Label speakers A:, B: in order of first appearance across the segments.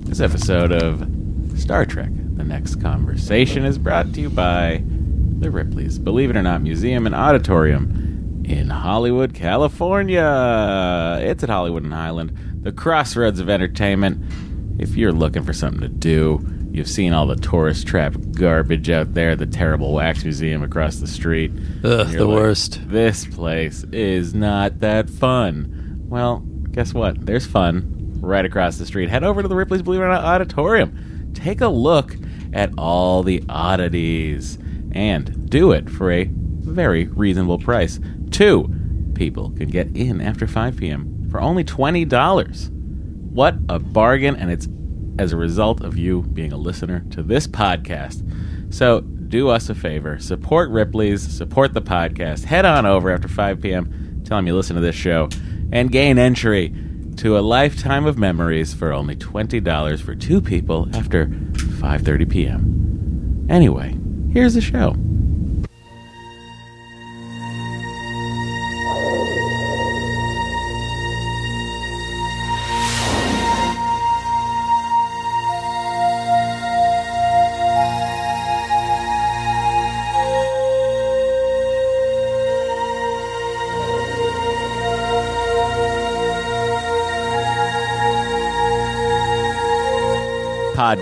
A: This episode of Star Trek The Next Conversation is brought to you by the Ripley's Believe It or Not Museum and Auditorium in Hollywood, California. It's at Hollywood and Highland, the crossroads of entertainment. If you're looking for something to do, you've seen all the tourist trap garbage out there, the terrible wax museum across the street.
B: Ugh,
A: And you're
B: the
A: like,
B: worst.
A: This place is not that fun. Well, guess what? There's fun right across the street. Head over to the Ripley's Believe It or Not Auditorium. Take a look at all the oddities and do it for a very reasonable price. Two people can get in after 5 p.m. for only $20. What a bargain, and it's as a result of you being a listener to this podcast. So do us a favor support Ripley's, support the podcast. Head on over after 5 p.m., tell them you listen to this show, and gain entry to a lifetime of memories for only $20 for two people after 5.30 p.m. Anyway, here's the show.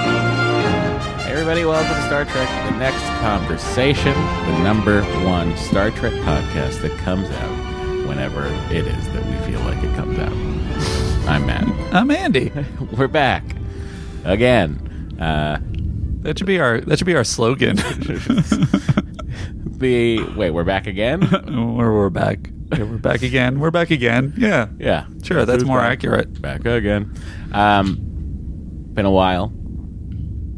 A: Hey everybody, welcome to Star Trek The Next Conversation, the number one Star Trek podcast that comes out whenever it is that we feel like it comes out. I'm Matt.
B: I'm Andy.
A: We're back again. Uh,
B: That should be our that should be our slogan.
A: the wait, we're back again.
B: Where we're back. Yeah, We're back again. We're back again. Yeah.
A: Yeah,
B: Sure, that's
A: Who's
B: more
A: back?
B: accurate.
A: Back again. Um, been a while.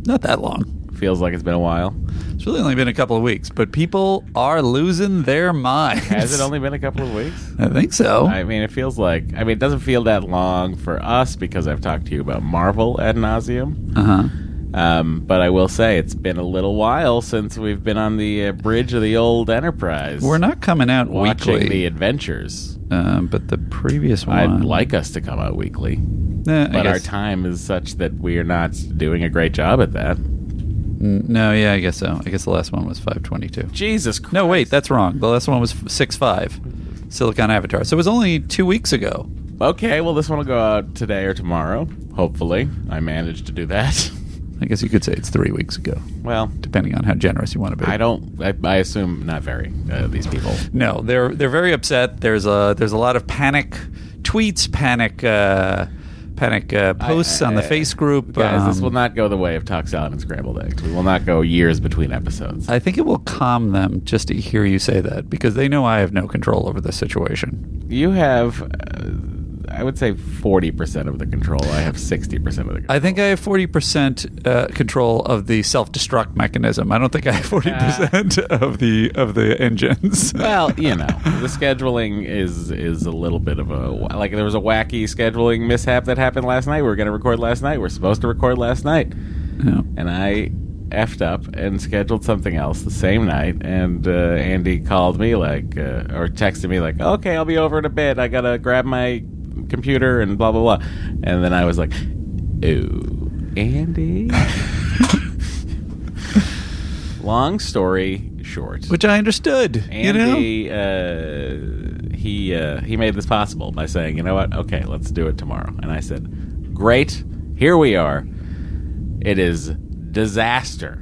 B: Not that long.
A: Feels like it's been a while.
B: It's really only been a couple of weeks, but people are losing their minds.
A: Has it only been a couple of weeks?
B: I think so.
A: I mean, it feels like. I mean, it doesn't feel that long for us because I've talked to you about Marvel ad nauseum.
B: Uh-huh.
A: Um, but I will say it's been a little while since we've been on the uh, bridge of the old Enterprise.
B: We're not coming out
A: watching the
B: weekly,
A: adventures.
B: um, but the previous one.
A: I'd like us to come out weekly,
B: Eh, I
A: but our
B: guess-
A: time is such that we are not doing a great job at that.
B: N- No, yeah, I guess so. I guess the last one was 522.
A: Jesus Christ!
B: No, wait, that's wrong. The last one was f- 65, Silicon Avatar. So it was only two weeks ago.
A: Okay, well, this one will go out today or tomorrow. Hopefully, I managed to do that.
B: I guess you could say it's three weeks ago,
A: well,
B: depending on how generous you want to be.
A: I don't. I, I assume not very. Uh, these people.
B: No, they're they're very upset. There's a there's a lot of panic tweets, panic uh, panic uh, posts on the
A: I-
B: face group.
A: Guys, this
B: Um,
A: will not go the way of Talk Salad and Scrambled Eggs. We will not go years between episodes.
B: I think it will calm them just to hear you say that because they know I have no control over this situation.
A: You have, uh, I would say, forty percent of the control. I have sixty percent of the. control.
B: I think I have 40% uh, control of the self-destruct mechanism. I don't think I have 40% of the of the engines.
A: well, you know, the scheduling is is a little bit of a like there was a wacky scheduling mishap that happened last night. We were going to record last night. We were supposed to record last night.
B: No.
A: and I effed up and scheduled something else the same night. And uh, Andy called me like, uh, or texted me like, "Okay, I'll be over in a bit. I gotta grab my computer and blah blah blah." And then I was like, "Ooh, Andy." Long story short,
B: Which I understood. you know?
A: Andy, uh, he uh, he made this possible by saying, "You know what? Okay, let's do it tomorrow." And I said, "Great, here we are." It is disaster.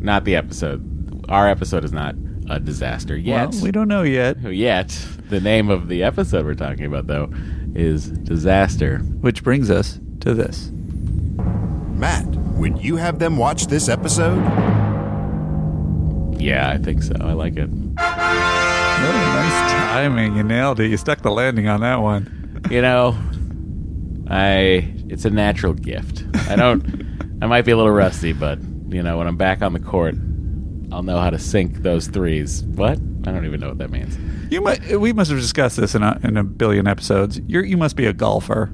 A: Not the episode. Our episode is not a disaster yet.
B: Well, we don't know yet,
A: yet the name of the episode we're talking about though is disaster.
B: which brings us to this.
C: Matt, would you have them watch this episode?
A: Yeah, I think so. I like it.
B: What a nice timing. You nailed it. You stuck the landing on that one.
A: you know, I it's a natural gift. I don't I might be a little rusty, but you know, when I'm back on the court, I'll know how to sink those threes. What? I don't even know what that means.
B: You might. We must have discussed this in a, in a billion episodes. You're, you must be a golfer.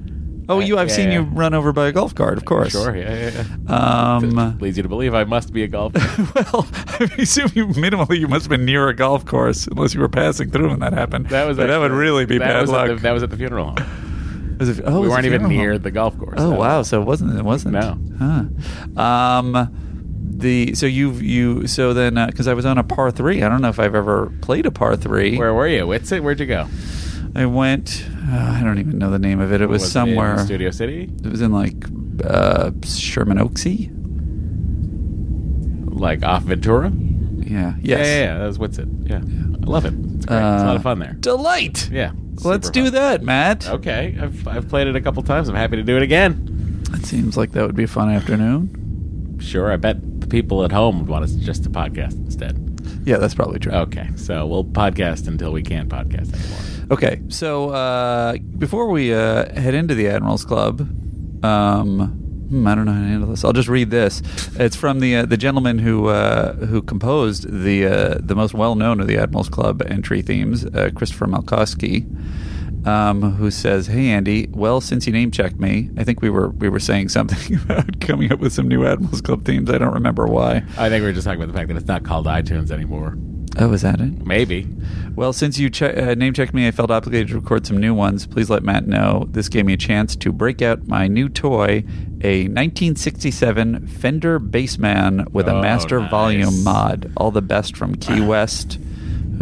B: Oh,
A: Uh,
B: you! I've
A: yeah,
B: seen
A: yeah.
B: you run over by a golf cart, of course.
A: Sure. Yeah, yeah, yeah.
B: Um,
A: Leads you to believe I must be a golfer.
B: well, I assume you minimally you must have been near a golf course, unless you were passing through when that happened.
A: That was
B: But that would
A: actually-
B: really be
A: that
B: bad
A: was at
B: luck.
A: the- that was at the funeral home.
B: It was a- oh,
A: we
B: it was a
A: weren't even
B: funeral
A: near
B: home.
A: the golf course.
B: Oh
A: That
B: wow!
A: was-
B: So it wasn't. It wasn't.
A: No.
B: Huh. Um, the so you you so then because I was on a par three. I don't know if I've ever played a par three.
A: Where were you? What's it? Where'd you go?
B: I went. Uh, I don't even know the name of it. It was,
A: it in
B: somewhere.
A: Studio City,
B: It was in like uh, Sherman Oaksy.
A: like off Ventura.
B: Yeah. Yes.
A: Yeah, yeah, yeah. That was What's it? Yeah, I love it. It's, great. it's a lot
B: Uh,
A: of fun there.
B: Delight.
A: Yeah,
B: Let's
A: super
B: do
A: fun.
B: that, Matt.
A: Okay, I've I've played it a couple times. I'm happy to do it again.
B: It seems like that would be a fun afternoon.
A: Sure, I bet the people at home would want us just to podcast instead.
B: Yeah, that's probably true.
A: Okay, so we'll podcast until we can't podcast anymore.
B: Okay, so uh, before we uh, head into the Admirals Club, um, hmm, I don't know how to handle this. I'll just read this. It's from the uh, the gentleman who uh, who composed the uh, the most well known of the Admirals Club entry themes, uh, Christopher Malkowski. Um, who says, "Hey Andy, well since you name checked me, I think we were we were saying something about coming up with some new Admirals Club themes. I don't remember why.
A: I think we were just talking about the fact that it's not called iTunes anymore.
B: Oh, is that it?
A: Maybe.
B: Well, since you che- uh, name checked me, I felt obligated to record some new ones. Please let Matt know. This gave me a chance to break out my new toy, a 1967 Fender Bassman with
A: Oh,
B: a master
A: nice.
B: volume mod. All the best from Key West.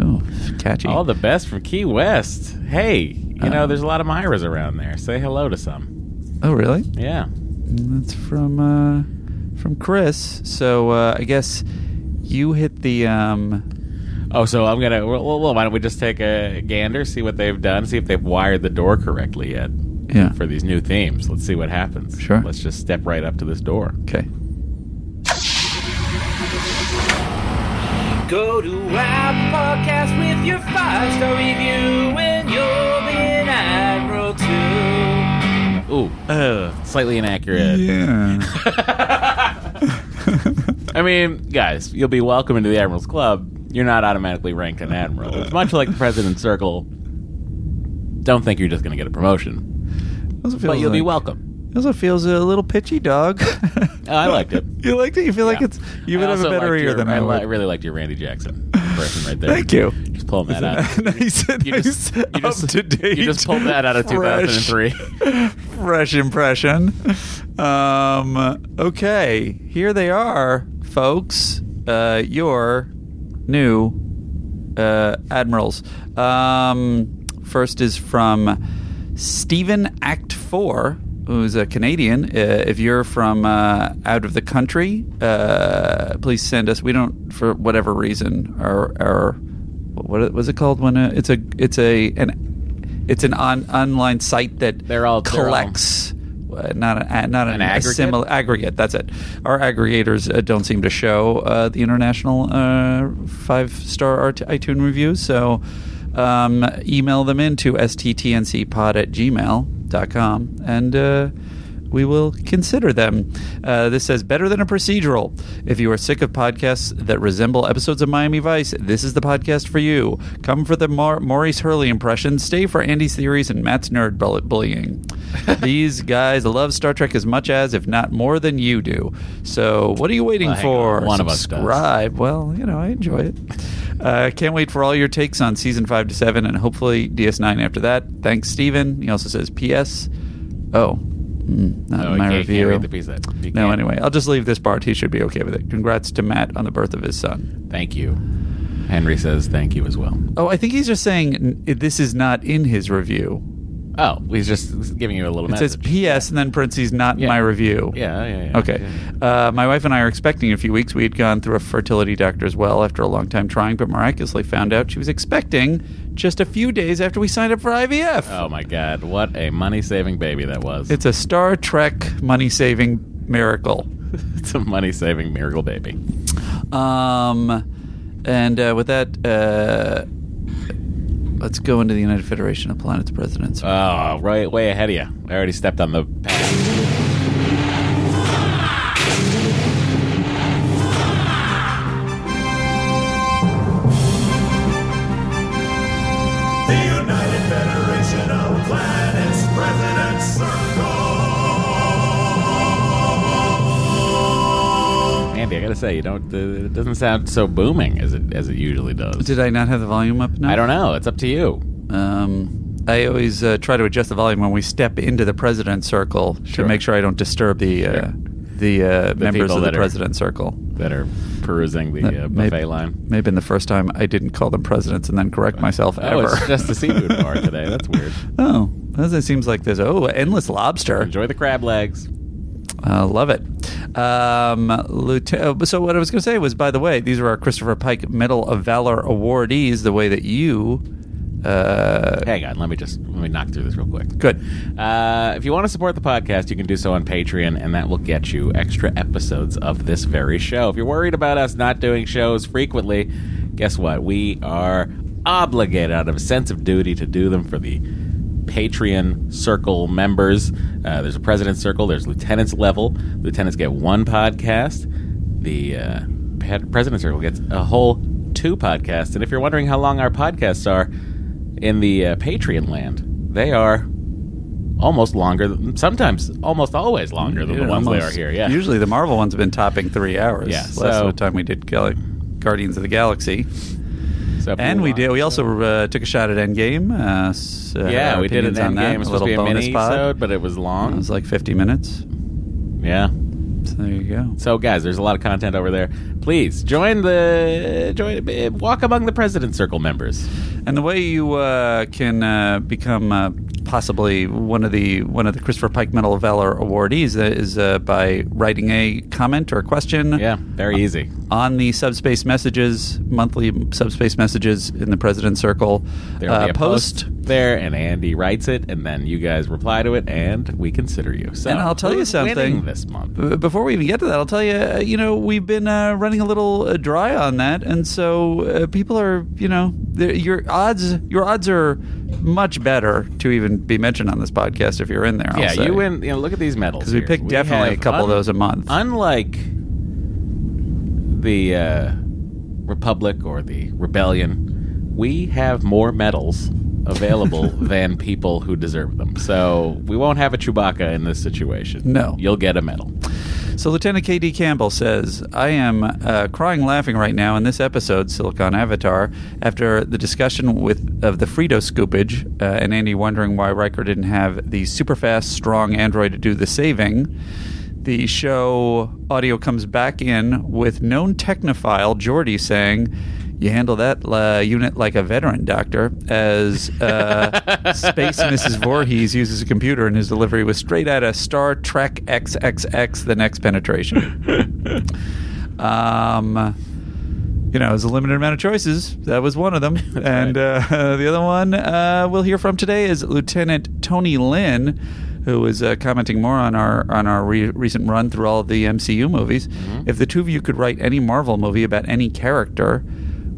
B: Oh, catchy.
A: All the best from Key West. Hey, you know,
B: Um,
A: there's a lot of Myras around there. Say hello to some.
B: oh, really?
A: Yeah.
B: That's from uh, from Chris. So uh, I guess you hit the. Um,
A: Oh, so I'm gonna. Well, well, why don't we just take a gander, see what they've done, see if they've wired the door correctly yet
B: yeah.
A: for these new themes. Let's see what happens.
B: Sure.
A: Let's just step right up to this door.
B: Okay.
D: Go to Apple Podcast with your five star review, and you'll be an admiral too.
A: Ooh, uh, slightly inaccurate.
B: Yeah.
A: I mean, guys, you'll be welcome into the Admiral's Club. You're not automatically ranked an admiral. It's much like the President's Circle. Don't think you're just gonna get a promotion,
B: Also
A: but
B: feels
A: you'll be
B: like-
A: welcome.
B: Also feels a little pitchy, dog.
A: I liked it.
B: You liked it? You feel like
A: Yeah.
B: it's you
A: I
B: would have a
A: also
B: better
A: liked
B: ear
A: your-
B: than I,
A: li-
B: would.
A: really liked your Randy Jackson person right there.
B: Thank you.
A: Just pulling that out.
B: nice,
A: You just-
B: nice
A: you just-
B: up to date.
A: you just pulled that out of 2003.
B: Fresh impression. Um, okay, here they are, folks. Uh, your new uh, admirals. Um, first is from Stephen Act Four, who's a Canadian. Uh, if you're from uh, out of the country, uh, please send us. We don't, for whatever reason, our our what was it called when uh, it's a it's a an it's an on, online site that
A: They're all- they're all-
B: collects. uh, not an, not an,
A: An aggregate?
B: assimil- aggregate. That's it. Our aggregators uh, don't seem to show uh, the international uh, five star art- iTunes reviews. So um, email them in to sttncpod at gmail.com and uh, we will consider them. Uh, this says better than a procedural. If you are sick of podcasts that resemble episodes of Miami Vice, this is the podcast for you. Come for the Mar- Maurice Hurley impression, stay for Andy's theories and Matt's nerd bullet bullying. These guys love Star Trek as much as, if not more than you do. So, what are you waiting
A: Well, hang
B: for?
A: on. One of us does.
B: Subscribe. Well, you know, I enjoy it. Uh, can't wait for all your takes on season five to seven, and hopefully DS9 after that. Thanks, Steven. He also says, "P.S. Oh, mm, not
A: Oh,
B: in
A: you
B: my
A: can't,
B: review.
A: can't read the piece that. you
B: no,
A: can't.
B: anyway, I'll just leave this part. He should be okay with it. Congrats to Matt on the birth of his son.
A: Thank you. Henry says thank you as well.
B: Oh, I think he's just saying n- this is not in his review.
A: Oh, he's just giving you a little
B: It
A: message.
B: says P.S. and then parentheses, not
A: Yeah.
B: my review.
A: yeah, yeah, yeah.
B: Okay.
A: yeah.
B: Uh, my wife and I are expecting in a few weeks. We had gone through a fertility doctor as well after a long time trying, but miraculously found out she was expecting just a few days after we signed up for IVF.
A: Oh my God! What a money-saving baby that was.
B: It's a Star Trek money saving miracle.
A: It's a money-saving miracle baby.
B: Um, and uh, with that, uh, let's go into the United Federation of Planets Presidents.
A: Uh, Oh, right, way ahead of you. I already stepped on the path.
E: planet's president circle.
A: Andy, I gotta say, you don't. Uh, it doesn't sound so booming as it as it usually does.
B: Did I not have the volume up? Now?
A: I don't know. It's up to you.
B: Um, I always uh, try to adjust the volume when we step into the president circle
A: Sure.
B: to make sure I don't disturb the uh, the, uh,
A: people
B: members of the
A: that are-
B: president circle.
A: That are perusing the uh, buffet
B: maybe,
A: line.
B: Maybe in the first time I didn't call them presidents and then correct myself
A: Oh,
B: ever.
A: it's just a seafood bar today. That's weird.
B: Oh, as it seems like there's oh endless lobster.
A: Enjoy the crab legs.
B: Uh, love it. Um, Lieuten- uh, so what I was going to say was, by the way, these are our Christopher Pike Medal of Valor awardees. The way that you, uh,
A: Hang on, let me just let me knock through this real quick.
B: good.
A: Uh, if you want to support the podcast, you can do so on Patreon, and that will get you extra episodes of this very show. If you're worried about us not doing shows frequently, guess what? We are obligated out of a sense of duty to do them for the Patreon circle members. Uh, there's a president's circle, there's lieutenant's level. Lieutenants get one podcast the uh, Pad- President Circle gets a whole two podcasts. And if you're wondering how long our podcasts are in the uh, Patreon land, they are almost longer, th- sometimes almost always longer than the
B: Yeah,
A: ones they are
B: almost.
A: here. Yeah.
B: Usually the Marvel ones have been topping three hours.
A: Yeah,
B: Last
A: so-
B: time we did Gal- Guardians of the Galaxy,
A: So if
B: and
A: you
B: we
A: want-
B: did. We also uh, took a shot at Endgame. Uh, s- uh,
A: yeah,
B: our
A: we did an
B: opinions on
A: end
B: that,
A: game. It was
B: a
A: supposed to
B: little
A: be a
B: bonus
A: mini
B: pod.
A: episode, but it was
B: It
A: long.
B: was like 50 minutes.
A: yeah.
B: So there you go.
A: So guys, there's a lot of content over there. Please join the join eh, walk among the President Circle members.
B: And the way you uh, can uh, become uh, possibly one of the one of the Christopher Pike Medal of Valor awardees is uh, by writing a comment or question
A: Yeah, very easy.
B: on the subspace messages monthly subspace messages in the President's Circle
A: There will
B: uh,
A: be a post. there, and Andy writes it, and then you guys reply to it, and we consider you. So,
B: And I'll tell you
A: who's winning
B: something. Uh,
A: this month.
B: B- Before we even get to that, I'll tell you, uh, you know, we've been uh, running a little uh, dry on that, and so uh, people are, you know, they're- your odds, your odds are much better to even be mentioned on this podcast if you're in there. I'll
A: yeah,
B: say.
A: you win. You know, look at these medals
B: 'Cause we
A: here.
B: pick definitely
A: have
B: a couple of those a month.
A: Unlike the uh, Republic or the Rebellion, we have more medals available than people who deserve them. So we won't have a Chewbacca in this situation.
B: No.
A: you'll get a medal.
B: So Lieutenant K.D. Campbell says, I am uh, crying laughing right now in this episode, Silicon Avatar, after the discussion with of the Frito scoopage uh, and Andy wondering why Riker didn't have the super fast, strong android to do the saving. The show audio comes back in with known technophile Geordi saying, you handle that uh, unit like a veteran doctor, as uh, Space Mrs. Voorhees uses a computer and his delivery was straight out of Star Trek XXX, the next penetration. um, you know, it was a limited amount of choices. That was one of them. and uh, the other one uh, we'll hear from today is Lieutenant Tony Lynn, who is uh, commenting more on our on our re- recent run through all the MCU movies.
A: Mm-hmm.
B: If the two of you could write any Marvel movie about any character,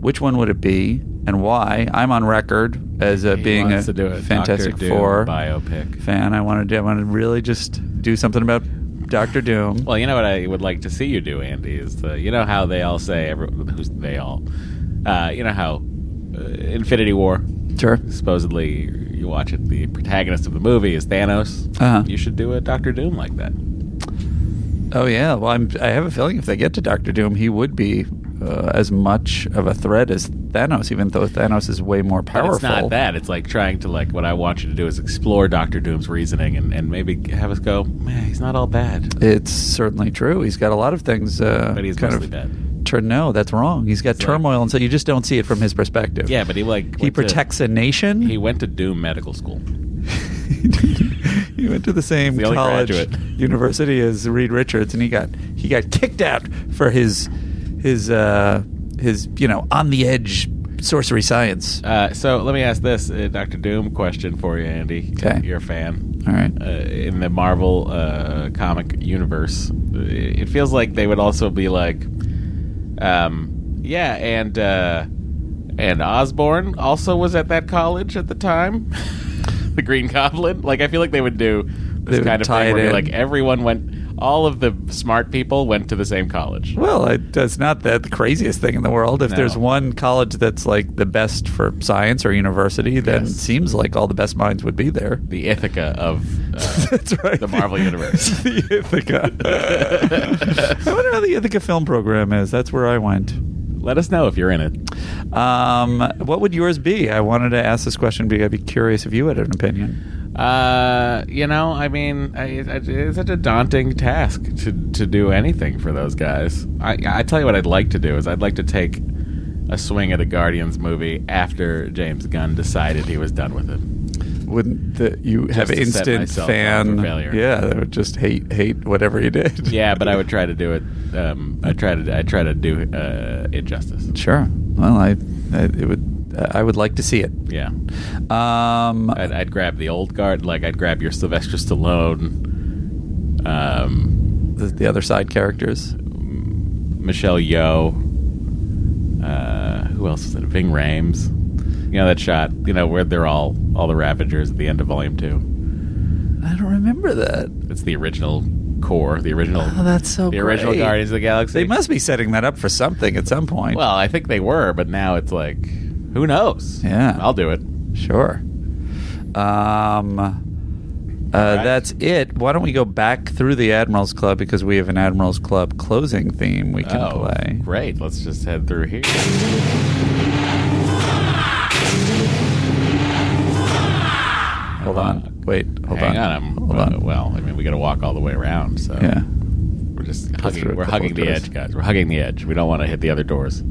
B: which one would it be and why? I'm on record as uh,
A: He
B: being a
A: wants to do it.
B: Fantastic
A: Dr. Doom
B: Four
A: biopic.
B: fan. I want to do, I want to really just do something about Doctor Doom.
A: Well, you know what I would like to see you do, Andy, is the, you know how they all say every, who's they all, uh, you know how uh, Infinity War
B: sure.
A: supposedly you watch it, the protagonist of the movie is Thanos.
B: Uh-huh.
A: You should do a Doctor Doom like that.
B: Oh yeah, well I'm, I have a feeling if they get to Doctor Doom, he would be uh, as much of a threat as Thanos, even though Thanos is way more
A: But
B: powerful.
A: it's not that. It's like trying to like what I want you to do is explore Doctor Doom's reasoning and, and maybe have us go, man, he's not all bad,
B: It's certainly true. He's got a lot of things. Uh,
A: but he's
B: kind
A: mostly
B: of
A: bad.
B: tur- no, that's wrong. He's got
A: like-
B: turmoil, and so you just don't see it from his perspective.
A: Yeah, but he like
B: he
A: went to-
B: protects a nation.
A: he went to Doom Medical School.
B: he went to the same
A: The only
B: college
A: graduate.
B: university as Reed Richards, and he got he got kicked out for his his uh, his you know on the edge sorcery science.
A: Uh, so let me ask this uh, Doctor Doom question for you, Andy.
B: 'Kay.
A: You're a fan.
B: All right.
A: Uh, in the Marvel uh, comic universe, uh, it feels like they would also be like, um, yeah, and uh, and Osborn also was at that college at the time, the Green Goblin. Like, I feel like they would do
B: They
A: this
B: would
A: kind of
B: tie
A: thing
B: it
A: where
B: in.
A: like everyone went. all of the smart people went to the same college.
B: Well, it, it's not the, the craziest thing in the world. If
A: No.
B: there's one college that's like the best for science or university, then
A: Yes.
B: it seems like all the best minds would be there.
A: The Ithaca of uh,
B: That's right.
A: the Marvel Universe.
B: the Ithaca. I wonder how the Ithaca film program is. That's where I went.
A: Let us know if you're in it.
B: Um, what would yours be? I wanted to ask this question because I'd be curious if you had an opinion.
A: Uh, you know, I mean, I, I, it's such a daunting task to to do anything for those guys. I I tell you what, I'd like to do is I'd like to take a swing at a Guardians movie after James Gunn decided he was done with it.
B: Wouldn't that you have
A: to set
B: instant
A: myself up for
B: fan?
A: failure.
B: Yeah, that would just hate hate whatever you did.
A: Yeah, but I would try to do it. Um, I try to I try to do uh, it justice.
B: Sure. Well, I, I it would I would like to see it.
A: Yeah,
B: Um,
A: I'd, I'd grab the old guard, like I'd grab your Sylvester Stallone, um,
B: the, the other side characters.
A: Michelle Yeoh. Uh, who else was it? Ving Rhames. You know that shot. You know where they're all all the Ravagers at the end of Volume Two.
B: I don't remember that.
A: It's the original core, the original,
B: Uh, Oh, that's so.
A: the original
B: great.
A: Guardians of the Galaxy.
B: They must be setting that up for something at some point.
A: Well, I think they were, but now it's like, who knows?
B: Yeah.
A: I'll do it.
B: Sure. Um, uh, that's it. Why don't we go back through the Admirals Club because we have an Admirals Club closing theme we can
A: oh,
B: play.
A: great! Let's just head through here.
B: Hold on. Wait. Hold
A: Uh, Hang on.
B: on.
A: I'm,
B: hold
A: uh,
B: on.
A: Well, I mean, we got to walk all the way around, so
B: yeah.
A: we're just
B: through a
A: hugging. We're
B: couple
A: hugging
B: of
A: the
B: doors.
A: edge, guys. We're hugging the edge. We don't want to hit the other doors.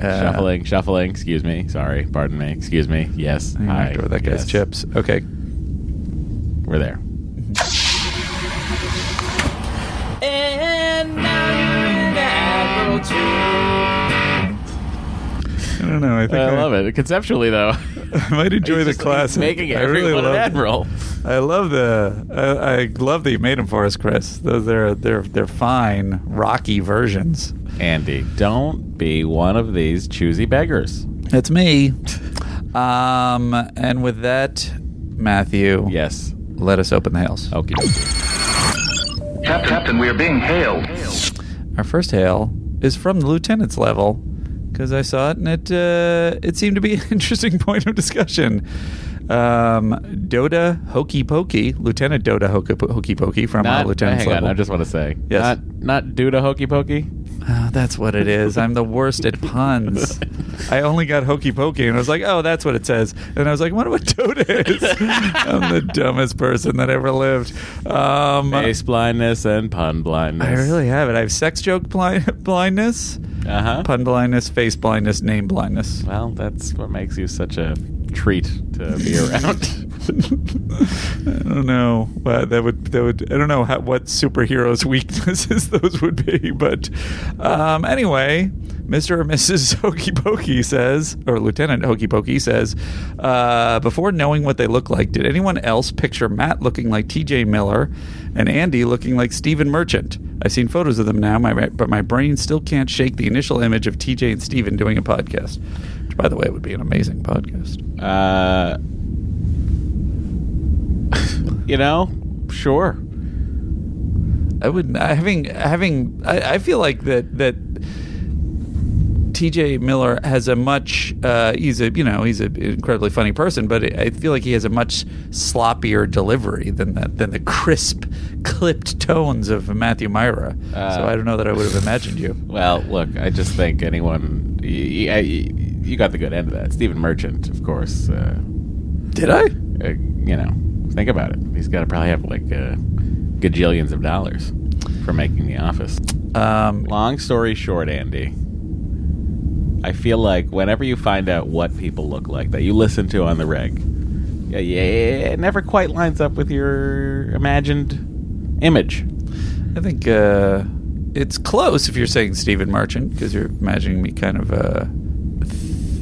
B: Uh,
A: shuffling, shuffling. Excuse me. Sorry. Pardon me. Excuse me. Yes.
B: I'm gonna
A: Hi.
B: go with that guy's
A: Yes.
B: chips. Okay.
A: We're there.
D: And now you're an Admiral too.
B: I don't know. I think
A: I love it. Conceptually, though,
B: I might enjoy
A: he's
B: the
A: just- he's
B: class.
A: making
B: I really
A: everyone
B: love
A: an admiral.
B: I love the I, I love that you made them for us, Chris. Those they're they're they're fine rocky versions.
A: Andy, don't be one of these choosy beggars.
B: That's me. Um, and with that, Matthew,
A: Yes.
B: let us open the hails.
A: Okay.
F: Cap- Captain, we are being hailed.
B: Our first hail is from the lieutenant's level because I saw it and it uh, it seemed to be an interesting point of discussion. Um, Doda Hokey Pokey, Lieutenant Doda Hokey Hokey Pokey from our
A: Not,
B: lieutenant's
A: hang on.
B: level.
A: I just want to say,
B: Yes.
A: not not due to hokey pokey.
B: Oh, that's what it is. I'm the worst at puns. I only got hokey pokey, and I was like, "Oh, that's what it says." And I was like, "I "Wonder what toad is?" I'm the dumbest person that ever lived. Um,
A: Face blindness and pun blindness.
B: I really have it. I have sex joke blind- blindness,
A: Uh huh.
B: pun blindness, face blindness, name blindness.
A: Well, that's what makes you such a treat to be around.
B: I don't know. Well, that would that would. I don't know how, what superheroes' weaknesses those would be, but um, anyway, Mister or Mrs. Hokey Pokey says, or Lieutenant Hokey Pokey says, uh, before knowing what they look like, did anyone else picture Matt looking like T.J. Miller and Andy looking like Stephen Merchant? I've seen photos of them now, my, but my brain still can't shake the initial image of T.J. and Stephen doing a podcast. Which, by the way, would be an amazing podcast.
A: uh, you know, sure.
B: I wouldn't I- having having I, I feel like that that TJ Miller has a much uh, he's a you know he's an incredibly funny person but I feel like he has a much sloppier delivery than that than the crisp clipped tones of Matthew Myra so
A: Uh.
B: I don't know that I would have imagined you
A: Well, look, I just think anyone. y- y- I- you got the good end of that. Stephen Merchant, of course. Uh,
B: did I
A: uh, you know, think about it. He's got to probably have like uh, gajillions of dollars for making The Office.
B: um,
A: Long story short, Andy, I feel like whenever you find out what people look like that you listen to on the reg, yeah, yeah, it never quite lines up with your imagined image.
B: I think uh, it's close if you're saying Stephen Merchant because you're imagining me kind of uh,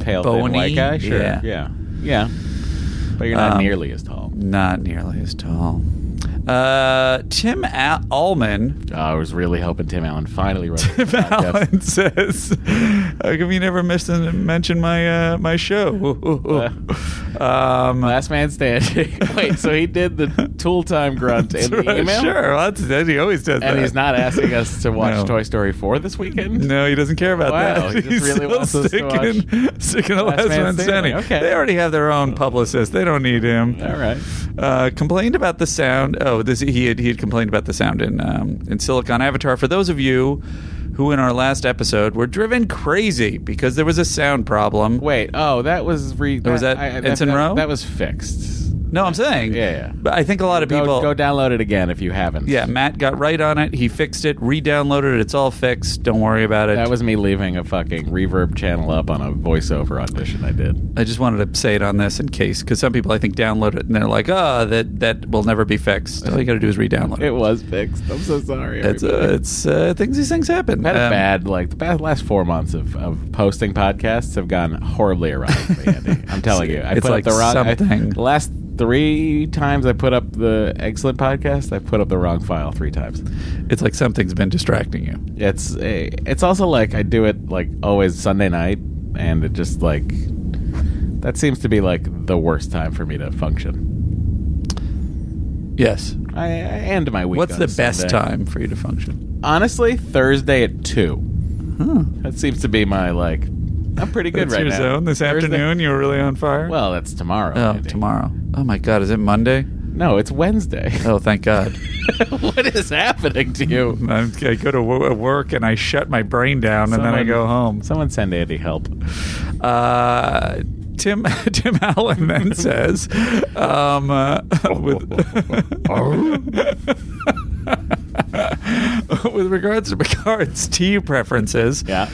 A: Pale, thin
B: Bony?
A: white guy, sure,
B: Yeah.
A: yeah, yeah. But you're not
B: Um,
A: nearly as tall.
B: Not nearly as tall. Uh, Tim Al- Allman
A: Uh, I was really hoping Tim Allen finally wrote Tim
B: Allen says, "How come you never mention mention my uh, my show?" um,
A: Last man standing. Wait, so he did the tool time grunt in the email?
B: Sure, well, that's, that- he always does that.
A: And he's not asking us to watch
B: No.
A: Toy Story 4 this weekend?
B: No, he doesn't care about
A: Wow,
B: that.
A: he just
B: he's
A: really
B: still
A: wants us to
B: sticking, sticking to
A: Last
B: Last
A: Man
B: Man
A: Standing.
B: Standing.
A: Okay.
B: They already have their own publicist. They don't need him.
A: All right.
B: Uh, complained about the sound. Oh, this he had he had complained about the sound in um, in Silicon Avatar. For those of you who in our last episode were driven crazy because there was a sound problem.
A: Wait, oh, that was. Re-
B: was that Ensign
A: that,
B: Row?
A: That was fixed.
B: No, I'm saying.
A: Yeah, yeah.
B: But I think a lot of
A: Go,
B: people
A: go download it again if you haven't.
B: Yeah, Matt got right on it. He fixed it, re-downloaded it. It's all fixed. Don't worry about it.
A: That was me leaving a fucking reverb channel up on a voiceover audition I did.
B: I just wanted to say it on this in case, because some people I think download it and they're like, "Ah, that that will never be fixed." All you got to do is re-download
A: It
B: it.
A: was fixed. I'm so sorry.
B: It's
A: everybody.
B: uh, it's uh, things. These things happen.
A: I've had a
B: Um,
A: bad like the bad last four months of, of posting podcasts have gone horribly awry. with me, Andy. I'm telling you, I
B: It's
A: put
B: like
A: up the wrong I-
B: something.
A: the last three times I put up the excellent podcast, I put up the wrong file three times.
B: It's like something's been distracting you.
A: It's a, it's also like I do it like always Sunday night, and it just like that seems to be like the worst time for me to function.
B: Yes.
A: I, I end my week.
B: What's
A: on
B: the
A: a
B: best
A: Sunday.
B: time for you to function?
A: Honestly, Thursday at two.
B: Huh.
A: That seems to be my like. I'm pretty good
B: That's
A: right
B: your
A: now.
B: zone this
A: Thursday-
B: afternoon. You were really on fire.
A: Well, that's tomorrow.
B: oh,
A: Andy.
B: tomorrow. Oh my God, is it Monday?
A: No, it's Wednesday.
B: Oh, thank God.
A: what is happening to you?
B: I'm- I go to wo- work and I shut my brain down, and then I
A: Someone-
B: go home.
A: Someone send Andy help.
B: Uh, Tim Tim Allen then says, um, uh, with, with regards to Picard's tea preferences,
A: Yeah.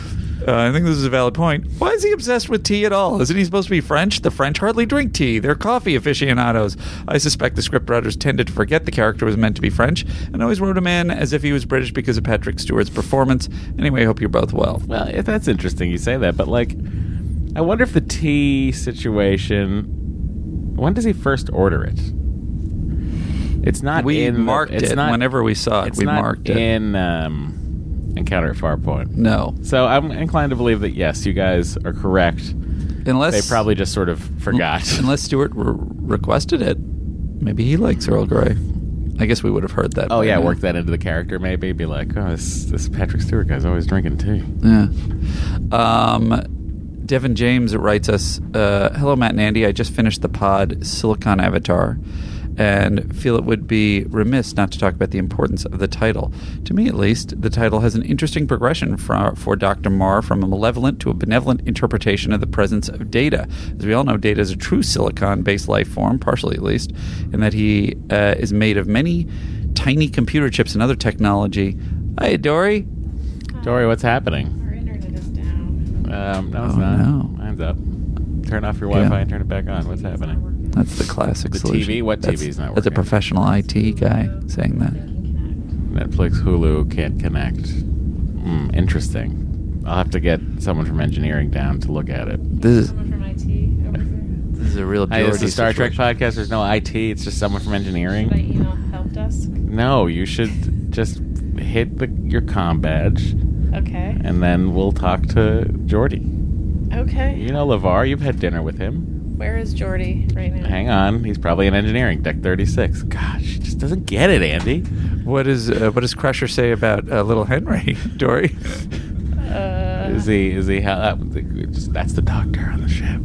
B: uh, I think this is a valid point. Why is he obsessed with tea at all? Isn't he supposed to be French? The French hardly drink tea. They're coffee aficionados. I suspect the scriptwriters tended to forget the character was meant to be French and always wrote him in as if he was British because of Patrick Stewart's performance. Anyway, I hope you're both well.
A: Well, if that's interesting you say that, but like, I wonder if the tea situation. When does he first order it? It's not.
B: we
A: in the-
B: marked
A: it's
B: it
A: not-
B: whenever we saw it.
A: It's
B: we
A: not
B: marked it.
A: in um, Encounter at Farpoint.
B: No,
A: So I'm inclined to believe that yes, you guys are correct.
B: unless
A: They probably just sort of forgot.
B: unless Stewart re- requested it. Maybe he likes Earl Grey. I guess we would have heard that.
A: Oh
B: by
A: yeah,
B: now.
A: work that into the character. Maybe be like, oh, this this Patrick Stewart guy's always drinking tea.
B: Yeah. Um, Devin James writes us uh, Hello, Matt and Andy. I just finished the pod Silicon Avatar and feel it would be remiss not to talk about the importance of the title. To me, at least, the title has an interesting progression for, for Dr. Marr from a malevolent to a benevolent interpretation of the presence of data. As we all know, data is a true silicon based life form, partially at least, in that he uh, is made of many tiny computer chips and other technology. Hi, Dory.
A: Dory, what's happening?
G: Our internet is down.
A: Um, no, it's
B: Oh,
A: not.
B: no.
A: Mine's up. Turn off your
B: Yeah.
A: Wi-Fi and turn it back on. What's happening?
B: That's the classic
A: The
B: solution.
A: TV? What
B: That's-
A: TV is not
B: That's a
A: working?
B: professional IT guy saying that.
A: Netflix, Hulu can't connect. Hmm, interesting. I'll have to get someone from engineering down to look at it.
B: This is
G: Someone from IT over there.
B: this is a real
A: Hey, it's the
B: Geordi
A: Star Trek
B: situation.
A: podcast. There's no IT. It's just someone from
G: Should I
A: engineering.
G: email help desk?
A: No, you should just hit the, your com badge,
G: Okay.
A: and then we'll talk to Jordy.
G: Okay.
A: You know Levar. You've had dinner with him.
G: Where is Jordy right now?
A: Hang on, he's probably in engineering, deck 36. Gosh, she just doesn't get it, Andy.
B: What is uh, what does Crusher say about uh, Little Henry, Dory?
G: Uh,
A: Is he, is he, how, uh, just- that's the doctor on the ship.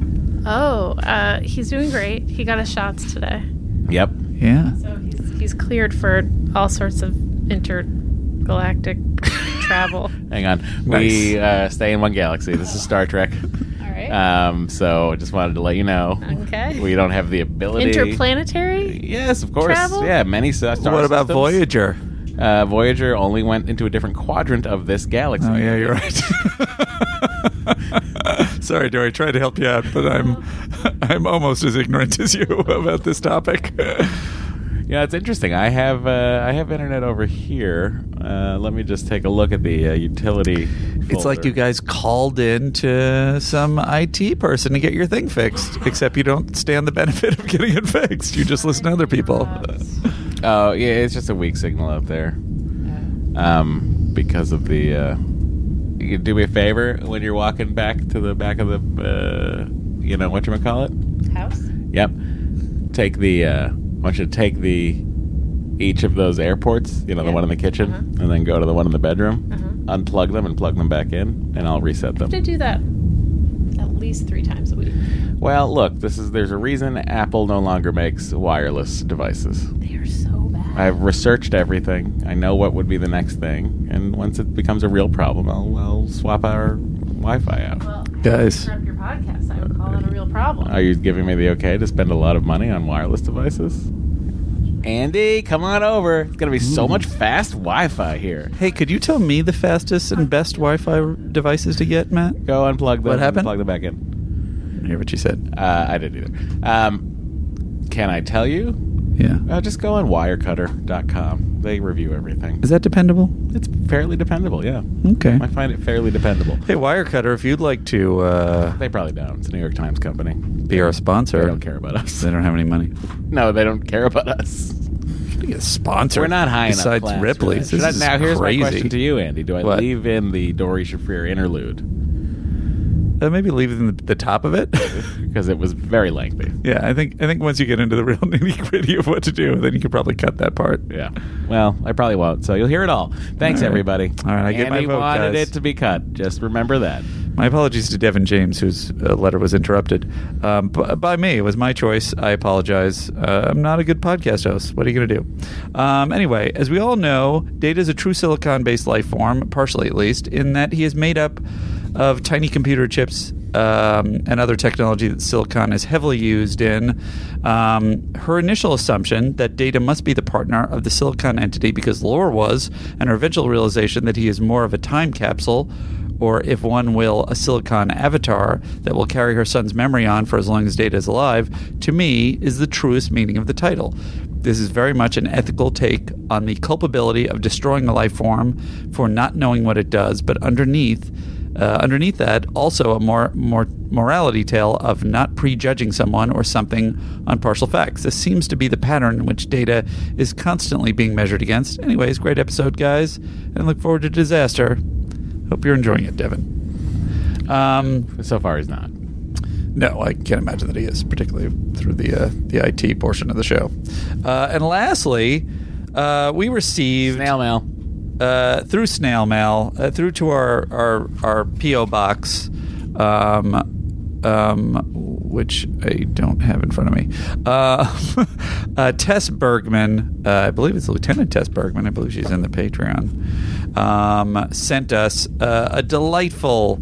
G: Oh, uh, he's doing great. He got his shots today.
A: Yep.
B: yeah.
G: So he's, he's cleared for all sorts of intergalactic travel.
A: Hang on.
B: Nice.
A: We uh, stay in one galaxy. This is Star Trek.
G: All right.
A: Um, so I just wanted to let you know
G: Okay.
A: we don't have the ability.
G: Interplanetary?
A: Yes, of course.
G: Travel?
A: Yeah, many s- stars.
B: what about
A: Voyager?
B: Voyager?
A: Uh, Voyager only went into a different quadrant of this galaxy.
B: Oh yeah, you're right. Sorry, Dory. Tried to help you out, but I'm I'm almost as ignorant as you about this topic.
A: Yeah, it's interesting. I have uh, I have internet over here. Uh, let me just take a look at the uh, utility.
B: It's like
A: folder.
B: you guys called in to some IT person to get your thing fixed, except you don't stand the benefit of getting it fixed. You just listen to other people.
A: Oh yeah, it's just a weak signal out there. Um, because of the. Uh, you can do me a favor when you're walking back to the back of the, uh, you know, what you call it.
G: House?
A: Yep. Take the. Uh, I want you to take the each of those airports. You know, the
G: Yeah.
A: one in the kitchen,
G: Uh-huh.
A: and then go to the one in the bedroom.
G: Uh-huh.
A: Unplug them and plug them back in, and I'll reset them.
G: have to do that at least three times a week.
A: Well, look, this is there's a reason Apple no longer makes wireless devices.
G: They are so bad.
A: I've researched everything. I know what would be the next thing, and once it becomes a real problem, I'll, I'll swap our Wi-Fi out.
G: well,
B: Guys.
G: Interrupt your podcast. I would call it a real problem.
A: Are you giving me the okay to spend a lot of money on wireless devices? Andy, come on over. It's gonna be
B: Mm.
A: so much fast Wi-Fi here.
B: Hey, could you tell me the fastest and best Wi-Fi devices to get, Matt?
A: Go unplug them.
B: What happened?
A: and Plug them back in.
B: I didn't hear what you said.
A: Uh, I didn't either. Um, can I tell you?
B: Yeah.
A: Uh, just go on wirecutter.com. They review everything.
B: Is that dependable?
A: It's fairly dependable, yeah.
B: Okay.
A: I find it fairly dependable.
B: Hey, Wirecutter, if you'd like to uh,
A: They probably don't. It's a New York Times company.
B: be our sponsor,
A: They don't care about us.
B: They don't have any money.
A: No, they don't care about us.
B: Should get a sponsor.
A: We're not high enough.
B: Besides
A: class for
B: Ripley's,
A: that.
B: this
A: Should I-
B: is
A: now, here's
B: crazy.
A: my question to you, Andy. Do I
B: What?
A: leave in the Dory Shafrir interlude
B: Uh, maybe leave the, the top of it.
A: because it was very lengthy?
B: yeah, I think I think once you get into the real nitty gritty of what to do, then you could probably cut that part.
A: Yeah. Well, I probably won't. So you'll hear it all. Thanks,
B: All right.
A: everybody.
B: All right, I get my
A: Andy
B: vote,
A: wanted
B: guys.
A: it to be cut. Just remember that.
B: My apologies to Devin James, whose uh, letter was interrupted um, b- by me. It was my choice. I apologize. Uh, I'm not a good podcast host. What are you going to do? Um, anyway, as we all know, data is a true silicon based life form, partially at least, in that he is made up of tiny computer chips um, and other technology that silicon is heavily used in. Um, her initial assumption that data must be the partner of the silicon entity because Lore was, and her eventual realization that he is more of a time capsule or if one will, a silicon avatar that will carry her son's memory on for as long as Data is alive, to me is the truest meaning of the title. This is very much an ethical take on the culpability of destroying a life form for not knowing what it does, but underneath, uh, underneath that, also a more, more morality tale of not prejudging someone or something on partial facts. This seems to be the pattern in which data is constantly being measured against. Anyways, great episode, guys, and look forward to disaster. Hope you're enjoying it, Devin. Um,
A: So far, he's not.
B: no, I can't imagine that he is, particularly through the uh, the IT portion of the show. Uh, and lastly, uh, we received
A: Snail mail.
B: uh, through snail mail, uh, through to our our, our PO box, um, um, which I don't have in front of me. Uh, uh, Tess Bergman, uh, I believe it's Lieutenant Tess Bergman. I believe she's in the Patreon. Um, sent us uh, a delightful.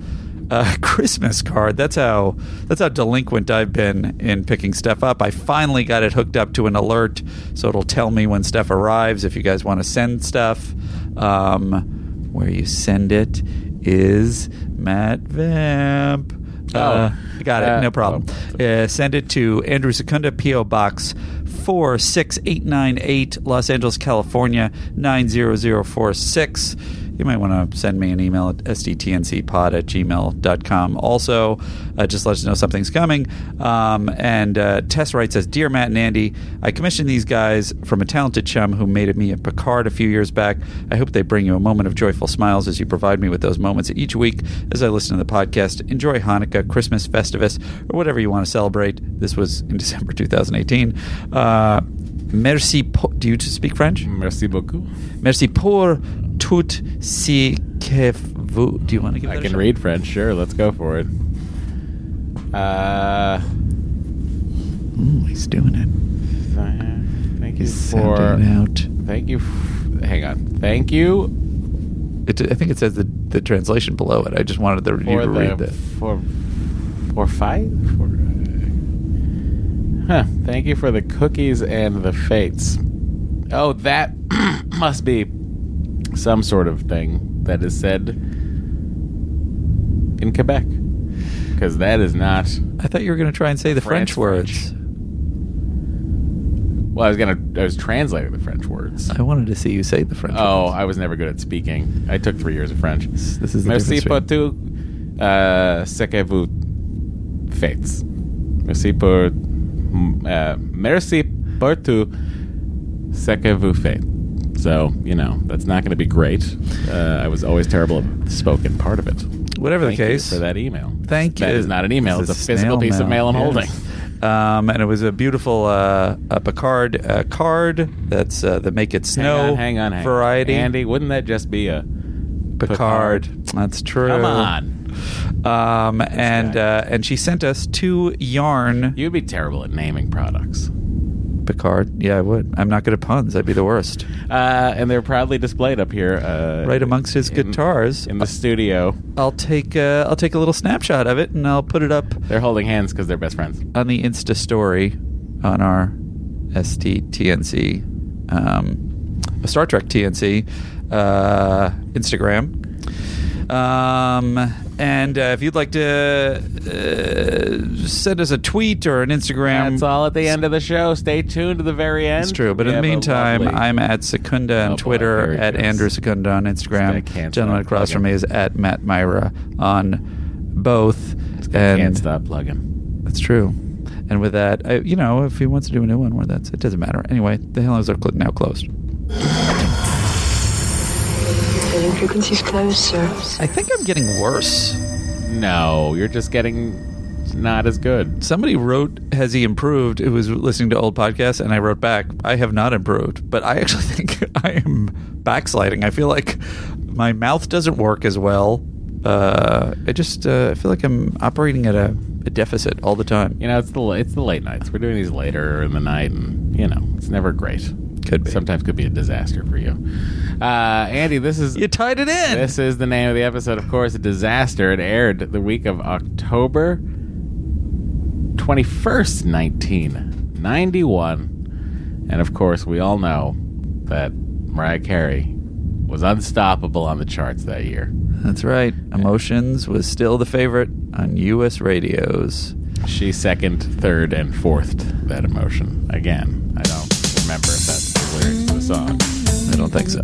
B: Uh, Christmas card. That's how. That's how delinquent I've been in picking stuff up. I finally got it hooked up to an alert, so it'll tell me when stuff arrives. If you guys want to send stuff, um, where you send it is Matt Vamp.
A: Oh.
B: Uh, got it.
A: Uh,
B: no problem. Uh, send it to Andrew Secunda, P.O. Box 46898, Los Angeles, California 90046. You might want to send me an email at sdtncpod at gmail.com. Also, uh, just let us know something's coming. Um, and uh, Tess writes, says, Dear Matt and Andy, I commissioned these guys from a talented chum who made me a Picard a few years back. I hope they bring you a moment of joyful smiles as you provide me with those moments each week as I listen to the podcast. Enjoy Hanukkah, Christmas, Festivus, or whatever you want to celebrate. This was in December 2018. Uh, merci. Pour, do you speak French?
A: Merci beaucoup.
B: Merci pour tout ce que vous. Do you want to give?
A: I
B: that a
A: can
B: shot?
A: read French. Sure, let's go for it. Uh,
B: Ooh, he's doing it.
A: thank you
B: He's
A: for.
B: sending it out.
A: Thank you. f- hang on. Thank you
B: It, I think it says the, the translation below it. I just wanted the, you
A: for
B: to read
A: the
B: that.
A: for for five. For, uh, huh. Thank you for the cookies and the fates. Oh, that must be some sort of thing that is said in Quebec, because that is not.
B: I thought you were going to try and say the
A: France,
B: French, words.
A: French. Well, I was gonna. I was translating the French words.
B: I wanted to see you say the French.
A: Oh,
B: words.
A: I was never good at speaking. I took three years of French.
B: This is the
A: merci pour
B: difference
A: tout uh, ce que vous faites. Merci pour mm, uh, merci pour euh, tout Sekavufe. So, you know, that's not going to be great. Uh, I was always terrible at the spoken part of it.
B: Whatever
A: Thank
B: the
A: you
B: case.
A: for that email.
B: Thank you.
A: That is not an email. It's, a, physical
B: snail
A: piece of mail I'm holding.
B: yes. Um, and it was a beautiful uh, a Picard uh, card. That's uh, the Make It Snow
A: hang on, hang on, hang on.
B: variety.
A: Andy, wouldn't that just be a
B: Picard.
A: Picard.
B: That's true.
A: come on?
B: Um, and
A: guy.
B: uh, and she sent us two yarn
A: You'd be terrible at naming products.
B: Picard. Yeah, I would. I'm not good at puns. I'd be the worst.
A: Uh, and they're proudly displayed up here, uh,
B: Right amongst his
A: in-
B: guitars.
A: in the studio.
B: I'll take uh, I'll take a little snapshot of it and I'll put it up
A: They're holding hands because they're best friends.
B: on the Insta story on our STTNC, um, Star Trek TNC uh, Instagram. Um, and uh, if you'd like to uh, send us a tweet or an Instagram,
A: That's all at the end of the show. Stay tuned to the very end.
B: It's true. But
A: We
B: in the
A: have a
B: meantime,
A: lovely-
B: I'm at Secunda on
A: Oh, boy, here
B: Twitter,
A: it
B: at
A: goes.
B: Andrew Secunda on
A: It's
B: Instagram.
A: that can't
B: Gentleman
A: stop
B: across from me
A: plugging.
B: is at Matt Myra on both. And
A: can't stop plugging.
B: That's true. And with that, I, you know, if he wants to do a new one, where that's it doesn't matter. Anyway, the hell is our clip now closed.
H: Hailing frequencies closed, sir.
B: I think I'm getting worse.
A: No, you're just getting not as good.
B: Somebody wrote, "Has he improved?" It was listening to old podcasts, and I wrote back, "I have not improved, but I actually think I am backsliding. I feel like my mouth doesn't work as well. Uh, I just uh, I feel like I'm operating at a, a deficit all the time.
A: You know, it's the it's the late nights. We're doing these later in the night, and you know, it's never great.
B: Could be.
A: Sometimes could be a disaster for you. Uh, Andy, this is
B: You tied it in.
A: This is the name of the episode, of course, A Disaster. It aired the week of October 21st, 1991. And of course, we all know that Mariah Carey was unstoppable on the charts that year.
B: That's right. Emotions was still the favorite on U.S. radios.
A: She second, third, and fourth that emotion. Again, I don't remember if that's the lyrics to the song.
B: I don't think so.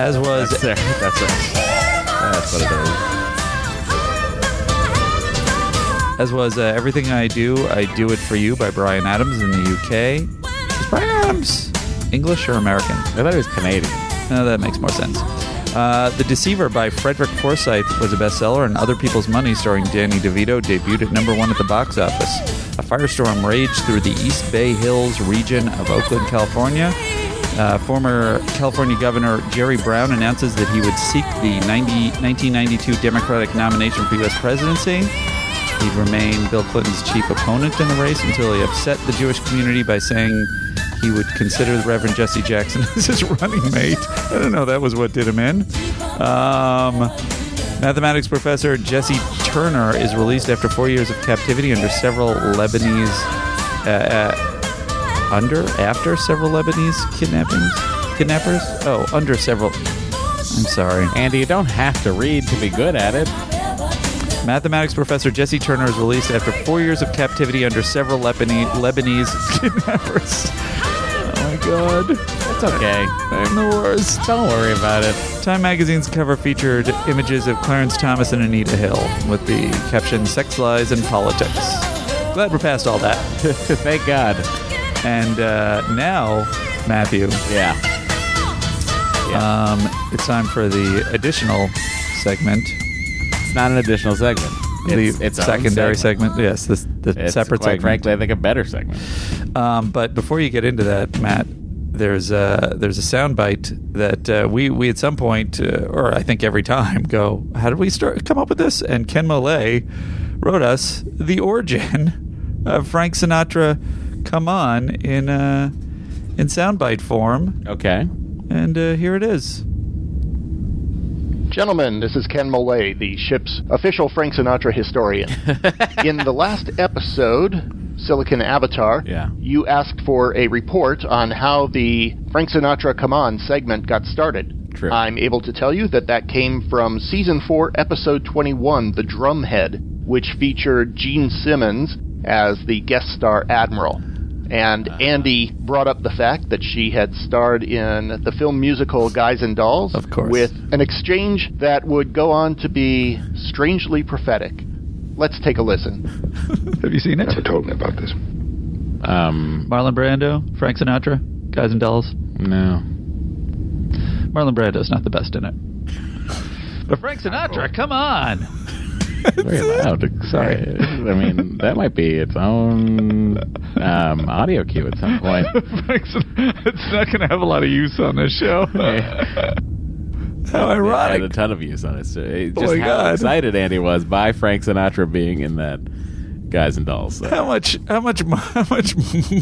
B: As was
A: That's, there. that's right. That's what it is.
B: as was uh, everything I do. I do it for you by Brian Adams in the UK. Is Brian Adams English or American?
A: I thought it was Canadian.
B: No, that makes more sense. Uh, the Deceiver by Frederick Forsyth was a bestseller, and Other People's Money, starring Danny DeVito, debuted at number one at the box office. A firestorm raged through the East Bay Hills region of Oakland, California. Uh, former California Governor Jerry Brown announces that he would seek the 90, 1992 Democratic nomination for U.S. presidency. He'd remain Bill Clinton's chief opponent in the race until he upset the Jewish community by saying he would consider the Reverend Jesse Jackson as his running mate. I don't know, that was what did him in. Um, mathematics professor Jesse Turner is released after four years of captivity under several Lebanese. Uh, uh, under? After several Lebanese kidnappings? Kidnappers? Oh, under several. I'm sorry.
A: Andy, you don't have to read to be good at it.
B: Mathematics professor Jesse Turner is released after four years of captivity under several Lebanese, Lebanese kidnappers. Oh my god.
A: It's okay.
B: I'm the worst.
A: Don't worry about it.
B: Time magazine's cover featured images of Clarence Thomas and Anita Hill with the caption Sex, Lies, and Politics. Glad we're past all that.
A: Thank God.
B: And uh, now, Matthew,
A: Yeah.
B: um, it's time for the additional segment.
A: It's not an additional segment. It's
B: the
A: its own
B: secondary segment. Yes, this the
A: It's,
B: separate
A: quite
B: segment.
A: frankly, I think a better segment.
B: Um, but before you get into that, Matt, there's a there's a soundbite that uh, we we at some point, uh, or I think every time, go. How did we start come up with this? And Ken Molay wrote us the origin of Frank Sinatra. Come on in uh, in soundbite form,
A: Okay.
B: and uh, here it is.
I: Gentlemen, this is Ken Millay, the ship's official Frank Sinatra historian. In the last episode, Silicon Avatar,
A: Yeah.
I: you asked for a report on how the Frank Sinatra Come On segment got started.
A: True.
I: I'm able to tell you that that came from season 4, episode 21, The Drumhead, which featured Gene Simmons as the guest star admiral.
B: Uh-huh.
I: And Andy brought up the fact that she had starred in the film musical Guys and Dolls
B: Of course.
I: with an exchange that would go on to be strangely prophetic. Let's take a listen.
B: Have you seen it?
F: told me about this.
A: Um,
B: Marlon Brando, Frank Sinatra, Guys and Dolls.
A: no.
B: Marlon Brando's not the best in it. But Frank Sinatra, come on!
A: Very loud. Sorry. I mean, that might be its own um, audio cue at some point.
B: Frank Sinatra, it's not going to have a lot of use on this show. How
A: I had
B: ironic.
A: a ton of views on it. So it-
B: Oh
A: just
B: my
A: how
B: God.
A: excited Andy was by Frank Sinatra being in that Guys and Dolls. So.
B: How much? How much? mo- How much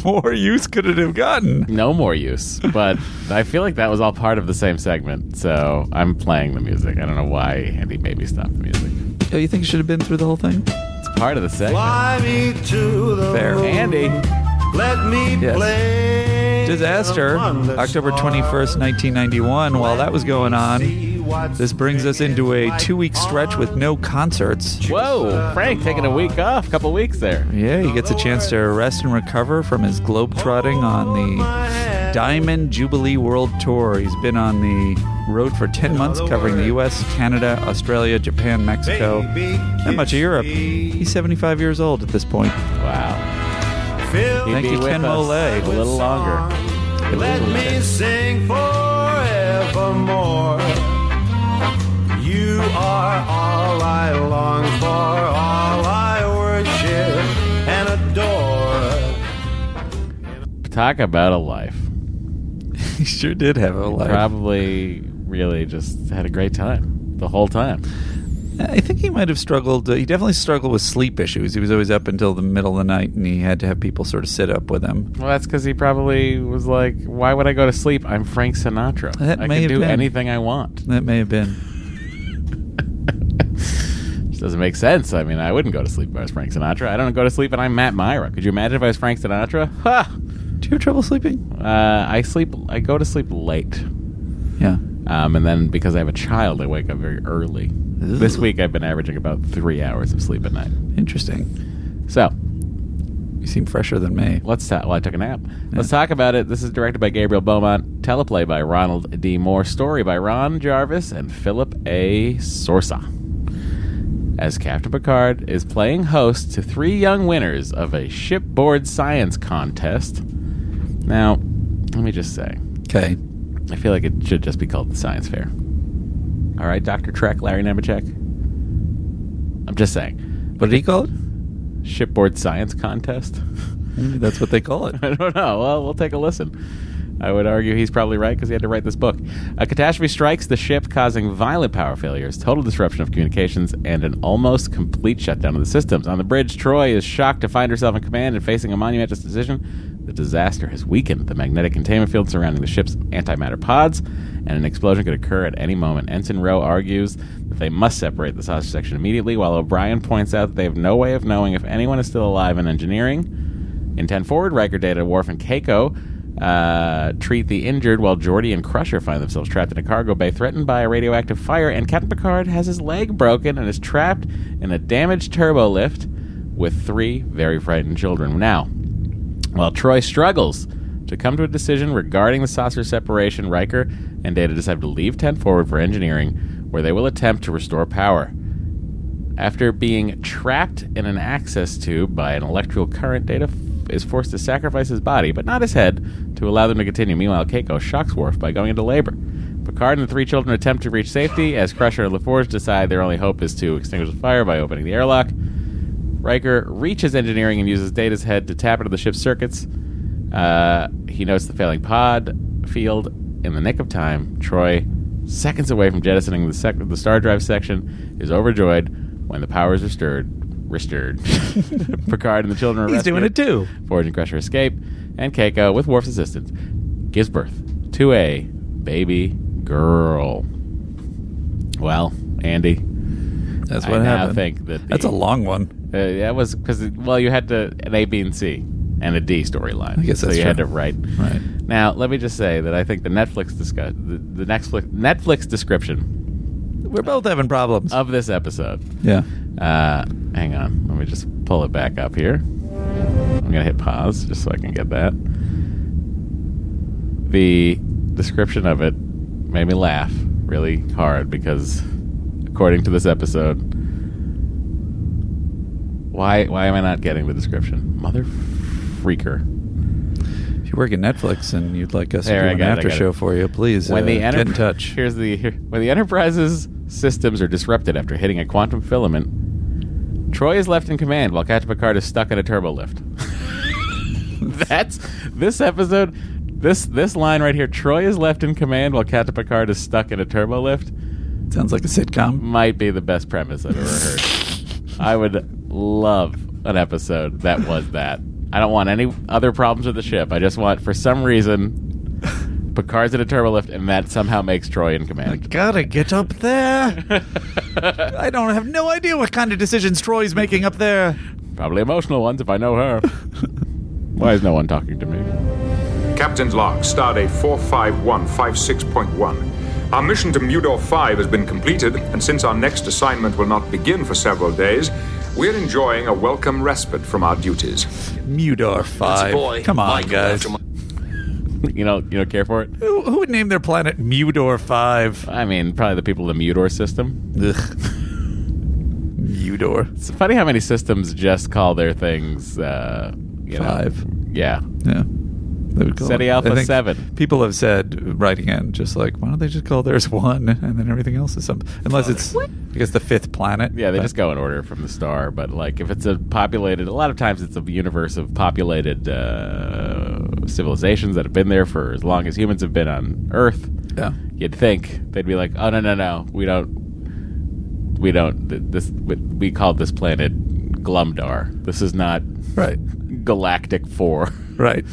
B: more use could it have gotten?
A: no more use. But I feel like that was all part of the same segment. So I'm playing the music. I don't know why Andy made me stop the music.
B: Oh, you think it should have been through the whole thing?
A: It's part of the segment.
E: Fly me to the
B: Fair.
E: moon.
A: Andy,
E: Let me
B: Yes.
E: play.
B: Disaster,
E: among the
B: October 21st, 1991. While that was going on,
E: See what's
B: this brings us into a
E: like
B: two week stretch with no concerts.
A: whoa, Frank taking a week off, couple weeks there.
B: Yeah, he gets a chance to rest and recover from his globetrotting on the Diamond Jubilee World Tour. He's been on the road for 10 months, covering the U.S., Canada, Australia, Japan, Mexico, and much of Europe. He's 75 years old at this point.
A: Wow.
E: Fill-
A: He'd
B: Thank
A: be
B: you,
A: with
B: Ken
A: us
B: Mollet.
A: A little longer.
E: Let me sing forevermore. You are all I long for, all I worship and adore.
A: Talk about a life.
B: he sure did have a life.
A: Probably really just had a great time the whole time.
B: Uh, I think he might have struggled. uh, he definitely struggled with sleep issues. He was always up until the middle of the night, and he had to have people sort of sit up with him.
A: Well, that's because he probably was like, "Why would I go to sleep? I'm Frank Sinatra.
B: That
A: I
B: may
A: can
B: have
A: do
B: been.
A: anything I want."
B: That may have been.
A: Which doesn't make sense. I mean, I wouldn't go to sleep if I was Frank Sinatra. I don't go to sleep and I'm Matt Myra. Could you imagine if I was Frank Sinatra? Ha!
B: Do you have trouble sleeping?
A: Uh, I sleep. I go to sleep late,
B: Yeah.
A: um, and then because I have a child, I wake up very early. This
B: Ooh.
A: week, I've been averaging about three hours of sleep a night.
B: Interesting.
A: So
B: You seem fresher than me.
A: let's talk. Well, I took a nap. Let's talk about it. This is directed by Gabriel Beaumont, teleplay by Ronald D. Moore, story by Ron Jarvis and Philip A. Sorsa. As Captain Picard is playing host to three young winners of a shipboard science contest. Now, let me just say,
B: Okay.
A: I feel like it should just be called the Science Fair. All right, Dr. Trek, Larry Nemechek. I'm just saying.
B: What did he call it?
A: Shipboard Science Contest?
B: Maybe that's what they call it.
A: I don't know. Well, we'll take a listen. I would argue he's probably right because he had to write this book. A catastrophe strikes the ship, causing violent power failures, total disruption of communications, and an almost complete shutdown of the systems. On the bridge, Troy is shocked to find herself in command and facing a monumental decision. The disaster has weakened the magnetic containment field surrounding the ship's antimatter pods, and an explosion could occur at any moment. Ensign Rowe argues that they must separate the sausage section immediately, while O'Brien points out that they have no way of knowing if anyone is still alive in engineering. In 10 forward, Riker, Data, Worf, and Keiko uh, treat the injured while Geordi and Crusher find themselves trapped in a cargo bay threatened by a radioactive fire, and Captain Picard has his leg broken and is trapped in a damaged turbo lift with three very frightened children. Now, while Troy struggles to come to a decision regarding the saucer separation, Riker and Data decide to leave 10 forward for engineering, where they will attempt to restore power. After being trapped in an access tube by an electrical current, Data f- is forced to sacrifice his body, but not his head, to allow them to continue. Meanwhile, Keiko shocks Worf by going into labor. Picard and the three children attempt to reach safety as Crusher and LaForge decide their only hope is to extinguish the fire by opening the airlock. Riker reaches engineering and uses Data's head to tap into the ship's circuits. Uh, he notes the failing pod field in the nick of time. Troy, seconds away from jettisoning the, sec- the star drive section, is overjoyed when the powers are stirred. Restored. Picard and the children are
B: He's doing
A: rescued.
B: it too.
A: Forge and Crusher escape, and Keiko, with Worf's assistance, gives birth to a baby girl. Well, Andy,
B: That's
A: I
B: what
A: now
B: happened.
A: think that the-
B: that's a long one.
A: uh, that was because well, you had to an A, B, and C, and a D storyline.
B: I guess
A: so.
B: that's
A: You had to
B: true.
A: write.
B: Right.
A: Now, let me just say that I think the Netflix discuss the, the Netflix Netflix description
B: We're both having problems.
A: of this episode.
B: yeah.
A: Uh, hang on, let me just pull it back up here. I'm gonna hit pause just so I can get that. The description of it made me laugh really hard because, according to this episode, why why am I not getting the description? Mother freaker.
B: If you work at Netflix and you'd like us
A: There, I
B: to do
A: got it,
B: an
A: I
B: after
A: got
B: show
A: it.
B: for you, please
A: when
B: uh,
A: the enter-
B: get in touch.
A: Here's the here, when the Enterprise's systems are disrupted after hitting a quantum filament. Troy is left in command while Captain Picard is stuck in a turbo lift. That's this episode. This this line right here. Troy is left in command while Captain Picard is stuck in a turbo lift.
B: Sounds like a sitcom.
A: Might be the best premise I've ever heard. I would love an episode that was that. I don't want any other problems with the ship. I just want, for some reason, Picard's in a turbo lift, and that somehow makes Troy in command.
B: Gotta get up there. I don't have no idea what kind of decisions Troy's making up there.
A: Probably emotional ones if I know her. Why is no one talking to me?
J: Captain's log, stardate 45156.1. Our mission to Mudor 5 has been completed, and since our next assignment will not begin for several days, we're enjoying a welcome respite from our duties.
B: Mudor Five.
F: boy,
B: Come on,
F: Michael,
B: guys.
F: after my-
A: You know, you don't care for it.
B: Who, who would name their planet Mudor Five?
A: I mean, probably the people in the Mudor system.
B: Ugh. Mudor
A: It's funny how many systems just call their things. Uh, you know,
B: Five.
A: Yeah,
B: Yeah. They would call
A: SETI
B: it- I
A: Alpha
B: think
A: 7.
B: People have said writing in just like, why don't they just call theirs one and then everything else is something? Unless it's, I guess, the fifth planet.
A: yeah. They
B: But-
A: just go in order from the star. But like, if it's a populated, a lot of times it's a universe of populated uh, civilizations that have been there for as long as humans have been on Earth.
B: Yeah.
A: you'd think they'd be like, "Oh no, no, no, we don't, we don't. th- This we, we called this planet Glumdar. This is not
B: Right.
A: Galactic Four.
B: Right.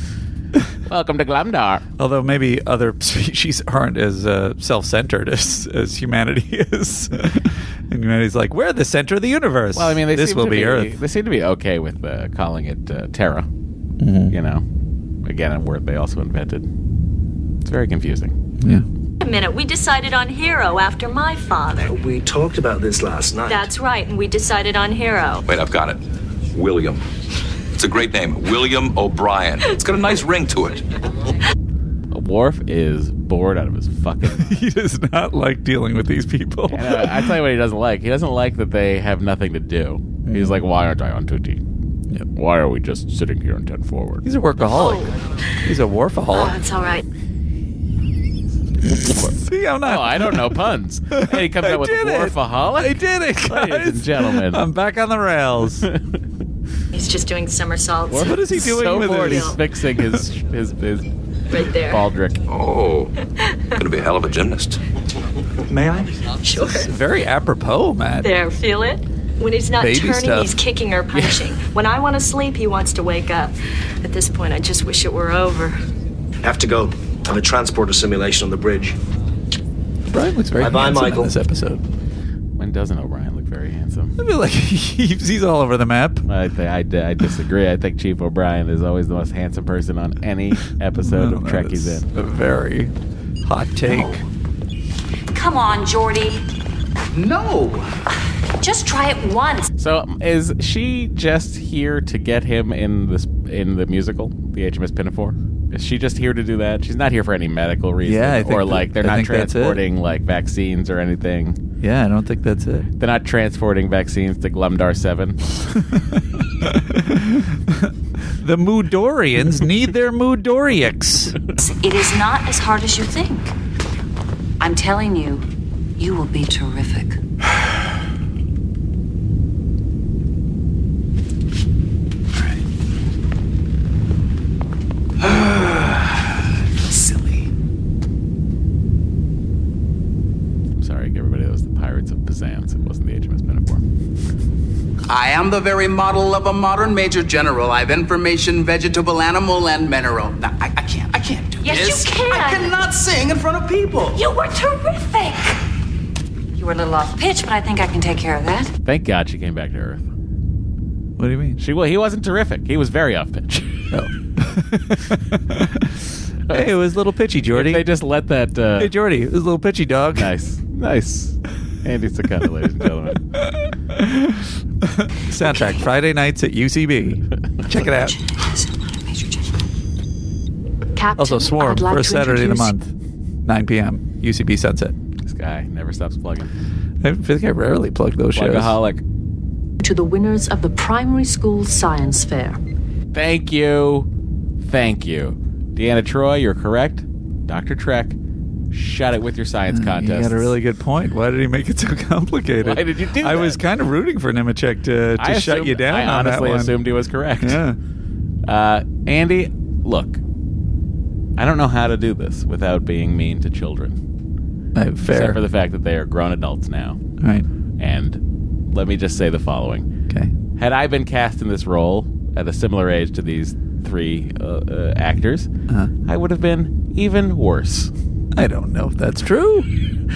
A: Welcome to Glumdar.
B: Although maybe other species aren't as uh, self-centered as, as humanity is, and humanity's like we're the center of the universe.
A: Well, I mean, they
B: this
A: seem
B: will
A: to
B: be, Earth.
A: They seem to be okay with uh, calling it uh, Terra.
B: Mm-hmm.
A: You know, again, a word they also invented. It's very confusing.
B: Yeah.
K: Wait a minute, we decided on Hero after my father.
D: We talked about this last night.
K: That's right, and we decided on Hero.
J: Wait, I've got it. William. It's a great name, William O'Brien. It's got a nice ring to it.
A: Worf is bored out of his fucking. mind.
B: He does not like dealing with these people.
A: And, uh, I tell you what he doesn't like. He doesn't like that they have nothing to do. He's like, why aren't I on duty?
B: Mm-hmm. Yep.
A: Why are we just sitting here and ten forward?
B: He's a workaholic. He's a
K: Oh,
B: warfaholic.
K: it's all right.
B: See, I'm not.
A: Oh, I don't know puns. And he comes
B: I
A: out with
B: did it. I
A: Warfaholic.
B: did it, guys.
A: Ladies and gentlemen.
B: I'm back on the rails.
K: He's just doing somersaults
B: What is he doing
A: so
B: with
A: bored,
B: his-
A: He's fixing his his, his
K: right there.
A: baldric.
J: Oh, gonna be a hell of a gymnast.
D: May I?
K: Sure.
B: Very apropos, Matt.
K: There, feel it? When he's not
B: Baby
K: turning,
B: stuff.
K: he's kicking or punching. When I want to sleep, he wants to wake up. At this point, I just wish it were over.
D: Have to go. I have a transporter simulation on the bridge.
B: Brian looks very
D: Bye-bye,
B: handsome in
D: Michael.
B: this episode.
A: When doesn't O'Brien look very handsome?
B: I feel like he's, he's all over the map.
A: I, th- I, d- I disagree. I think Chief O'Brien is always the most handsome person on any episode
B: No,
A: of
B: that
A: Trek he's
B: is
A: in.
B: A very hot take.
K: Come on, Jordy.
D: No!
K: Just try it once.
A: So um, is she just here to get him in this in the musical, the HMS Pinafore? Is she just here to do that? She's not here for any medical reason,
B: Yeah, I think
A: or
B: that-
A: like they're
B: I
A: not
B: think that's it.
A: transporting like vaccines or anything.
B: Yeah, I don't think that's it.
A: They're not transporting vaccines to Glumdar 7.
B: The Mudorians need their Mudoriacs.
K: It is not as hard as you think. I'm telling you, you will be terrific.
A: Hmm.
D: Silly.
A: I'm sorry, everybody. That was the Pirates of Pizanz. It wasn't the HMS Pinafore.
D: I am the very model of a modern major general. I have information, vegetable, animal, and mineral. No, I, I can't. I can't do
K: Yes, you
D: this.
K: can.
D: I cannot sing in front of people.
K: You were terrific. You were a little off pitch, but I think I can take care of that.
A: Thank God she came back to Earth.
B: What do you mean?
A: She well, he wasn't terrific. He was very off pitch.
B: Oh. hey, it was little pitchy, Jordy.
A: they just let that. Uh,
B: hey, Jordy, it was little pitchy, dog.
A: nice, nice. Andy Sakata, ladies and gentlemen.
B: Soundtrack Friday nights at UCB. Check it out.
K: Captain,
B: Also, Swarm
K: I'd like
B: first
K: to
B: Saturday of the
K: introduce-
B: month, 9 p.m. UCB Sunset.
A: This guy never stops plugging.
B: I feel like I rarely plug those shows.
A: Plugaholic.
K: to the winners of the Primary School Science Fair.
A: Thank you. Thank you. Deanna Troy, you're correct. Dr. Trek, shut it with your science
B: Mm, Hmm, You
A: contest.
B: got a really good point. Why did he make it so complicated?
A: Why did you do
B: I
A: that?
B: was kind of rooting for Nemechek to, to
A: I
B: shut
A: assumed-
B: you down.
A: I
B: on that
A: honestly
B: one.
A: assumed he was correct.
B: Yeah.
A: Uh, Andy, look, I don't know how to do this without being mean to children.
B: Uh, fair.
A: Except for the fact that they are grown adults now.
B: Right.
A: And let me just say the following.
B: Okay.
A: Had I been cast in this role at a similar age to these three uh, uh, actors,
B: Uh-huh.
A: I would have been even worse.
B: I don't know if that's true. you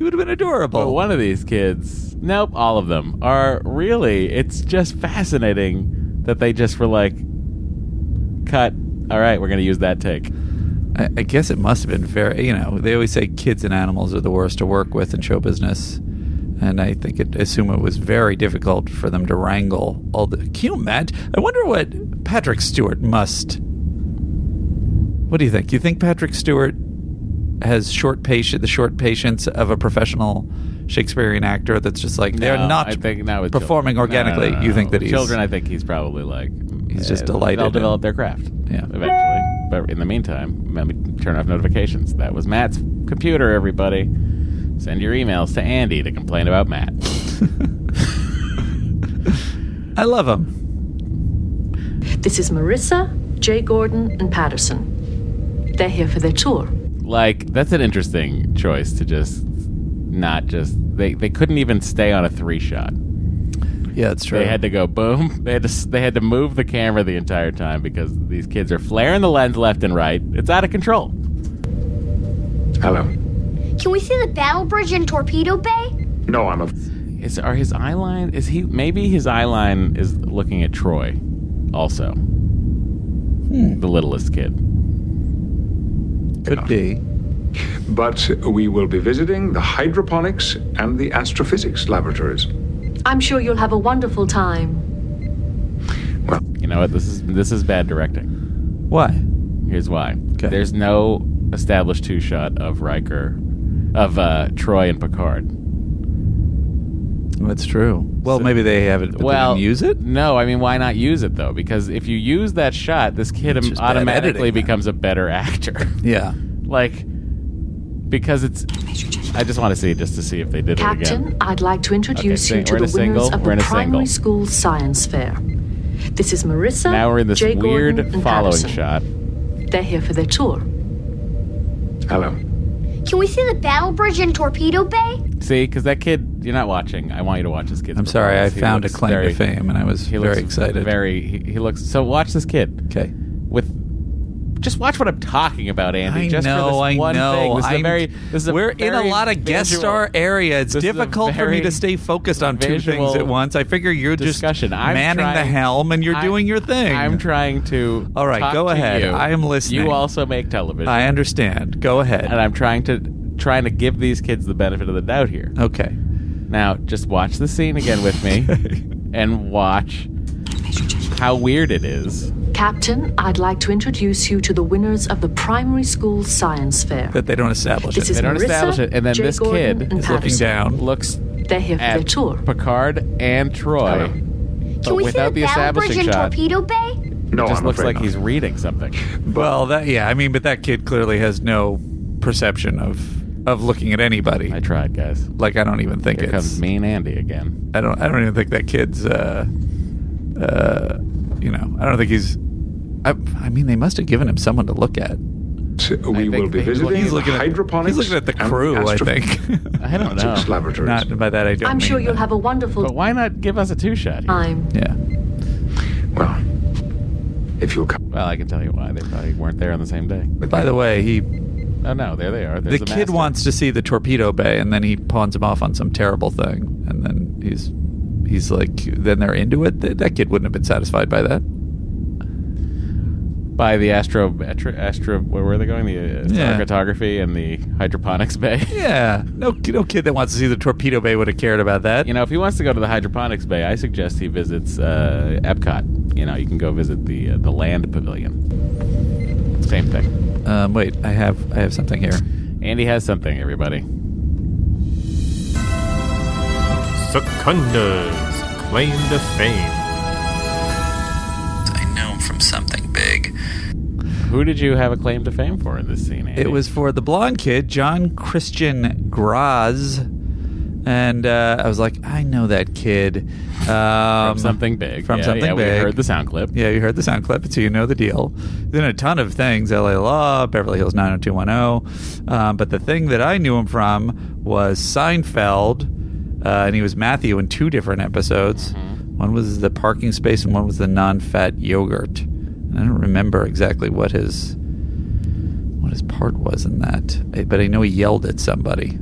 B: would have been adorable.
A: But one of these kids, nope, all of them are really. It's just fascinating that they just were like, cut. All right, we're going to use that take.
B: I, I guess it must have been fair. You know, they always say kids and animals are the worst to work with in show business, and I think it assume it was very difficult for them to wrangle all the. Can you imagine? I wonder what Patrick Stewart must. What do you think? You think Patrick Stewart has short patient the short patience of a professional Shakespearean actor that's just like they're
A: No,
B: not
A: I think not with
B: performing
A: children. No, no,
B: organically.
A: no, no,
B: You
A: no.
B: think that
A: With
B: he's
A: children? I think he's probably like eh,
B: He's just
A: They'll
B: delighted
A: develop
B: and-
A: their craft,
B: Yeah.
A: eventually. But in the meantime, let me turn off notifications. That was Matt's computer. Everybody, send your emails to Andy to complain about Matt.
B: I love him.
L: This is Marissa, Jay Gordon, and Patterson. They're here for their tour.
A: like that's an interesting choice to just not just they they couldn't even stay on a three shot.
B: Yeah, it's
A: They had to go boom. They had to s- they had to move the camera the entire time because these kids are flaring the lens left and right. It's out of control. Hello.
M: Can we see the battle bridge in Torpedo Bay?
A: No, I'm a. Is are his eye line? Is he maybe his eye line is looking at Troy, also, the littlest kid.
B: Could be.
J: But we will be visiting the hydroponics and the astrophysics laboratories.
L: I'm sure you'll have a wonderful time.
A: You know what? This is this is bad directing.
B: Why?
A: Here's why. There's no established two shot of Riker, of uh, Troy and Picard.
B: That's true. Well, maybe they haven't. But
A: well,
B: well, they didn't use it.
A: No, I mean, why not use it though? Because if you use that shot, this kid
B: It's
A: am-
B: just bad
A: automatically
B: editing,
A: becomes a better actor.
B: Yeah.
A: like because it's. I just want to see just to see if they did it again.
L: Captain, I'd like to introduce
A: sing-
L: you to
A: we're in
L: the
A: a
L: winners
A: single,
L: of
A: we're in
L: the
A: a single.
L: primary school science fair. This is Marissa,
A: Now we're in this
L: Jay
A: weird
L: Gordon, and
A: following
L: Patterson.
A: shot.
L: They're here for their tour.
A: Hello.
M: Can we see the battle bridge in Torpedo Bay?
A: See, because that kid, you're not watching. I want you to watch this kid.
B: I'm sorry, I found a claim to fame, and I was
A: he
B: very
A: looks
B: excited.
A: Very, he, he looks. So watch this kid.
B: Okay.
A: With, just watch what I'm talking about, Andy.
B: I
A: just
B: know,
A: For this
B: I
A: one
B: know.
A: Thing. This is a
B: I'm-
A: very. This is a
B: we're in a
A: very
B: lot of guest
A: visual-
B: star area. It's
A: This is a
B: difficult for me
A: very
B: to stay focused on two
A: visual
B: things at once. I figure you're
A: discussion.
B: just
A: I'm
B: manning the
A: trying-
B: helm, and you're
A: I-
B: doing your thing.
A: I'm trying to.
B: All right,
A: talk
B: go
A: to
B: ahead.
A: you.
B: I am listening.
A: You also make television.
B: I understand. Go ahead.
A: And I'm trying to trying to give these kids the benefit of the doubt here.
B: Okay.
A: Now, just watch the scene again with me and watch how weird it is.
L: Captain, I'd like to introduce you to the winners of the primary school science fair.
B: That they don't establish
L: This
B: it.
L: is
A: they don't
L: Marissa,
A: establish it. And then
L: Jay
A: this
L: Gordon,
A: kid
L: and
A: is
L: Patterson.
A: looking
B: down.
A: Looks
L: They're here for their
A: at
L: tour.
A: Picard and Troy. But
M: Can we see the
A: without the
M: battle bridge
A: establishing
M: in
A: shot,
M: Torpedo Bay?
A: it just
B: I'm
A: looks
B: afraid
A: like
B: not.
A: he's reading something.
B: Well, that yeah, I mean, but that kid clearly has no perception of of looking at anybody. I
A: tried, guys.
B: Like I don't even think
A: Here
B: it's
A: comes mean Andy again.
B: I don't I don't even think that kid's uh uh you know, I don't think he's I, I mean they must have given him someone to look at.
J: We will be visiting
B: he's looking
J: the
B: at, he's
J: hydroponics.
B: looking at the
J: and
B: crew, I
J: astro-
B: think.
A: I don't know.
J: Astrophysics laboratories.
B: Not by that I don't
L: I'm
B: mean
L: sure you'll
B: that.
L: have a wonderful
A: But why not give us a two shot?
L: time.
B: Yeah.
J: Well, if you'll come.
A: Well, I can tell you why. They probably weren't there on the same day.
B: By the way, he
A: Oh, no, there they are.
B: the
A: There's
B: kid
A: master.
B: wants to see the torpedo bay and then he pawns him off on some terrible thing and then he's he's like then they're into it. Th- That kid wouldn't have been satisfied by that.
A: by the astro astro where were they going the uh,
B: Yeah.
A: cartography and the hydroponics bay
B: Yeah. No no kid that wants to see the torpedo bay would have cared about that.
A: you know if he wants to go to the hydroponics bay i suggest he visits uh, epcot you know you can go visit the uh, the land pavilion same thing
B: Um, wait, I have I have something here.
A: andy has something everybody
N: Secunda's claim to fame.
A: Who did you have a claim to fame for in this scene? Andy?
B: It was for the blonde kid, John Christian Graz. And uh, I was like, I know that kid. Um, from
A: something big.
B: From
A: Yeah,
B: something
A: yeah, we
B: big.
A: heard the sound clip.
B: Yeah, you heard the sound clip, so you know the deal. Then a ton of things LA Law, Beverly Hills 90210. Um, but the thing that I knew him from was Seinfeld, uh, and he was Matthew in two different episodes.
A: Mm-hmm.
B: One was the parking space, and one was the non fat yogurt. And I don't remember exactly what his what his part was in that, I- but I know he yelled at somebody.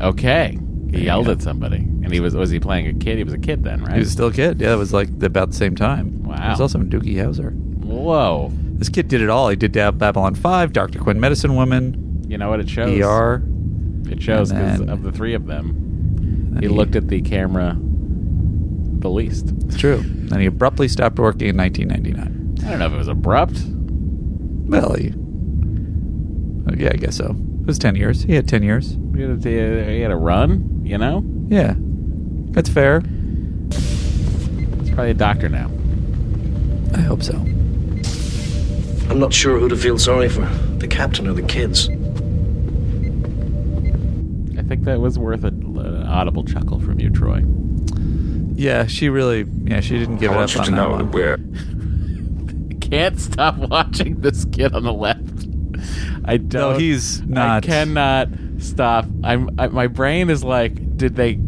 A: Okay. He yelled at somebody, and he was was he playing a kid? He was a kid then, right?
B: He was still a kid. Yeah, it was like the- about the same time. Wow. He was also in Doogie Howser.
A: Whoa.
B: This kid did it all. He did Dab- Babylon 5, Dr. Quinn Medicine Woman.
A: You know what it shows?
B: ER.
A: It shows
B: And
A: because
B: then-
A: of the three of them, he looked at the camera the least.
B: It's true. Then he abruptly stopped working in 1999.
A: I don't know if it was abrupt.
B: Well, he. oh, Yeah, I guess so. It was 10 years. He had 10 years.
A: He had a, he had a run, you know.
B: Yeah. That's fair.
A: He's probably a doctor now.
B: I hope so.
N: I'm not sure who to feel sorry for the captain or the kids.
A: I think that was worth a- an audible chuckle from you, Troy.
B: Yeah, she really. Yeah, she didn't give
A: I
B: it
A: want
B: up
A: you
B: on
A: to
B: that
A: know
B: one.
A: that Can't stop watching this kid on the left. I don't.
B: he's
A: I
B: not.
A: cannot stop. I'm. I, my brain is like, did they?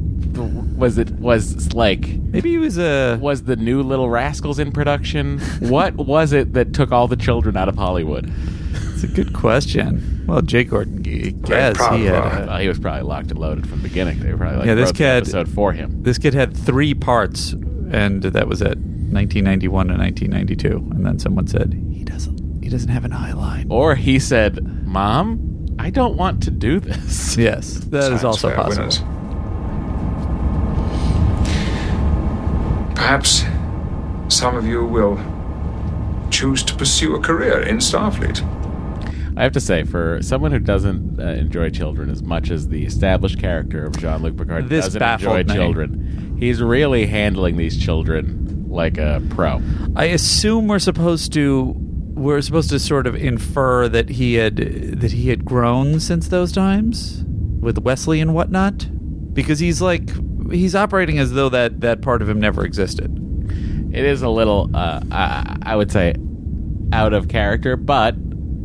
A: Was it? Was like?
B: Maybe he was uh, a.
A: Was the new Little Rascals in production? what was it that took all the children out of Hollywood?
B: It's a good question. Well, Jake Gordon, I guess he had. a-
A: well, he was probably locked and loaded from the beginning. They were probably like
B: yeah, this
A: wrote the
B: kid
A: episode for him.
B: This kid had three parts, and that was it. 1991 and 1992, and then someone said, He doesn't. He doesn't have an eye line.
A: Or he said, "Mom, I don't want to do this."
B: Yes, that is also possible.
J: Perhaps some of you will choose to pursue a career in Starfleet.
A: I have to say, for someone who doesn't uh, enjoy children as much as the established character of Jean-Luc Picard
B: This
A: doesn't
B: baffled
A: enjoy
B: me.
A: children, he's really handling these children like a pro.
B: I assume we're supposed to we're supposed to sort of infer that he had that he had grown since those times with Wesley and whatnot, because he's like he's operating as though that that part of him never existed.
A: It is a little, uh, I, I would say, out of character, but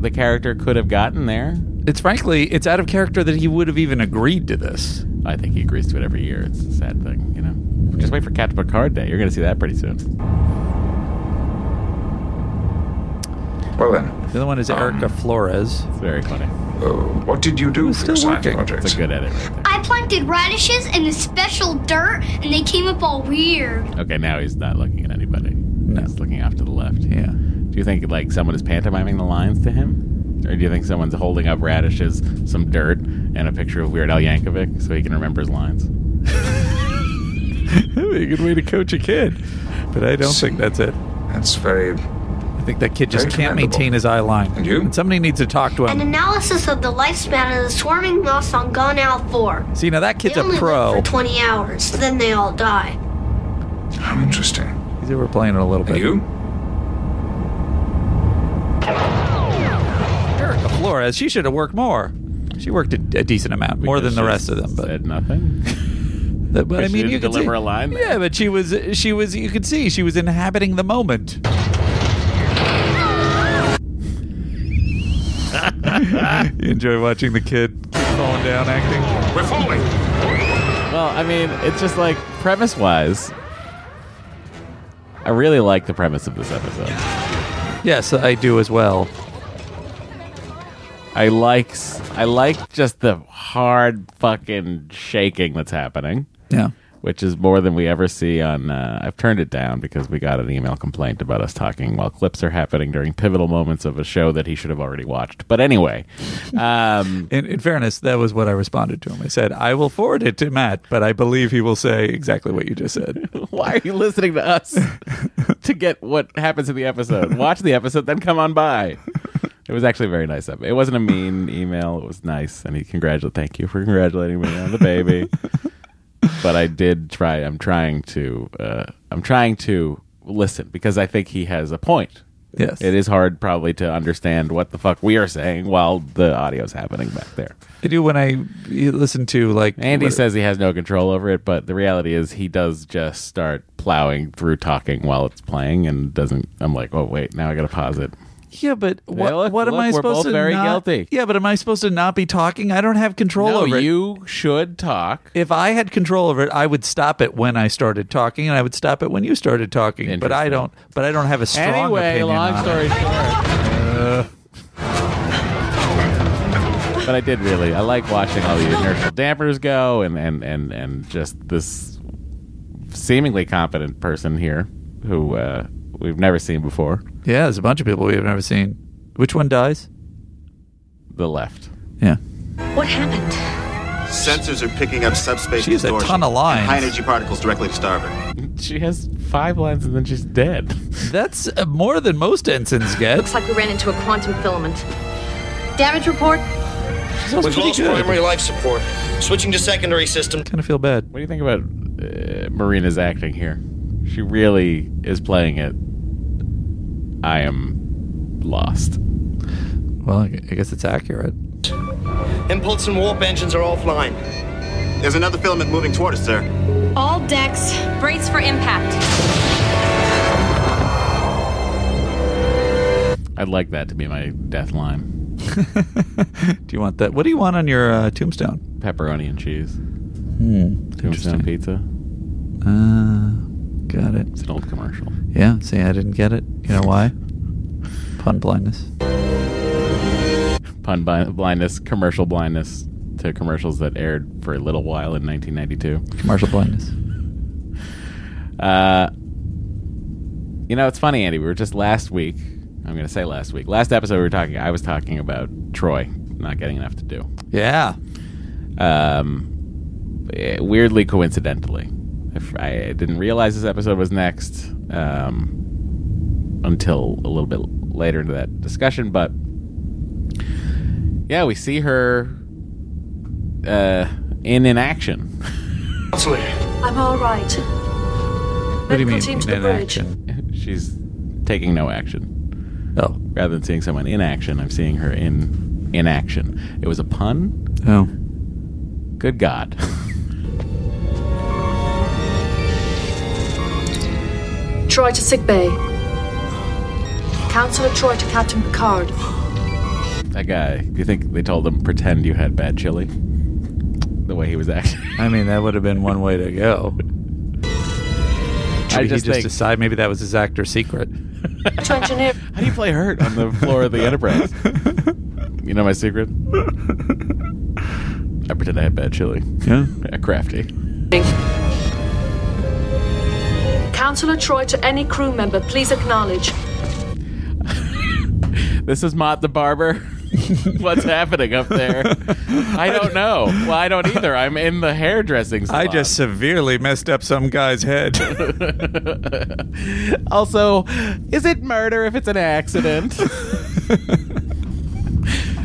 A: the character could have gotten there.
B: It's frankly it's out of character that he would have even agreed to this.
A: I think he agrees to it every year. It's a sad thing, you know. Just wait for Captain Picard Day. You're going to see that pretty soon.
J: Well then,
B: The other one is Erica Flores. It's
A: very funny.
J: Uh, what did you do?
B: was
J: for
B: still
J: your
B: working.
A: It's a good edit.
M: I planted radishes in a special dirt and they came up all weird.
A: Okay, now he's not looking at anybody. No. He's looking off to the left.
B: Yeah.
A: Do you think like someone is pantomiming the lines to him? Or do you think someone's holding up radishes, some dirt, and a picture of Weird Al Yankovic so he can remember his lines?
B: That'd be a good way to coach a kid, but I don't think that's it.
J: That's very.
B: I think that kid just
J: very
B: can't
J: commendable.
B: maintain his eye line. And you? somebody needs to talk to
M: An
B: him.
M: analysis of the lifespan of the swarming moths on Gone Out 4.
B: See, now that kid's
M: they
B: a
M: only
B: pro.
M: live for 20 hours, then they all die.
J: How interesting.
B: He's overplaying it a little bit.
J: you?
B: Erica Flores, she should have worked more. She worked a, a decent amount, more than the
A: Because
B: rest of them. But
A: said nothing.
B: but, but I
A: she
B: mean,
A: didn't
B: you could
A: deliver
B: see,
A: a line
B: Yeah, but she was she was you could see she was inhabiting the moment. you enjoy watching the kid keep falling down acting.
J: We're falling.
A: Well, I mean, it's just like premise wise. I really like the premise of this episode.
B: Yes, I do as well.
A: I like s- I like just the hard fucking shaking that's happening.
B: Yeah.
A: Which is more than we ever see on. Uh, I've turned it down because we got an email complaint about us talking while clips are happening during pivotal moments of a show that he should have already watched. But anyway, um,
B: In, in fairness, that was what I responded to him. I said, "I will forward it to Matt, but I believe he will say exactly what you just said."
A: why are you listening to us to get what happens in the episode? Watch the episode, then come on by. It was actually a very nice. episode. It wasn't a mean email. It was nice, and he congratulated. Thank you for congratulating me on the baby. but I did try. I'm trying to. Uh, I'm trying to listen because I think he has a point.
B: Yes.
A: It is hard probably to understand what the fuck we are saying while the audio's happening back there.
B: I do when I listen to like
A: Andy
B: what-
A: says he has no control over it, but the reality is he does just start plowing through talking while it's playing and doesn't I'm like, "Oh wait, now I got to pause it."
B: Yeah, but what,
A: look,
B: what am
A: look,
B: I
A: we're
B: supposed
A: both
B: to
A: very
B: not-
A: guilty.
B: Yeah, but am I supposed to not be talking? I don't have control
A: No,
B: over it.
A: you should talk.
B: If I had control over it, I would stop it when I started talking, and I would stop it when you started talking. But I don't. But I don't have a strong
A: Anyway,
B: opinion
A: long
B: on
A: story
B: it.
A: short. But I did really. I like watching all the inertial dampers go, and and and and just this seemingly competent person here who uh, we've never seen before.
B: Yeah, there's a bunch of people we have never seen. Which one dies?
A: The left.
B: Yeah.
L: What happened?
O: Sensors are picking up subspace
B: She has a
O: distortion.
B: ton of lines.
O: and High energy particles directly to starboard.
A: She has five lines and then she's dead.
B: That's uh, more than most ensigns get.
L: Looks like we ran into a quantum filament.
M: Damage report?
O: We've
B: pretty
O: lost
B: good.
O: primary life support. Switching to secondary system.
B: Kind of feel bad.
A: What do you think about uh, Marina's acting here? She really is playing it. I am lost.
B: Well, I guess it's accurate.
O: Impulse and warp engines are offline. There's another filament moving toward us, sir.
K: All decks, brace for impact.
A: I'd like that to be my death line.
B: Do you want that? What do you want on your uh, tombstone?
A: Pepperoni and cheese.
B: Hmm.
A: Tombstone pizza.
B: Uh, got it.
A: It's an old commercial.
B: Yeah. See, I didn't get it. You know why? Pun blindness.
A: Pun bi- blindness, commercial blindness to commercials that aired for a little while in 1992.
B: Commercial blindness.
A: Uh, you know, it's funny, Andy. We were just last week. I'm going to say last week. Last episode, we were talking. I was talking about Troy not getting enough to do.
B: Yeah.
A: Um, eh, weirdly, coincidentally, if I didn't realize this episode was next um, until a little bit later into that discussion, but yeah, we see her uh, in in action.
L: I'm all right.
A: What do you mean
L: team to the bridge.
A: She's taking no action.
B: Oh,
A: rather than seeing someone in action, I'm seeing her in in action. It was a pun.
B: Oh,
A: good God!
L: Troy to sick bay. Counselor Troy to Captain Picard.
A: that guy. Do you think they told him pretend you had bad chili? The way he was acting.
B: I mean, that would have been one way to go.
A: I
B: Should
A: just
B: he just
A: think-
B: decide maybe that was his actor secret?
L: to engineer.
A: How do you play hurt on the floor of the Enterprise? You know my secret? I pretend I had bad chili.
B: Yeah.
A: crafty.
L: Counselor Troy to any crew member, please acknowledge.
A: This is Mott the Barber. What's happening up there? I don't know. Well, I don't either. I'm in the hairdressing salon.
B: I just severely messed up some guy's head.
A: Also, is it murder if it's an accident?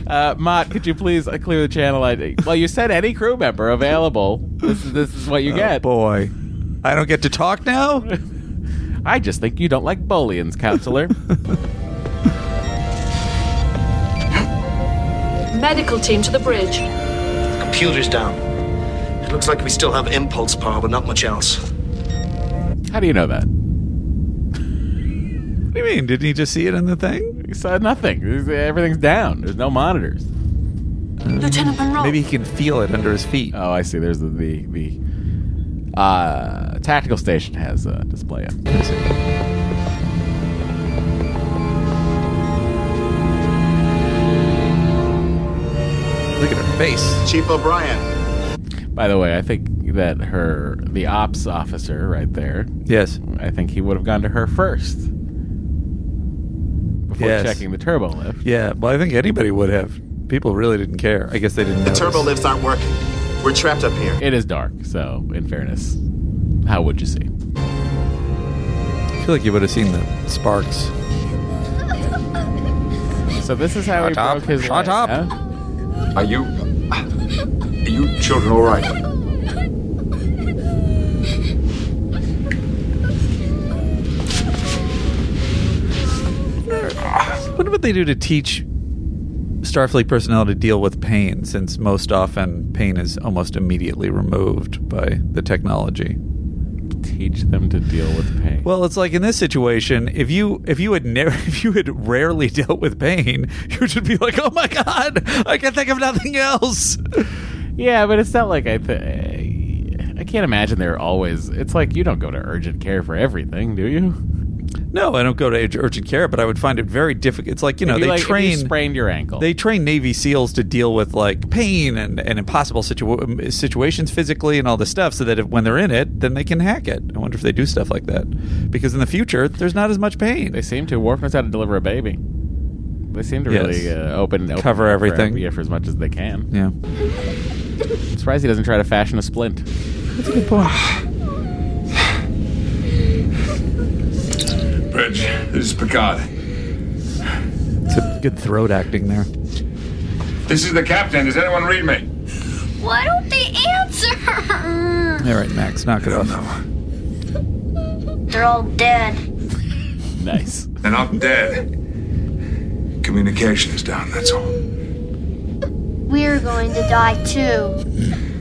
A: uh, Mott, could you please uh, clear the channel? I, well, you said any crew member available. This is, this is what you get.
B: Oh, boy. I don't get to talk now?
A: I just think you don't like Bolians, counselor.
L: Medical team to the bridge.
O: Computer's down. It looks like we still have impulse power, but not much else.
A: How do you know that?
B: What do you mean? Didn't he just see it in the thing?
A: He saw nothing. Everything's down. There's no monitors.
L: Lieutenant Monroe.
B: Maybe he can feel it under his feet.
A: Oh, I see. There's the the, the uh, tactical station has a display up.
B: Look at her face.
O: Chief O'Brien.
A: By the way, I think that her the ops officer right there.
B: Yes.
A: I think he would have gone to her first before
B: Yes.
A: checking the turbo lift.
B: Yeah, well, I think anybody would have. People really didn't care. I guess they didn't
O: The
B: notice.
O: turbo lifts aren't working. We're trapped up here.
A: It is dark, so in fairness, how would you see?
B: I feel like you would have seen the sparks.
A: So this is how he broke his
J: Shut
A: leg,
J: up.
A: huh?
J: Are you. Are you children all right?
B: what they do to teach Starfleet personnel to deal with pain, since most often pain is almost immediately removed by the technology.
A: Teach them to deal with pain.
B: Well, it's like in this situation, if you if you had never if you had rarely dealt with pain, you would just be like, "Oh my god, I can think of nothing else."
A: Yeah, but it's not like I. Th- I can't imagine they're always. It's like you don't go to urgent care for everything, do you?
B: No, I don't go to ur- urgent care, but I would find it very difficult. It's like you know
A: If you,
B: they
A: like, if you
B: train
A: sprained your ankle.
B: They train Navy SEALs to deal with like pain and, and impossible situa- um, situations physically and all this stuff, so that if, when they're in it, then they can hack it. I wonder if they do stuff like that because in the future there's not as much pain. They
A: seem to. Worf knows how to deliver a baby. They seem to really
B: Yes.
A: uh, open, open
B: Cover
A: up for-
B: everything.
A: yeah, for as much as they can.
B: Yeah.
A: I'm surprised he doesn't try to fashion a splint.
B: That's a good point.
J: Bridge, this is Picard.
B: It's a good throat acting there.
J: This is the captain. Does anyone read me?
M: Why don't they answer?
B: All right, Max, knock it off.
M: They're all dead.
A: Nice.
J: They're not dead. Communication is down, that's all.
M: We're going to die too.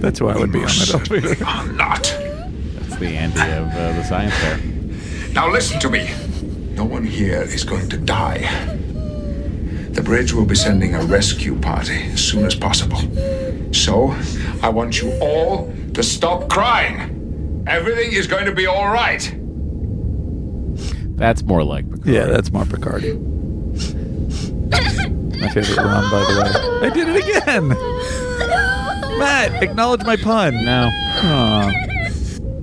B: That's why I would be on it.
J: are not.
A: That's the Andy of uh, the science fair.
J: Now listen to me. No one here is going to die. The bridge will be sending a rescue party as soon as possible. So, I want you all to stop crying. Everything is going to be all right.
A: That's more like Picard.
B: Yeah, that's more Picardy. My favorite rum, by the way. I did it again. Matt, acknowledge my pun.
A: No.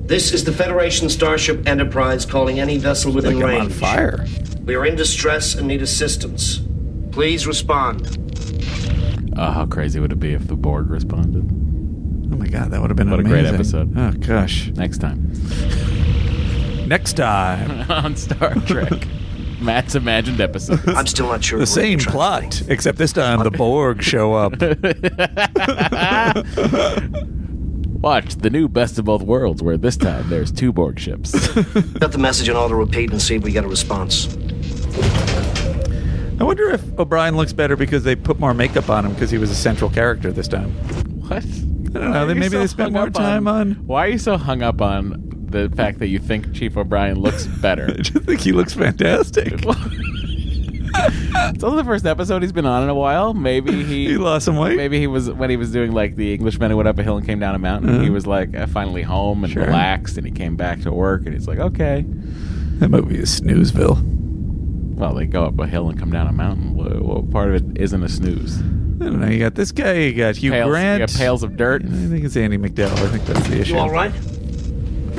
N: This is the Federation Starship Enterprise calling any vessel within
B: like I'm on
N: range.
B: fire.
N: We are in distress and need assistance. Please respond.
A: Oh, how crazy would it be if the Borg responded?
B: Oh my god, that would have been
A: What a great
B: amazing.
A: episode.
B: Oh gosh.
A: Next time.
B: Next time.
A: on Star Trek. Matt's imagined episodes.
N: I'm still not sure.
B: The same plot, except this time the Borg show up.
A: Watch the new Best of Both Worlds, where this time there's two Borg ships.
N: Got the message on auto repeat and see if we get a response.
B: I wonder if O'Brien looks better because they put more makeup on him because he was a central character this time.
A: What?
B: I don't know. They, maybe they spent more time on.
A: Why are you so hung up on the fact that you think Chief O'Brien looks better? I
B: just think he looks fantastic.
A: It's only the first episode he's been on in a while. Maybe he,
B: He lost some weight.
A: Maybe he was when he was doing like the Englishman who went up a hill and came down a mountain.
B: Uh-huh.
A: He was like uh, finally home and
B: Sure.
A: relaxed, and he came back to work, and he's like, okay.
B: That movie is snoozeville.
A: Well, they go up a hill and come down a mountain. What, what part of it isn't a snooze?
B: I don't know. You got this guy. You got Hugh
A: Pails- you
B: Grant.
A: got Pails of Dirt.
B: I think it's Andy McDowell. I think that's the issue.
N: You all right?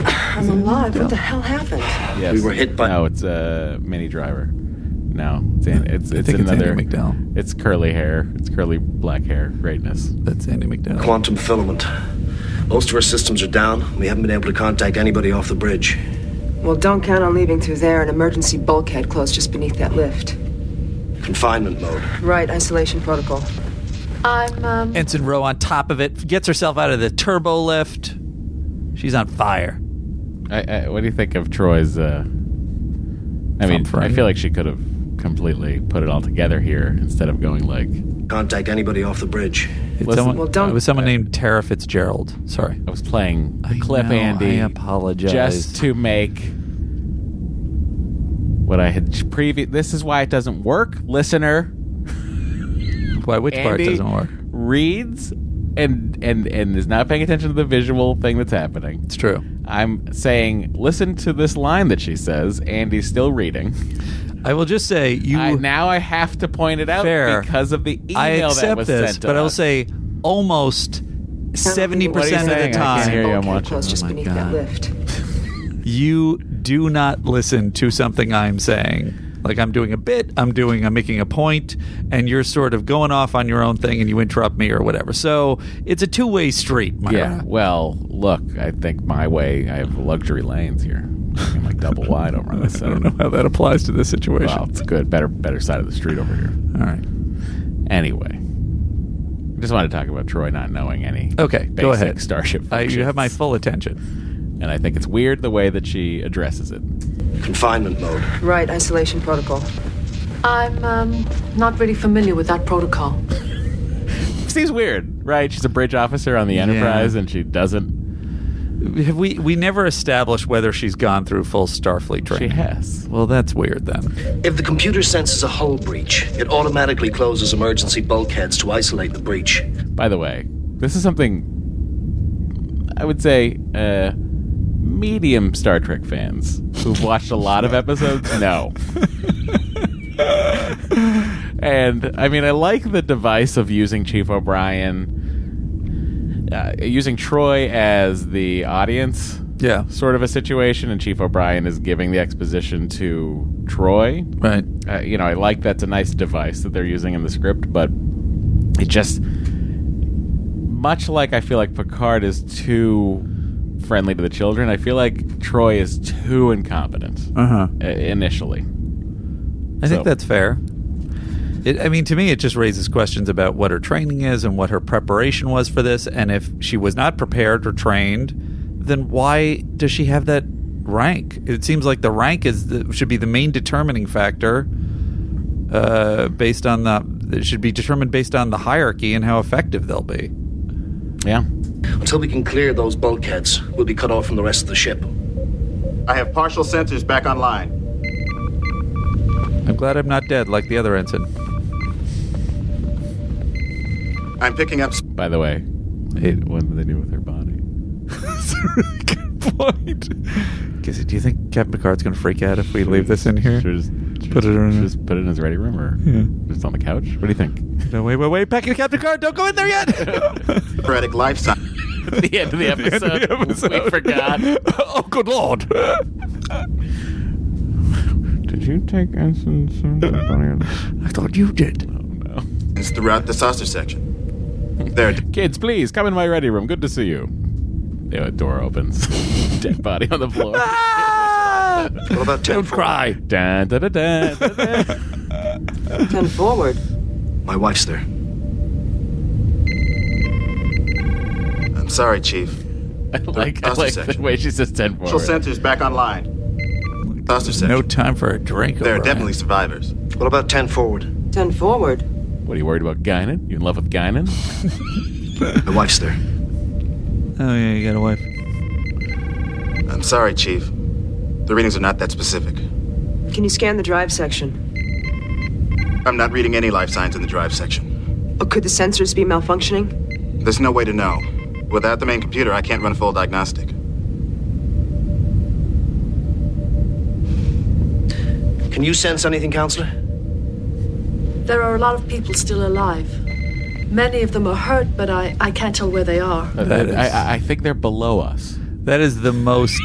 H: I'm alive. What the hell happened?
A: Yes. We were hit by. No, it's a uh, mini driver. No, it's an, it's
B: I
A: it's
B: think it's Andy
A: another
B: McDowell.
A: It's curly hair. It's curly black hair. Greatness.
B: That's Andy McDowell.
N: Quantum filament. Most of our systems are down. We haven't been able to contact anybody off the bridge.
P: Well, don't count on leaving through there. An emergency bulkhead closed just beneath that lift.
N: Confinement mode.
P: Right, isolation protocol.
L: I'm, um.
B: Ensign Rowe on top of it gets herself out of the turbo lift. She's on fire.
A: I, I, what do you think of Troy's? Uh, I mean, I feel like she could have completely put it all together here instead of going like
N: Contact anybody off the bridge.
B: It's someone, it was someone named Tara Fitzgerald. Sorry,
A: I was playing the clip,
B: know,
A: Andy.
B: I apologize.
A: Just to make what I had previous. This is why it doesn't work, listener.
B: why? Which part doesn't work?
A: Reads and and and is not paying attention to the visual thing that's happening.
B: It's true.
A: I'm saying, listen to this line that she says. Andy's still reading.
B: I will just say you
A: now. I have to point it out
B: Fair.
A: because of the email
B: I accept
A: that was
B: this,
A: sent. to
B: but I will
A: us.
B: say almost seventy percent
A: What
B: of
A: are you saying? I
B: the
A: can't
B: time.
A: hear you. I'm
P: Bulkhead
A: watching.
P: closed just
A: Oh my
P: beneath
A: God.
P: that lift.
B: you do not listen to something I'm saying. Like I'm doing a bit, I'm doing, I'm making a point, and you're sort of going off on your own thing, and you interrupt me or whatever. So it's a two way street. Myra.
A: Yeah. Well, look, I think my way. I have luxury lanes here. I'm like double wide over on this side. I don't know
B: how that applies to this situation.
A: Well, it's good. Better, better side of the street over here.
B: All right.
A: Anyway, I just wanted to talk about Troy not knowing any.
B: Okay,
A: Basic
B: go ahead.
A: Starship.
B: I, you
A: functions.
B: have my full attention.
A: and I think it's weird the way that she addresses it.
N: Confinement mode.
P: Right, isolation protocol.
L: I'm um, not really familiar with that protocol.
A: Seems weird, right? She's a bridge officer on the Enterprise, and she doesn't.
B: Have we we never established whether she's gone through full Starfleet training. She
A: has.
B: Well, that's weird then.
N: If the computer senses a hull breach, it automatically closes emergency bulkheads to isolate the breach.
A: By the way, this is something I would say uh, medium Star Trek fans who've watched a lot of episodes know. and I mean, I like the device of using Chief O'Brien, uh, using Troy as the audience.
B: Yeah.
A: Sort of a situation, and Chief O'Brien is giving the exposition to Troy.
B: Right.
A: Uh, you know, I like that's a nice device that they're using in the script, but it just. Much like I feel like Picard is too friendly to the children, I feel like Troy is too incompetent
B: Uh-huh.
A: i- initially.
B: I
A: So-
B: think that's fair. It, I mean, to me, it just raises questions about what her training is and what her preparation was for this. And if she was not prepared or trained, then why does she have that rank? It seems like the rank is the, should be the main determining factor, uh, based on the it should be determined based on the hierarchy and how effective they'll be.
A: Yeah.
N: Until we can clear those bulkheads, we'll be cut off from the rest of the ship.
O: I have partial sensors back online.
B: I'm glad I'm not dead like the other ensign.
O: I'm picking up.
A: By the way, it, what did they do with her body?
B: That's a really good point. Casey, do you think Captain Picard's going to freak out if we leave this in here? put it in.
A: Just put it in his ready room, or
B: Yeah.
A: just on the couch. What do you think?
B: No, wait, wait, wait, back in Captain Picard. Don't go in there yet.
O: Poetic lifestyle.
A: the end of the episode. We forgot.
B: oh, good lord.
A: Did you take essence? I
B: thought you did.
O: It's throughout the saucer section. There.
A: Kids, please come in my ready room. Good to see you. The uh, door opens. Dead body on the floor.
B: Ah!
N: What about
A: Don't cry. Dun, dun, dun, dun, dun, dun.
P: Ten forward.
N: My wife's there.
O: I'm sorry, Chief.
A: I like, I
O: Saucer
A: like the
O: section.
A: way she says 10
O: Partial
A: forward.
O: sensors back online. Saucer section.
B: No time for a drink.
O: There are
B: O'Brien.
O: definitely survivors.
N: What about 10 forward?
P: Ten forward.
A: What are you worried about, Guinan? You in love with Guinan?
N: My wife's there.
B: Oh yeah, you got a wife.
O: I'm sorry, Chief. The readings are not that specific.
P: Can you scan the drive section?
O: I'm not reading any life signs in the drive section.
P: Or could the sensors be malfunctioning?
O: There's no way to know. Without the main computer, I can't run a full diagnostic.
N: Can you sense anything, Counselor?
L: There are a lot of people still alive. Many of them are hurt, but I, I can't tell where they are.
B: That is-
A: I, I- I think they're below us.
B: That is the most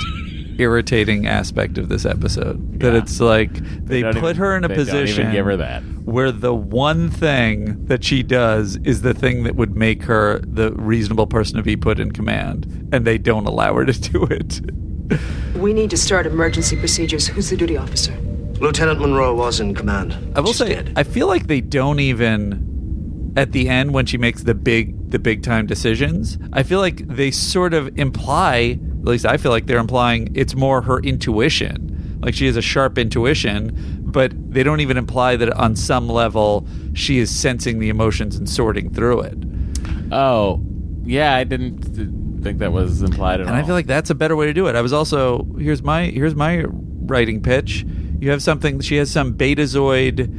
B: irritating aspect of this episode. That it's like they,
A: don't
B: put
A: even-
B: her in a
A: they don't even
B: position
A: give her that.
B: where the one thing that she does is the thing that would make her the reasonable person to be put in command, and they don't allow her to do it.
P: We need to start emergency procedures. Who's the duty officer?
N: Lieutenant Monroe was in command.
B: I will say, I feel like they don't even at the end when she makes the big the big time decisions. I feel like they sort of imply, at least I feel like they're implying it's more her intuition. Like she has a sharp intuition, but they don't even imply that on some level she is sensing the emotions and sorting through it.
A: Oh, yeah, I didn't th- think that was implied at
B: And
A: all.
B: I feel like that's a better way to do it. I was also here's my here's my writing pitch. You have something. She has some betazoid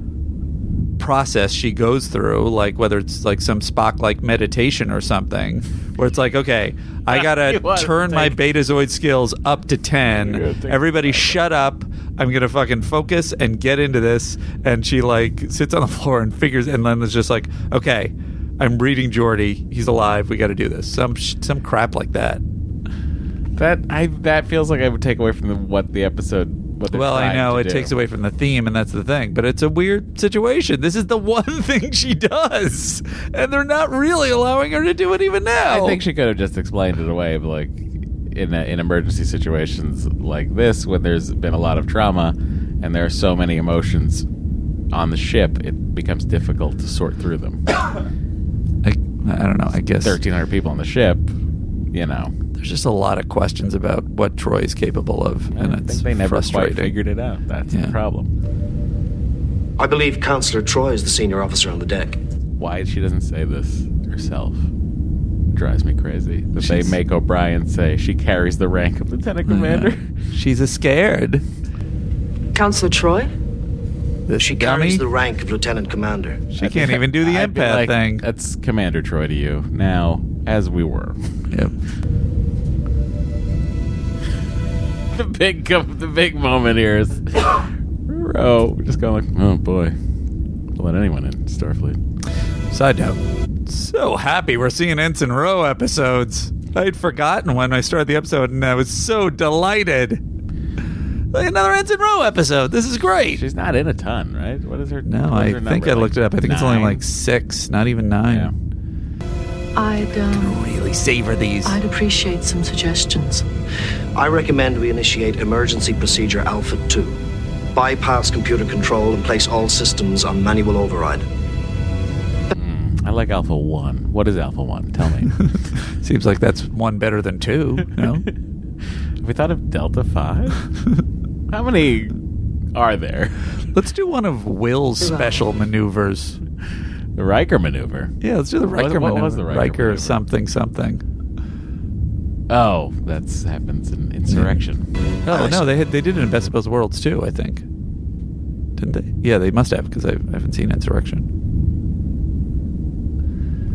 B: um, process she goes through, like whether it's like some Spock like meditation or something, where it's like, okay, I
A: You
B: gotta
A: wanna
B: turn my betazoid skills up to
A: You're
B: ten.
A: gonna take
B: Everybody, shut up. I'm gonna fucking focus and get into this. And she like sits on the floor and figures, and then it's just like, okay. I'm reading Geordi. He's alive. We got to do this. Some sh- some crap like that.
A: That I that feels like I would take away from the, what the episode. What they're
B: Well, I
A: trying
B: know
A: to
B: it
A: do.
B: takes away from the theme, and that's the thing. But it's a weird situation. This is the one thing she does, and they're not really allowing her to do it even now.
A: I think she could have just explained it away, but like in a, in emergency situations like this, when there's been a lot of trauma and there are so many emotions on the ship, it becomes difficult to sort through them.
B: I, I don't know. I guess
A: thirteen hundred people on the ship, you know,
B: there's just a lot of questions about what Troy is capable of, and
A: I
B: it's
A: think they never quite
B: frustrating.
A: figured it out. That's
B: Yeah.
A: the problem.
N: I believe Counselor Troy is the senior officer on the deck.
A: Why she doesn't say this herself drives me crazy. That they
B: She's-
A: make O'Brien say she carries the rank of lieutenant commander.
B: She's a scared.
P: Counselor Troy?
N: she carries the rank of lieutenant commander.
B: She can't even do the
A: I'd be
B: empath
A: like,
B: thing.
A: That's Commander Troy to you now, as we were.
B: Yep.
A: the big, com- the big moment here is Ro just going like, oh boy, Don't let anyone in Starfleet.
B: Side note: So happy we're seeing Ensign Row episodes. I'd forgotten when I started the episode, and I was so delighted. Another Ensign Row episode. This is great.
A: She's not in a ton, right? What is her?
B: No,
A: what is
B: I
A: her
B: think
A: number?
B: I looked it up. I think it's only
A: nine?
B: like six, not even nine.
L: I'd, um,
B: Really savor these.
L: I'd appreciate some suggestions.
N: I recommend we initiate emergency procedure Alpha 2. Bypass computer control and place all systems on manual override.
A: I like Alpha One. What is Alpha One? Tell me.
B: Seems like that's one better than two. No,
A: Have we thought of Delta Five? How many are there?
B: Let's do one of Will's special maneuvers.
A: The Riker maneuver.
B: Yeah, let's do the
A: What was-
B: Riker.
A: what was
B: maneuver.
A: the Riker maneuver?
B: something something.
A: Oh, that's happens in Insurrection.
B: Oh no, they had, they did it in Best of Both Worlds too. I think, didn't they? Yeah, they must have because I haven't seen Insurrection.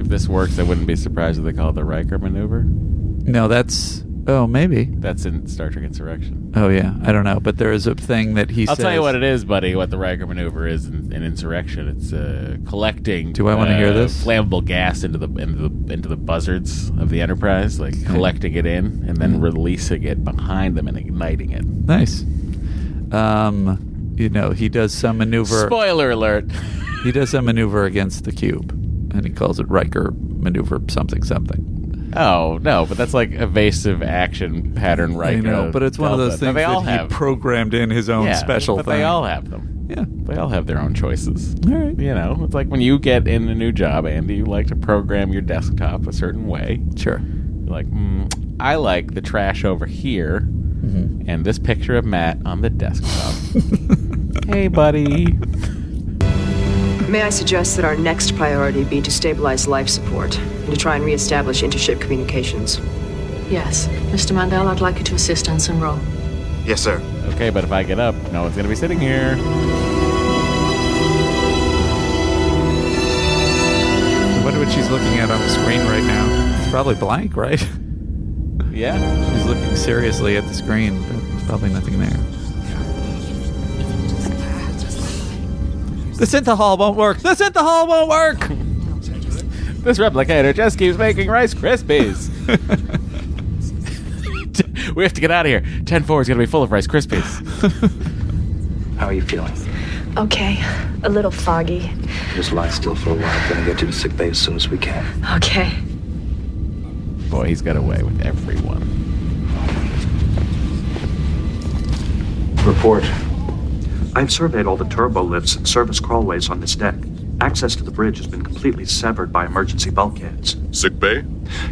A: If this works, I wouldn't be surprised if they call it the Riker maneuver.
B: No, that's oh maybe.
A: That's in Star Trek Insurrection.
B: Oh yeah, I don't know, but there is a thing that he.
A: I'll
B: says,
A: tell you what it is, buddy. What the Riker maneuver is in, in Insurrection. It's uh, collecting.
B: Do I wanna
A: uh,
B: hear this?
A: Flammable gas into the into the into the buzzards of the Enterprise, like collecting it in and
B: Mm-hmm.
A: then releasing it behind them and igniting it.
B: Nice. Um, you know, he does some maneuver.
A: Spoiler alert.
B: he does some maneuver against the cube, and he calls it Riker maneuver something something.
A: Oh no, but that's like evasive action pattern Riker.
B: I know, but it's one of those
A: Delta. No,
B: things
A: they all
B: that
A: have.
B: he programmed in his own
A: Yeah,
B: special
A: but
B: thing.
A: they all have them.
B: Yeah,
A: they all have their own choices.
B: All right.
A: You know, it's like when you get in a new job, Andy, you like to program your desktop a certain way.
B: Sure.
A: You're like, mm, I like the trash over here
B: Mm-hmm.
A: and this picture of Matt on the desktop. hey, buddy.
P: May I suggest that our next priority be to stabilize life support and to try and reestablish intership communications?
L: Yes, Mr. Mandel, I'd like you to assist Ensign Rowe.
A: Yes, sir. Okay, but if I get up, no one's going to be sitting here.
B: I wonder what she's looking at on the screen right now. It's probably blank, right?
A: Yeah.
B: She's looking seriously at the screen, but there's probably nothing there. The synth hall won't work. The synth hall won't work.
A: This replicator just keeps making Rice Krispies. we have to get out of here. 10 4 is going to be full of Rice Krispies.
F: How are you feeling?
Q: Okay, a little foggy.
F: Just lie still for a while. Gonna get you to sick bay as soon as we can.
Q: Okay.
A: Boy, he's got away with everyone.
R: Report. I've surveyed all the turbo lifts and service crawlways on this deck. Access to the bridge has been completely severed by emergency bulkheads.
S: Sick bay?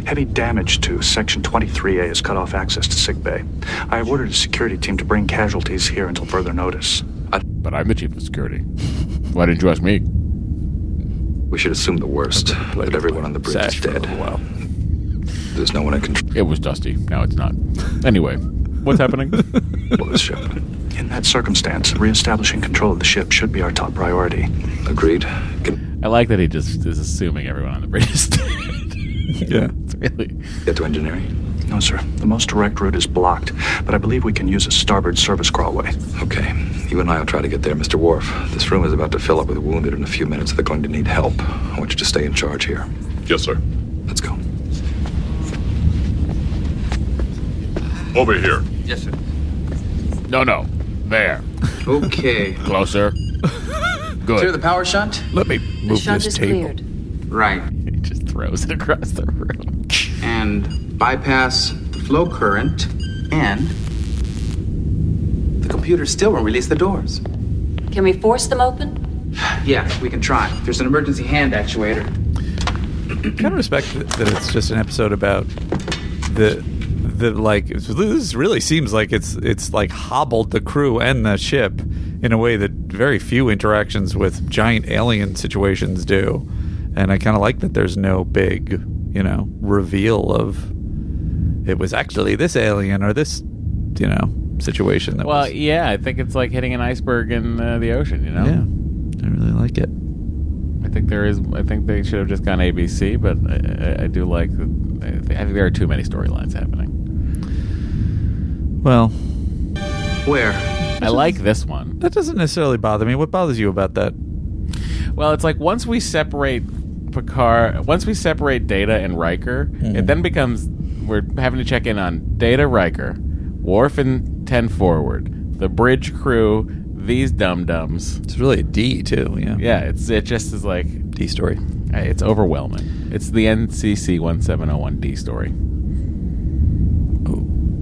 R: Heavy damage to Section 23A has cut off access to sick bay. I have ordered a security team to bring casualties here until further notice.
A: But I'm the chief of security. Why didn't you ask me?
S: We should assume the worst that everyone on the bridge is dead. There's no one in control.
A: It was dusty. Now it's not. Anyway, what's happening?
R: In that circumstance, reestablishing control of the ship should be our top priority. Agreed.
A: I like that he just is assuming everyone on the bridge is dead.
B: yeah.
A: It's really.
R: Get to engineering? No, sir. The most direct route is blocked, but I believe we can use a starboard service crawlway.
S: Okay. You and I will try to get there, Mr. Worf. This room is about to fill up with wounded in a few minutes. They're going to need help. I want you to stay in charge here. Yes, sir. Let's go.
F: Over here. Yes, sir.
A: No, no. There.
F: Okay.
A: Closer. Good.
F: Clear the power shunt?
B: Let me
F: Right.
A: He just throws it across the room.
F: And bypass the flow current, and the computer still won't release the doors.
K: Can we force them open?
F: Yeah, we can try. There's an emergency hand actuator.
B: kind of respect that that it's just an episode about the the like this really seems like it's it's like hobbled the crew and the ship in a way that very few interactions with giant alien situations do. And I kind of like that there's no big, you know, reveal of it was actually this alien or this, you know, situation that
A: well, yeah, I think it's like hitting an iceberg in uh, the ocean. You know,
B: yeah, I really like it.
A: I think there is. I think they should have just gone ABC, but I, I, I do like. that- I think I think there are too many storylines happening.
B: Well,
A: Where? I like this one.
B: that doesn't necessarily bother me. What bothers you about that?
A: Well, it's like once we separate Picard, once we separate Data and Riker,
B: Mm-hmm.
A: it then becomes we're having to check in on Data, Riker, Worf, and Ten Forward, the bridge crew, these dum dums. It's
B: really a D too. Yeah,
A: yeah. It's it just is like
B: D story.
A: It's overwhelming. It's the NCC one seven zero oh one D story.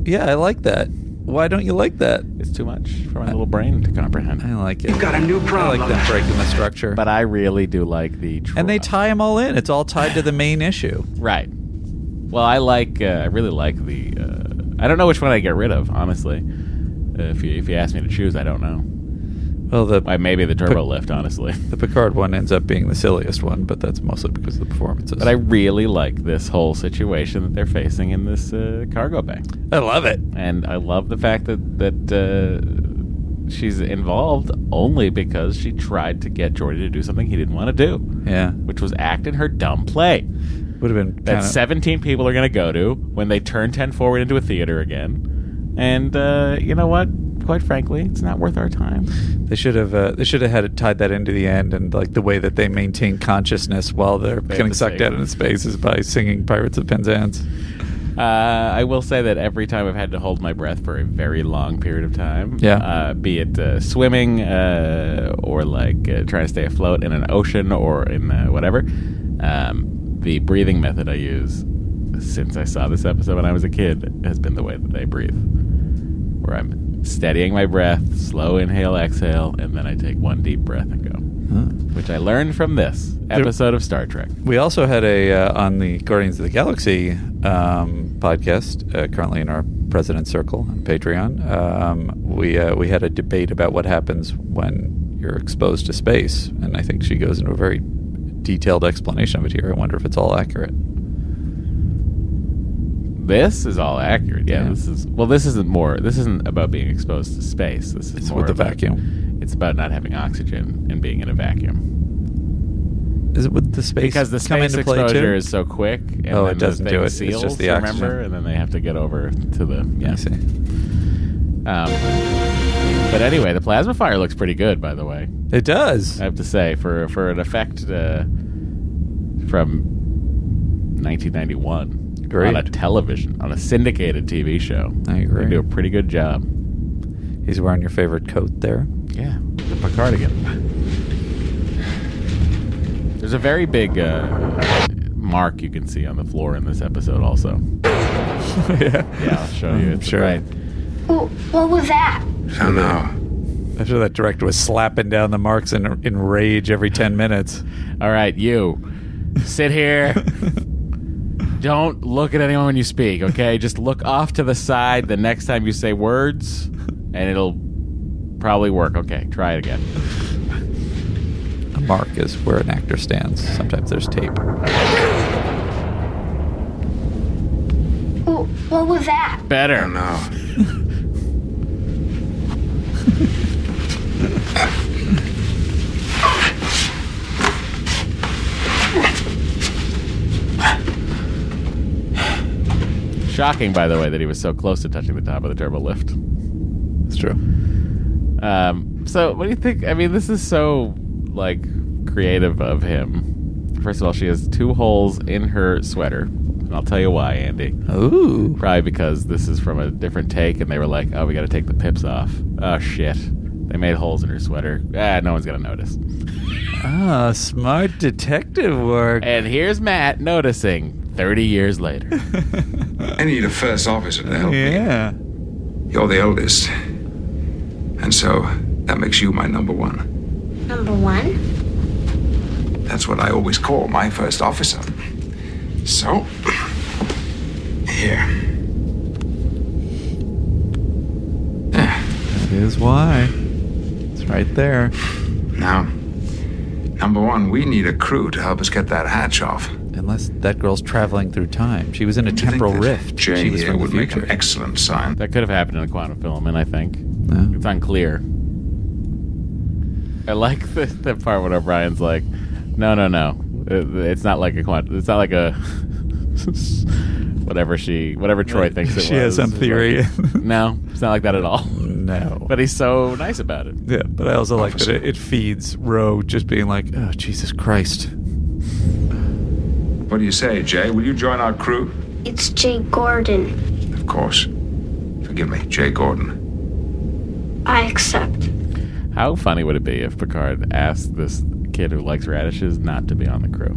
B: Yeah, I like that. Why don't you like that?
A: It's too much for my little brain to comprehend. I
B: like it.
A: You've got a new
B: problem. I like them breaking the structure.
A: But I really do like the. Tr-
B: And they tie them all in. It's all tied to the main issue.
A: right. Well, I like. Uh, I really like the. Uh, I don't know which one I get rid of, honestly. Uh, if you if you ask me to choose, I don't know.
B: Well, the
A: maybe the turbo lift, honestly.
B: The Picard one ends up being the silliest one, but that's mostly because of the performances.
A: But I really like this whole situation that they're facing in this uh, cargo bay.
B: I love it,
A: and I love the fact that that uh, she's involved only because she tried to get Jordy to do something he didn't want to do.
B: Yeah,
A: which was act in her dumb play.
B: Would have been
A: that
B: kinda-
A: seventeen people are going to go to when they turn ten forward into a theater again. And uh, you know what? Quite frankly, it's not worth our time.
B: They should have uh, they should have had it tied that into the end, and like the way that they maintain consciousness while they're
A: They have
B: getting
A: to
B: sucked
A: sing.
B: out into space is by singing "Pirates of Penzance."
A: Uh, I will say that every time I've had to hold my breath for a very long period of time,
B: Yeah.
A: uh, be it uh, swimming uh, or like uh, trying to stay afloat in an ocean or in uh, whatever, um, the breathing method I use since I saw this episode when I was a kid has been the way that I breathe, where I'm steadying my breath, slow inhale, exhale, and then I take one deep breath and go, which I learned from this episode of Star Trek.
B: We also had a uh, on the Guardians of the Galaxy um, podcast, uh, currently in our President's Circle on Patreon. Um, we uh, we had a debate about what happens when you're exposed to space, and I think she goes into a very detailed explanation of it here. I wonder if it's all accurate.
A: This is all accurate. Yeah, this is well. This isn't more. This isn't about being exposed to space. This is
B: It's
A: more
B: with the
A: about-
B: vacuum.
A: It's about not having oxygen and being in a vacuum.
B: Is it with the space
A: because the
B: come
A: space
B: into play
A: exposure
B: too?
A: is so quick. And
B: oh,
A: then
B: it doesn't
A: the thing
B: do it.
A: Seals,
B: it's just the
A: remember,
B: oxygen.
A: and then they have to get over to the. Yeah.
B: I see.
A: Um, but anyway, the plasma fire looks pretty good, by the way.
B: It does.
A: I have to say, for for an effect uh, from 1991
B: Great.
A: on a television on a syndicated TV show,
B: I agree.
A: They do a pretty good job.
B: He's wearing your favorite coat there.
A: Yeah, the Picardigan. There's a very big uh, mark you can see on the floor in this episode, also.
B: yeah,
A: yeah, I'll show you. It's
B: Sure.
A: right.
M: Well, what was that?
B: I know. I'm sure that director was slapping down the marks in, in rage every 10 minutes.
A: All right, you. Sit here. Don't look at anyone when you speak, okay? Just look off to the side the next time you say words, and it'll probably work. Okay, try it again.
B: A mark is where an actor stands. Sometimes there's tape.
M: Well, what was that?
A: Better. No. Shocking, by the way, that he was so close to touching the top of the turbo lift.
B: It's true.
A: Um, so, what do you think? I mean, this is so like creative of him. First of all, she has two holes in her sweater, and I'll tell you why, Andy.
B: Ooh,
A: probably because this is from a different take, and they were like, "Oh, we got to take the pips off." Oh shit, they made holes in her sweater. Ah, no one's gonna notice.
B: Ah, smart detective work.
A: And here's Matt noticing 30 years later.
J: I need a first officer to help me.
B: Yeah.
J: You're the eldest. And so that makes you my number one.
M: Number one.
J: That's what I always call my first officer. So, here.
B: why. It's right there.
J: Now, number one, we need a crew to help us get that hatch off.
B: Unless that girl's traveling through time. She was in a temporal rift.
J: Jay
B: she was
J: here
B: from the
J: would make
B: future.
J: an excellent sign.
A: That could have happened in a quantum filament, I think. It's unclear. I like the, the part when O'Brien's like, "No, no, no, It- it's not like a quantum. It's not like a whatever she, whatever Troy thinks it
B: She
A: was."
B: has some
A: It's
B: theory.
A: like, no, it's not like that at all.
B: No,
A: but he's so nice about it.
B: Yeah, but I also like that it, it feeds Roe just being like, oh, Jesus Christ.
J: What do you say, Jay? Will you join our crew?
M: It's Jay Gordon.
J: Of course. Forgive me, Jay Gordon.
M: I accept.
A: How funny would it be if Picard asked this kid who likes radishes not to be on the crew?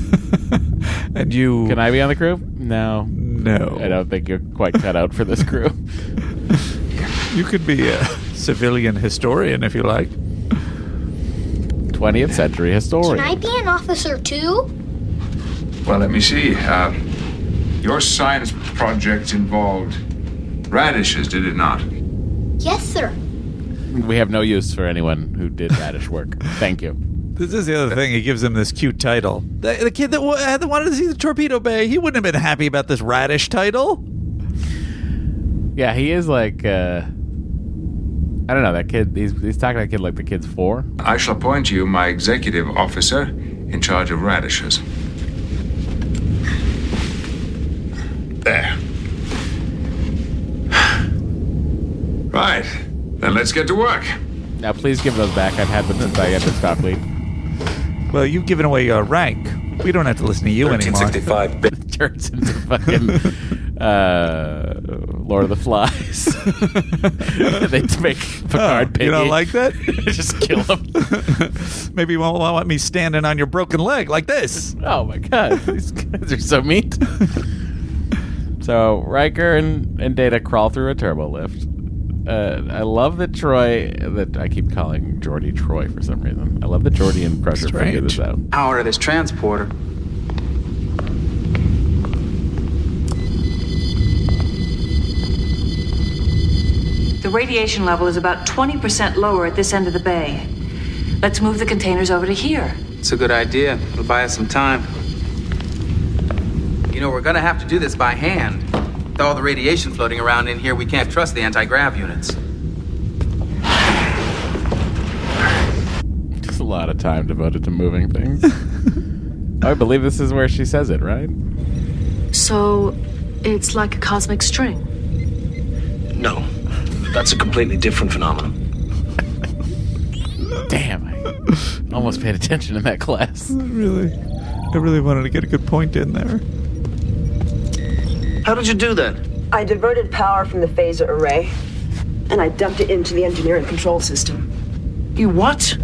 B: and you
A: can I be on the crew? No,
B: no.
A: I don't think you're quite cut out for this crew.
B: You could be a civilian historian if you like.
A: 20th century
M: Can
A: historian.
M: I be an officer too?
J: Well, let me see. Uh, your science project involved radishes, did it not?
M: Yes, sir.
A: We have no use for anyone who did radish work. Thank you.
B: This is the other thing. He gives him this cute title. The, the kid that, w- had- that wanted to see the torpedo bay, he wouldn't have been happy about this radish title.
A: Yeah, he is like uh I don't know, that kid he's he's talking to that kid like the kid's four.
J: I shall appoint you my executive officer in charge of radishes. There. Right. Then let's get to work.
A: Now please give those back. I've had them since I entered Starfleet.
B: Well, you've given away your rank. We don't have to listen to you anymore.
A: 1365 turns into fucking uh Lord of the Flies. they make Picard
B: Oh, you don't
A: piggy.
B: like that?
A: Just kill him.
B: Maybe you won't want me standing on your broken leg like this.
A: Oh my god, these guys are so mean. So Riker and, and Data crawl through a turbo lift. Uh, I love that Troy. That I keep calling Jordy Troy for some reason. I love that Jordy and Crusher figured this out.
F: Hour of this transporter.
K: The radiation level is about 20% lower at this end of the bay. Let's move the containers over to here.
F: It's a good idea. It'll buy us some time. You know, we're gonna have to do this by hand. With all the radiation floating around in here, we can't trust the anti grav units.
A: Just a lot of time devoted to moving things. I believe this is where she says it, right?
L: So it's like a cosmic string.
N: No, that's a completely different phenomenon.
A: Damn, I almost paid attention in that class.
B: Really, I really wanted to get a good point in there.
N: How did you do that?
P: I diverted power from the phaser array, and I dumped it into the engineering control system.
N: You what?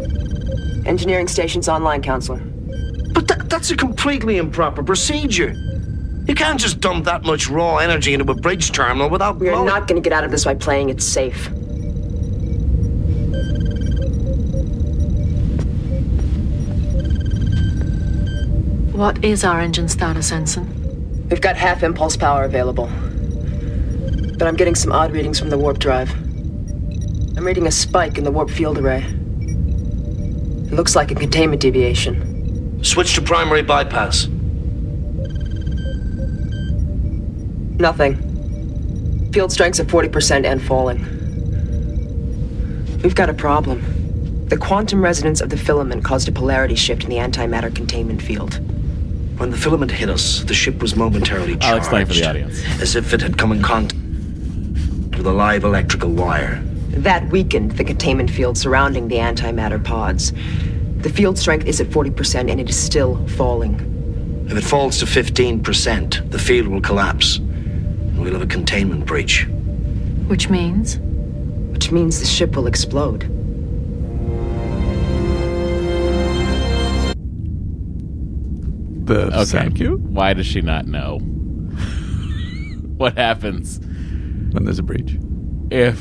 P: Engineering station's online, counselor.
N: But that, that's a completely improper procedure. You can't just dump that much raw energy into a bridge terminal without.
P: We are not going to get out of this by playing it safe.
L: What is our engine status, Ensign?
P: We've got half impulse power available. But I'm getting some odd readings from the warp drive. I'm reading a spike in the warp field array. It looks like a containment deviation.
N: Switch to primary bypass.
P: Nothing. Field strength's at 40% and falling. We've got a problem. The quantum resonance of the filament caused a polarity shift in the antimatter containment field.
N: When the filament hit us, the ship was momentarily charged.
P: I'll explain for the audience.
N: As if it had come in contact with a live electrical wire.
P: That weakened the containment field surrounding the antimatter pods. The field strength is at 40% and it is still falling.
N: If it falls to 15%, the field will collapse. And we'll have a containment breach.
L: Which means?
P: Which means the ship will explode.
B: The
A: okay.
B: thank you?
A: Why does she not know? what happens
B: when there's a breach?
A: If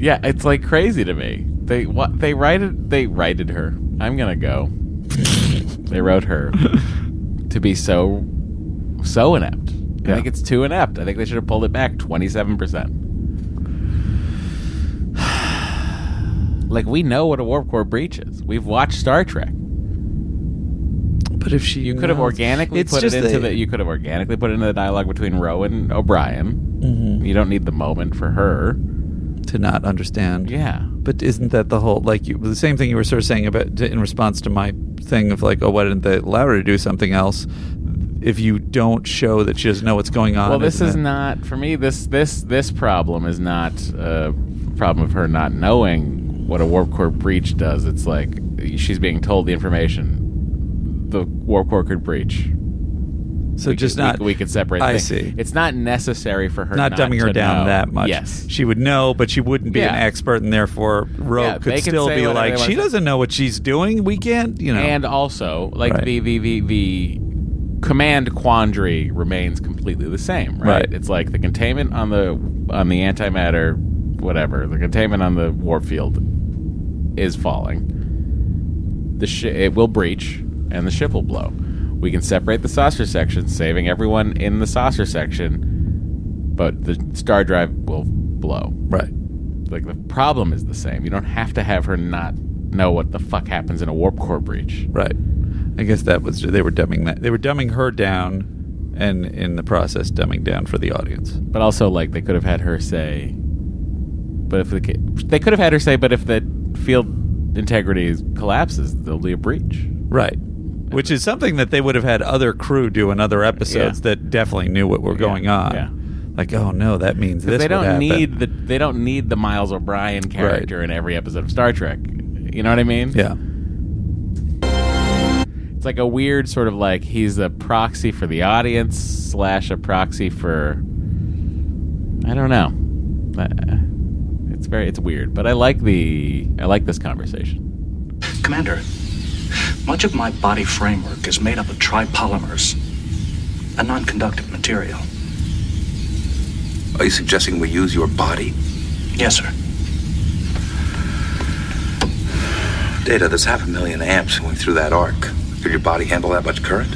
A: yeah, it's like crazy to me. They what they righted they righted her. I'm gonna go. they wrote her to be so so inept. I think it's too inept. I think they should have pulled it back twenty seven percent. Like we know what a warp core breach is. We've watched Star Trek.
B: But if she
A: you could have
B: knows-
A: organically
B: It's
A: put it
B: just
A: into
B: that-
A: the you could have organically put it into the dialogue between Roe and O'Brien.
B: Mhm.
A: You don't need the moment for her
B: to not understand.
A: Yeah.
B: But isn't that the whole like you, the same thing you were sort of saying about to, in response to my thing of like, oh, why didn't they allow her to do something else? If you don't show that she doesn't know what's going on,
A: Well, this
B: isn't
A: is
B: it?
A: not for me. This this this problem is not a problem of her not knowing what a warp core breach does. It's like she's being told the information. The warp core could breach.
B: So
A: We
B: just
A: could- we
B: not-
A: could- We, could separate.
B: I
A: things.
B: see.
A: It's not necessary for her.
B: not,
A: Not,
B: dumbing her
A: to
B: down
A: know.
B: that much.
A: Yes.
B: she would know, but she wouldn't be an
A: Yeah.
B: expert, and therefore Roe
A: Yeah,
B: could
A: they can
B: still
A: say
B: be
A: whatever they
B: like,
A: want
B: she
A: to say."
B: doesn't know what she's doing. We can't, you know.
A: And also, like
B: Right.
A: the, the the the command quandary remains completely the same, right?
B: Right.
A: It's like the containment on the on the antimatter, whatever. The containment on the warp field is falling. The sh- it will breach, and the ship will blow. We can separate the saucer section, saving everyone in the saucer section, but the star drive will blow.
B: Right.
A: Like the problem is the same. You don't have to have her not know what the fuck happens in a warp core breach.
B: Right. I guess that was they were dumbing that they were dumbing her down, and in the process, dumbing down for the audience.
A: But also, like, they could have had her say, but if the ca- they could have had her say, but if the field integrity is- collapses, there'll be a breach.
B: Right. Which is something that they would have had other crew do in other episodes that definitely knew what were going on.
A: yeah.
B: Like, oh no, that means
A: Because
B: this.
A: they
B: would
A: don't
B: happen.
A: need the they don't need the Miles O'Brien character in every episode of Star Trek. You know what I mean?
B: Yeah.
A: It's like a weird sort of like he's a proxy for the audience slash a proxy for I don't know. But, uh, It's very it's weird, but I like the I like this conversation.
J: Commander, much of my body framework is made up of tripolymers, a non conductive material.
S: Are you suggesting we use your body?
J: Yes, sir.
S: Data, there's half a million amps going through that arc. Could your body handle that much current?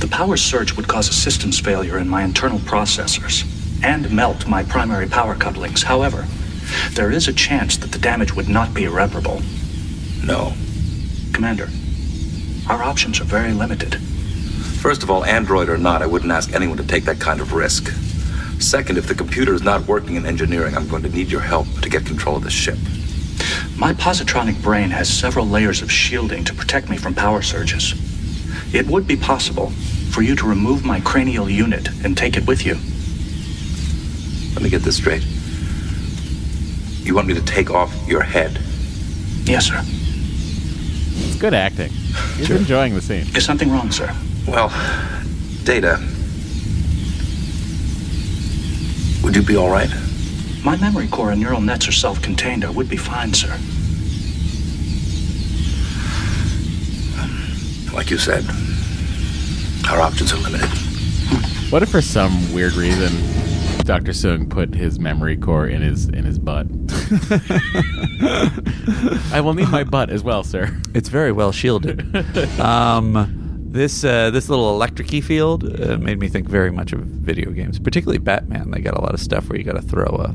J: The power surge would cause a systems failure in my internal processors and melt my primary power couplings. However, there is a chance that the damage would not be irreparable.
S: No.
J: Commander, our options are very limited.
S: First of all, Android or not, I wouldn't ask anyone to take that kind of risk. Second, if the computer is not working in engineering, I'm going to need your help to get control of the ship.
J: My positronic brain has several layers of shielding to protect me from power surges. It would be possible for you to remove my cranial unit and take it with you.
S: Let me get this straight. You want me to take off your head?
J: Yes, sir.
A: It's good acting. He's enjoying the scene.
J: Is something wrong, sir?
S: Well, Data. Would you be all right?
J: My memory core and neural nets are self contained. I would be fine, sir. Um,
S: Like you said, our options are limited.
A: What if for some weird reason Dr. Sung put his memory core in his in his butt? I will need my butt as well, sir.
B: It's very well shielded. um, this uh, this little electricy field uh, made me think very much of video games, particularly Batman. They got a lot of stuff where you got to throw a,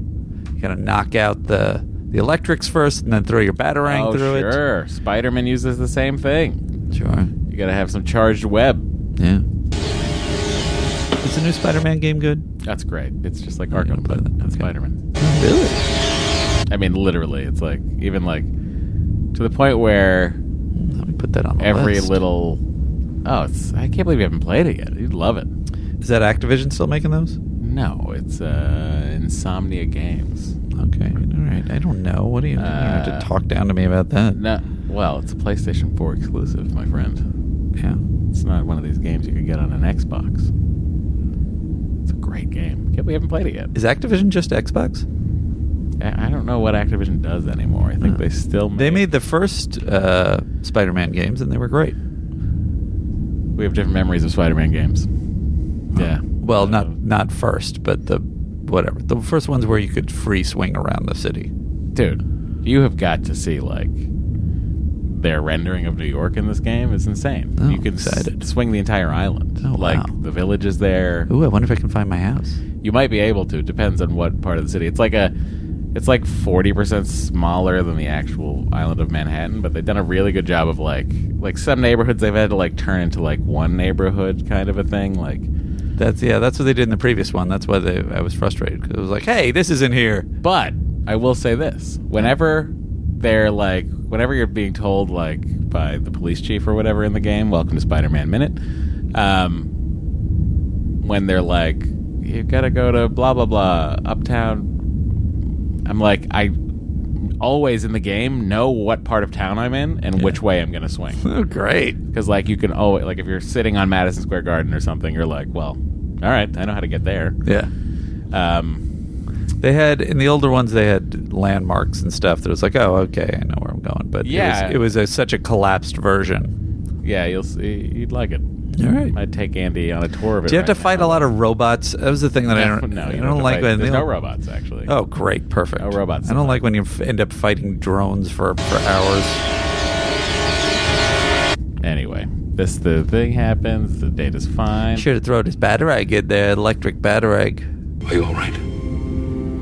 B: you got to knock out the the electrics first, and then throw your batarang
A: oh,
B: through it.
A: sure. Spider-Man uses the same thing.
B: Sure.
A: You got to have some charged web.
B: Yeah. Is the new Spider-Man game good?
A: That's great. It's just like Arkham, but with Spider-Man.
B: Really?
A: I mean, literally, it's like even like to the point where
B: let me put that on the
A: every
B: list.
A: little. Oh, it's, I can't believe you haven't played it yet. You'd love it.
B: Is that Activision still making those?
A: No, it's uh, Insomnia Games.
B: Okay, all right. I don't know. What do you, you don't have
A: Uh,
B: to talk down to me about that?
A: No, well, it's a PlayStation 4 exclusive, my friend.
B: Yeah.
A: It's not one of these games you could get on an Xbox. It's a great game. Can't- We haven't played it yet.
B: Is Activision just Xbox?
A: I I don't know what Activision does anymore. I think they still make,
B: Uh, They made the first uh, Spider-Man games, and they were great.
A: we have different memories of Spider-Man games. Yeah.
B: Well, not not first, but the whatever. The first ones where you could free swing around the city.
A: Dude, you have got to see like their rendering of New York in this game is insane.
B: Oh,
A: you can s- swing the entire island.
B: Oh,
A: like
B: wow.
A: the village is there.
B: Ooh, I wonder if I can find my house.
A: You might be able to. Depends on what part of the city. It's like a. It's like forty percent smaller than the actual island of Manhattan, but they've done a really good job of like like some neighborhoods they've had to like turn into like one neighborhood kind of a thing. Like
B: That's yeah. That's what they did in the previous one. That's why they, I was frustrated 'cause it was like, hey, this isn't here.
A: But I will say this: whenever they're like, whenever you're being told like by the police chief or whatever in the game, "Welcome to Spider-Man Minute," um, when they're like, "You gotta go to blah blah blah uptown," I'm like, I always in the game know what part of town I'm in and which way I'm gonna swing.
B: Oh, great!
A: Because like you can always like if you're sitting on Madison Square Garden or something, you're like, well, all right, I know how to get there.
B: Yeah.
A: Um,
B: they had in the older ones they had landmarks and stuff that was like, oh, okay, I know where I'm going. But
A: Yeah.
B: it was, it was a, such a collapsed version.
A: Yeah, you'll see. You'd like it.
B: All right.
A: I'd take Andy on a tour of it.
B: Do you have
A: right
B: to fight a lot of robots? That was the thing that I
A: No,
B: don't.
A: no, you
B: I
A: don't
B: don't,
A: have to
B: like
A: fight.
B: when they
A: There's no
B: don't-
A: robots, actually.
B: Oh, great, perfect. No robots. I don't like when you f- end up fighting drones for for hours.
A: now. Anyway, this the thing happens. The data's fine.
B: Should have thrown his batter egg in there, electric batter egg.
S: Are you all right?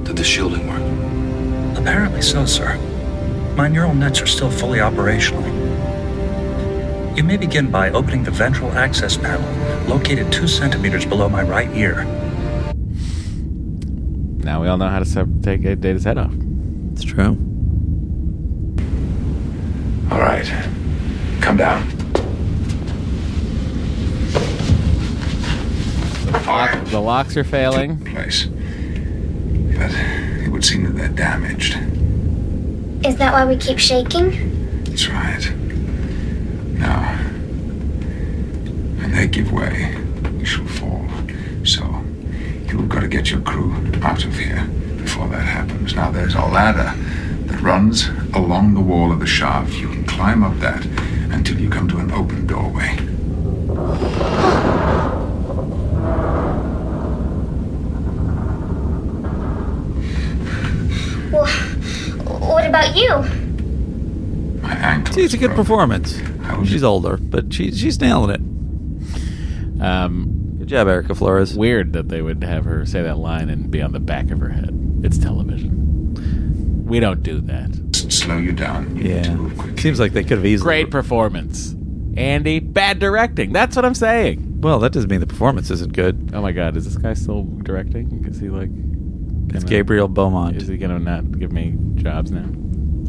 S: Did the shielding work?
R: Apparently so, sir. My neural nets are still fully operational. You may begin by opening the ventral access panel, located two centimeters below my right ear.
A: Now we all know how to sep- take a data's head off.
B: It's true.
S: All right. Come down.
A: The locks are failing.
S: Place. But it would seem that they're damaged.
M: Is that why we keep shaking?
S: That's right. Now, when they give way, we shall fall. So, you've got to get your crew out of here before that happens. Now, there's a ladder that runs along the wall of the shaft. You can climb up that until you come to an open doorway.
M: Well, what about you?
B: She's a good performance. She's older, but she, she's nailing it.
A: Um,
B: good job, Erica Flores.
A: Weird that they would have her say that line and be on the back of her head. It's television. We don't do that.
S: Slow you down.
B: Yeah. Seems like they could have easily.
A: Great performance, Andy. Bad directing. That's what I'm saying.
B: Well, that doesn't mean the performance isn't good.
A: Oh my God, is this guy still directing? Is he like?
B: It's
A: gonna-
B: Gabriel Beaumont.
A: Is he gonna not give me jobs now?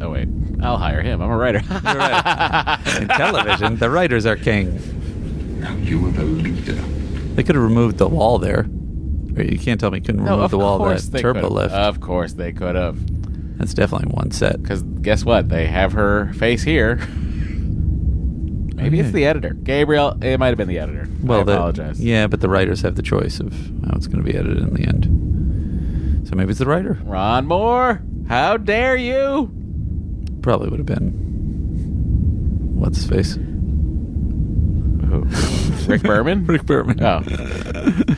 A: Oh wait, I'll hire him. I'm a writer.
B: In television, the writers are king.
S: Now you were the leader.
B: They could have removed the wall there. Or You can't tell me you couldn't
A: No,
B: remove
A: of
B: the wall of
A: course
B: that
A: they
B: turbo
A: could've.
B: lift.
A: Of course they could have.
B: That's definitely one set.
A: Because guess what? They have her face here. Maybe it's
B: Okay.
A: the editor, Gabriel. It might have been the editor. I
B: the-
A: apologize.
B: yeah, but the writers have the choice of how it's going to be edited in the end. So maybe it's the writer.
A: Ron Moore, how dare you?
B: Probably would have been. What's his face?
A: Who? Rick Berman.
B: Rick Berman.
A: Oh,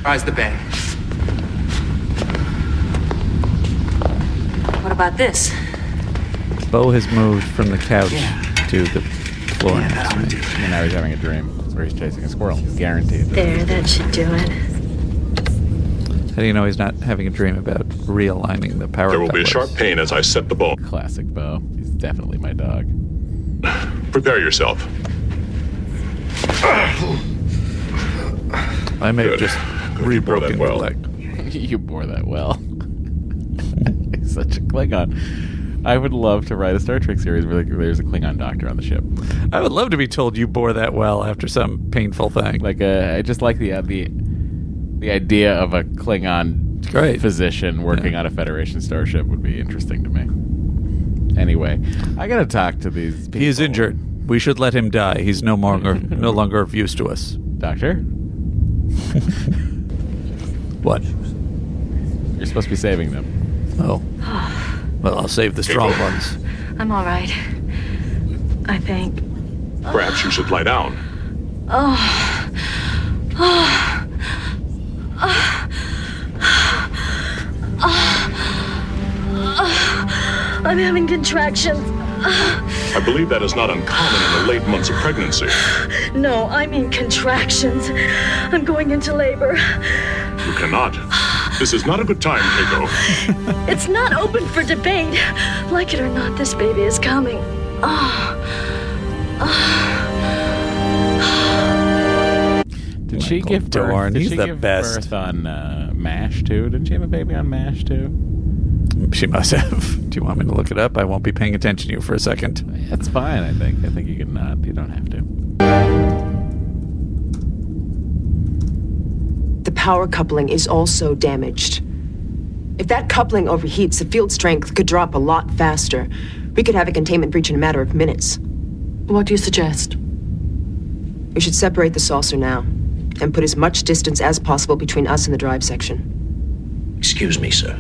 F: Rise the band.
K: What about this?
B: Bo has moved from the couch to the floor.
A: and now he's having a dream where he's chasing a squirrel. Guaranteed.
Q: There, that should do it.
B: How do you know he's not having a dream about realigning the power?
T: There will be a
B: couplers?
T: sharp pain as I set the ball.
A: Classic Bo. He's definitely my dog.
T: Prepare yourself.
B: I may have just rebroken
T: well.
B: the leg.
A: you bore that well. He's such a Klingon. I would love to write a Star Trek series where like, there's a Klingon doctor on the ship.
B: I would love to be told you bore that well after some painful thing.
A: Like uh, I just like the uh, the the idea of a Klingon
B: Great.
A: physician working on a Federation starship would be interesting to me. Anyway, I gotta talk to these. People.
B: He is injured. We should let him die. He's no longer no longer of use to us.
A: Doctor,
B: What?
A: you're supposed to be saving them.
B: Oh. Well, I'll save the strong ones.
Q: I'm all right. I think.
T: Perhaps you should lie down.
Q: Oh. Oh. Oh. Oh. I'm having contractions.
T: I believe that is not uncommon in the late months of pregnancy.
Q: No, I mean contractions. I'm going into labor.
T: You cannot. This is not a good time, Keiko.
Q: It's not open for debate. Like it or not, this baby is coming. Oh.
A: Did she give birth?
B: Dorn,
A: did
B: he's
A: she
B: the
A: give
B: best.
A: birth on uh, Mash too? Didn't she have a baby on Mash too?
B: She must have. Do you want me to look it up? I won't be paying attention to you for a second.
A: That's fine. I think. I think you can not. You don't have to.
P: The power coupling is also damaged. If that coupling overheats, the field strength could drop a lot faster. We could have a containment breach in a matter of minutes.
L: What do you suggest?
P: We should separate the saucer now and put as much distance as possible between us and the drive section.
N: Excuse me, sir,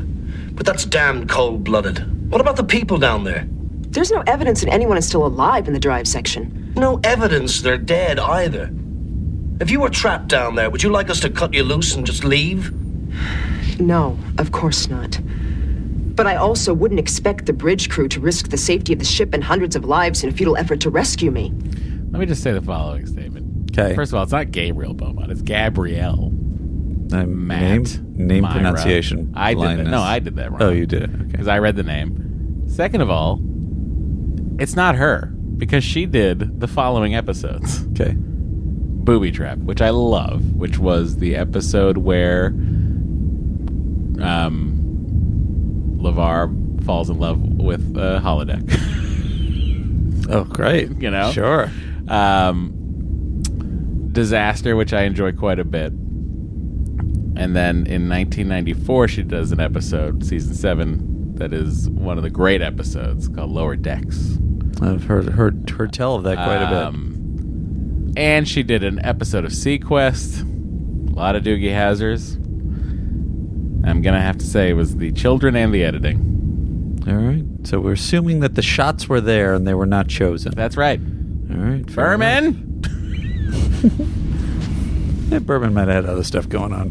N: but that's damned cold blooded. What about the people down there?
P: There's no evidence that anyone is still alive in the drive section.
N: No evidence they're dead either. If you were trapped down there, would you like us to cut you loose and just leave?
P: No, of course not. But I also wouldn't expect the bridge crew to risk the safety of the ship and hundreds of lives in a futile effort to rescue me.
A: Let me just say the following statement.
B: 'Kay.
A: First of all, it's not Gabriel Beaumont. It's Gabrielle.
B: I'm
A: Matt.
B: name name
A: Myra.
B: pronunciation.
A: I did that.
B: blindness.
A: No, I did that wrong.
B: Oh, you did it. Okay.
A: Because I read the name. Second of all, it's not her because she did the following episodes.
B: Okay.
A: Booby Trap, which I love, which was the episode where um, LeVar falls in love with a holodeck.
B: Oh, great.
A: you know?
B: Sure.
A: Um, Disaster, which I enjoy quite a bit. And then in 1994, she does an episode, season seven, that is one of the great episodes called Lower Decks.
B: I've heard heard heard tell of that quite a bit.
A: Um, and she did an episode of Sequest, a lot of Doogie Hazards. I'm gonna have to say it was the children and the editing.
B: All right. So we're assuming that the shots were there and they were not chosen.
A: That's right,
B: All right. fair enough.
A: Berman.
B: Yeah, Berman might have had other stuff going on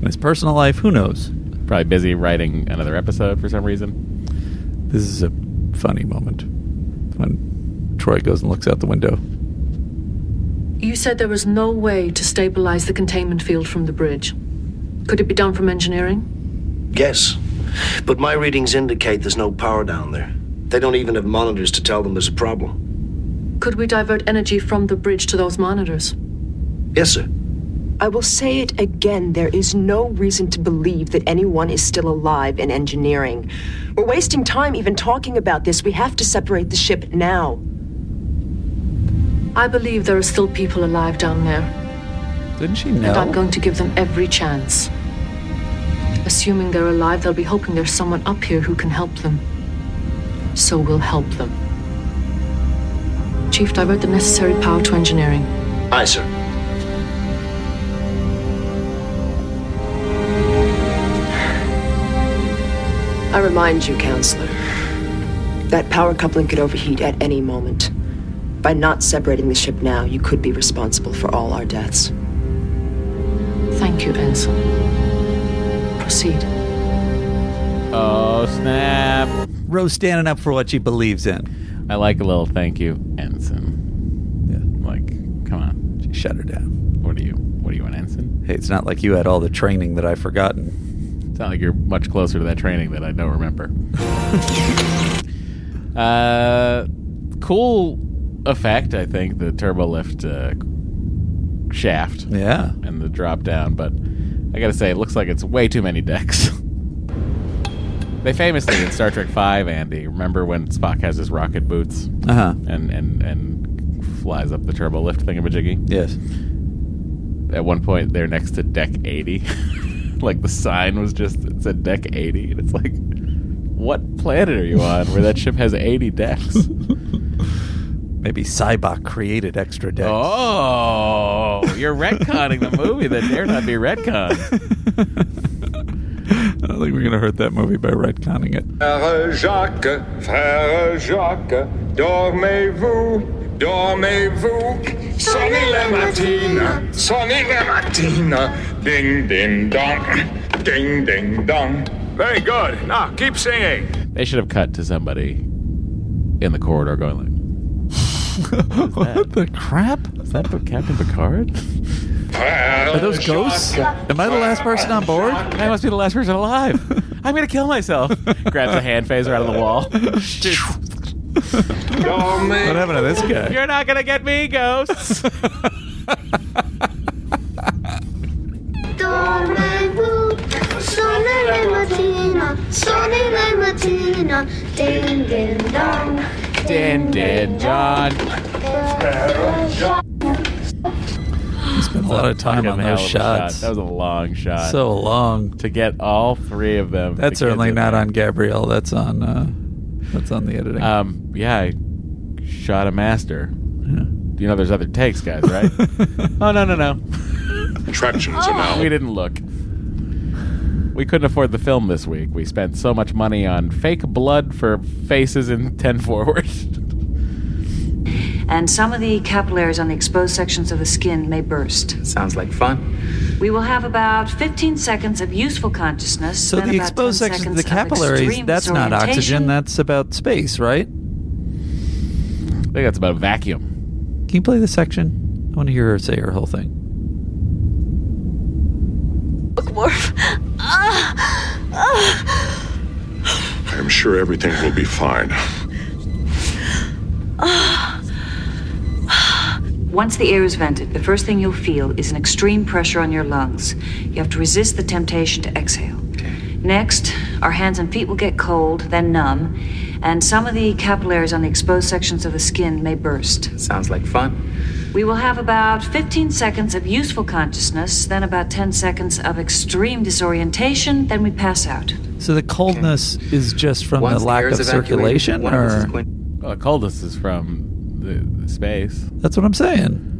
B: in his personal life. Who knows?
A: Probably busy writing another episode for some reason.
B: This is a funny moment when Troy goes and looks out the window.
L: You said there was no way to stabilize the containment field from the bridge. Could it be done from engineering?
N: Yes, but my readings indicate there's no power down there. They don't even have monitors to tell them there's a problem.
L: Could we divert energy from the bridge to those monitors?
N: Yes, sir.
P: I will say it again there is no reason to believe that anyone is still alive in engineering. We're wasting time even talking about this. We have to separate the ship now.
L: I believe there are still people alive down there,
B: Didn't she
L: and I'm
B: know?
L: going to give them every chance. Assuming they're alive, they'll be hoping there's someone up here who can help them. So we'll help them. Chief, divert the necessary power to engineering.
N: Aye, sir.
P: I remind you, Counselor, that power coupling could overheat at any moment. By not separating the ship now, you could be responsible for all our deaths.
L: Thank you, Ensign. Proceed.
A: Oh snap!
B: Rose standing up for what she believes in.
A: I like a little thank you, ensign.
B: Yeah.
A: Like, come on,
B: She shut her down.
A: what are you? What are you, an ensign?
B: Hey, it's not like you had all the training that I've forgotten.
A: It's not like you're much closer to that training that I don't remember. uh, cool effect, I think the turbo lift uh, shaft
B: Yeah.
A: and the drop down, but I gotta say, it looks like it's way too many decks. they famously in Star Trek Five, Andy, remember when Spock has his rocket boots
B: Uh huh.
A: and and and flies up the turbo lift thingamajiggy?
B: Yes.
A: at one point they're next to deck 80 like the sign was just it said deck 80 and it's like what planet are you on where that ship has 80 decks
B: Maybe Cybok created extra decks.
A: oh you're retconning the movie that dare not be retconned
B: I don't think we're gonna hurt that movie by retconning it.
J: Frère Jacques, frère Jacques, dormez-vous, dormez-vous. Sonnez la matina, sonnez la matina. Ding, ding, dong, ding, ding, dong. Very good. Now keep singing.
A: they should have cut to somebody in the corridor going like
B: what the crap?
A: is that Captain Picard
B: Are those ghosts? Am I the last person on board?
A: I must be the last person alive. I'm gonna kill myself. Grabs a hand phaser out of the wall.
B: What happened to this guy?
A: You're not gonna get me, ghosts.
D: Sonne la mattina, sonne la mattina, ding ding dong,
A: Din Din John.
B: Spent a lot of time on those shots.
A: That was a long shot.
B: So long
A: to get all three of them.
B: That's
A: to get
B: certainly
A: to
B: not
A: them.
B: on Gabrielle. That's on. Uh, that's on the editing.
A: Um, yeah, I shot a master. You know, there's other takes, guys, right? oh no, no, no.
T: Attractions are now.
A: We didn't look. We couldn't afford the film this week. We spent so much money on fake blood for faces in ten forward.
K: and some of the capillaries on the exposed sections of the skin may burst.
F: Sounds like fun.
K: We will have about 15 seconds of useful consciousness.
B: So
K: then
B: the
K: about
B: exposed
K: 10
B: sections of the
K: seconds
B: capillaries,
K: extreme
B: that's not
K: disorientation.
B: oxygen, that's about space, right? I
A: think that's about a vacuum.
B: Can you play the section? I want to hear her say her whole thing.
Q: Dwarf. Ah, ah,
T: I am sure everything will be fine.
Q: ah.
K: Once the air is vented, the first thing you'll feel is an extreme pressure on your lungs. You have to resist the temptation to exhale. Next, our hands and feet will get cold, then numb, and some of the capillaries on the exposed sections of the skin may burst.
F: Sounds like fun.
K: We will have about 15 seconds of useful consciousness, then about 10 seconds of extreme disorientation, then we pass out.
B: So the coldness is just from
K: Once
B: the
K: the
B: lack
K: air
B: of
K: is evacuated,
B: circulation,
K: one of us is
B: or
A: Well, the coldest is from the, the space.
B: that's what I'm saying.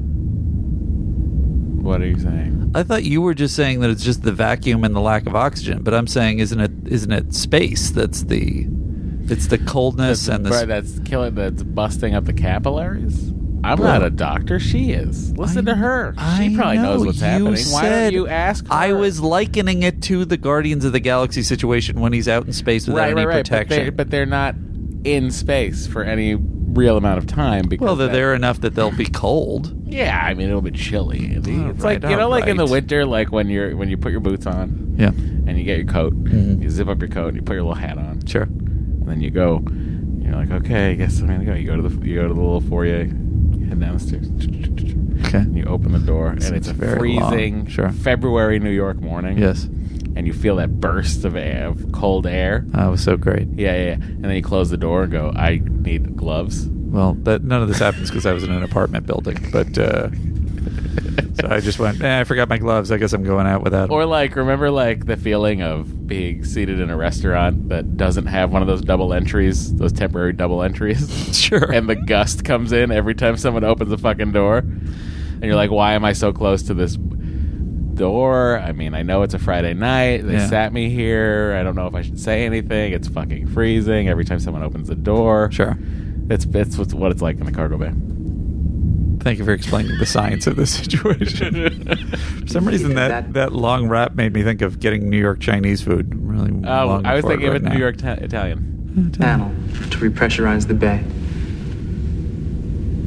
A: What are you saying?
B: I thought you were just saying that it's just the vacuum and the lack of oxygen, but I'm saying isn't it isn't it space that's the it's the coldness and the
A: Bro,
B: sp-
A: that's killing. That's busting up the capillaries. I'm not a doctor. She is. Listen to her. She probably knows what's happening. Why don't you ask?
B: I was likening it to the Guardians of the Galaxy situation when he's out in space without
A: right,
B: any
A: right, right. But
B: protection.
A: they're, but they're not in space for any real amount of time because
B: well, they're
A: that-
B: there enough that they'll be cold.
A: Yeah, I mean it'll be chilly. Andy.
B: All
A: it's
B: right,
A: like you know,
B: all
A: like in the
B: right.
A: winter, like when you're when you put your boots on,
B: Yeah. Mm-hmm.
A: and you get your coat, you zip up your coat, and you put your little hat on,
B: sure,
A: and then you go. and You're like, okay, I guess I'm gonna go. You go to the you go to the little foyer, you head downstairs.
B: Okay.
A: And you open the door,
B: So
A: and it's,
B: it's
A: a
B: very long.
A: freezing
B: Sure.
A: February New York morning.
B: Yes.
A: And you feel that burst of air, of cold air.
B: That was so great.
A: Yeah, yeah, yeah. And then you close the door and go, I need gloves.
B: Well, that none of this happens because I was in an apartment building, but uh, so I just went. Eh, I forgot my gloves. I guess I'm going out without. 'em."
A: Or like, remember like the feeling of being seated in a restaurant that doesn't have one of those double entries, those temporary double entries.
B: Sure.
A: And the gust comes in every time someone opens the fucking door, and you're like, why am I so close to this door? I mean, I know it's a Friday night. They
B: Yeah.
A: sat me here. I don't know if I should say anything. It's fucking freezing every time someone opens the door.
B: Sure.
A: It's it's what's- what it's like in the cargo bay.
B: Thank you for explaining the science of this situation. for some reason, that, that long rap made me think of getting New York Chinese food. I'm really.
A: Oh,
B: longing
A: I was
B: for it
A: thinking of
B: right
A: it
B: now.
A: New York ta- Italian.
F: Panel to repressurize the bay.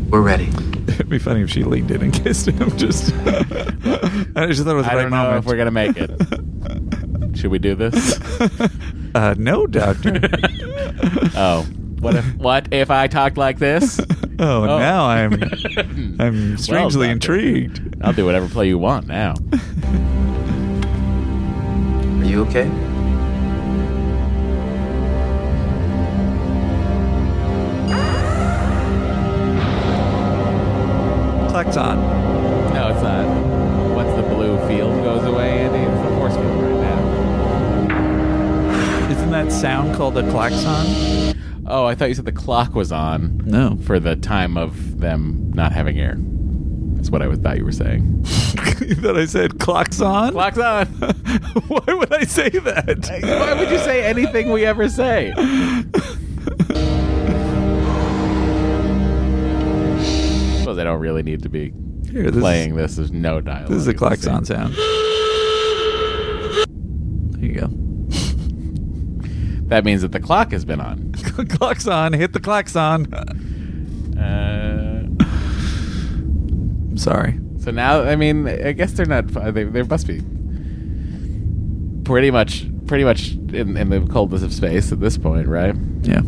B: We're ready. It'd be funny if she leaned in and kissed him. Just, I just thought it was the
A: I
B: right
A: don't know
B: moment.
A: if we're gonna make it. Should we do this?
B: uh, no, doctor.
A: Oh, what if what if I talked like this?
B: Oh, now I'm- I'm strangely
A: doctor,
B: intrigued.
A: I'll do whatever play you want now.
F: Are you okay?
B: Clock's on.
A: No, it's not. Once the blue field goes away, Andy, it's the force field right now.
B: Isn't that sound called a klaxon?
A: Oh, I thought you said the clock was on.
B: No.
A: for the time of them not having air. That's what I would- thought you were saying.
B: you thought I said clock's on?
A: Clock's on.
B: Why would I say that?
A: Why would you say anything we ever say? Suppose I don't really need to be
B: Here, this
A: playing this. There's no dialogue.
B: This is a
A: It's the same.
B: klaxon sound. There you go.
A: That means that the clock has been on.
B: clock's on. Hit the klaxon.
A: Uh,
B: I'm sorry.
A: So now, I mean, I guess they're not. They, they must be pretty much, pretty much in, in the coldness of space at this point, right?
B: Yeah.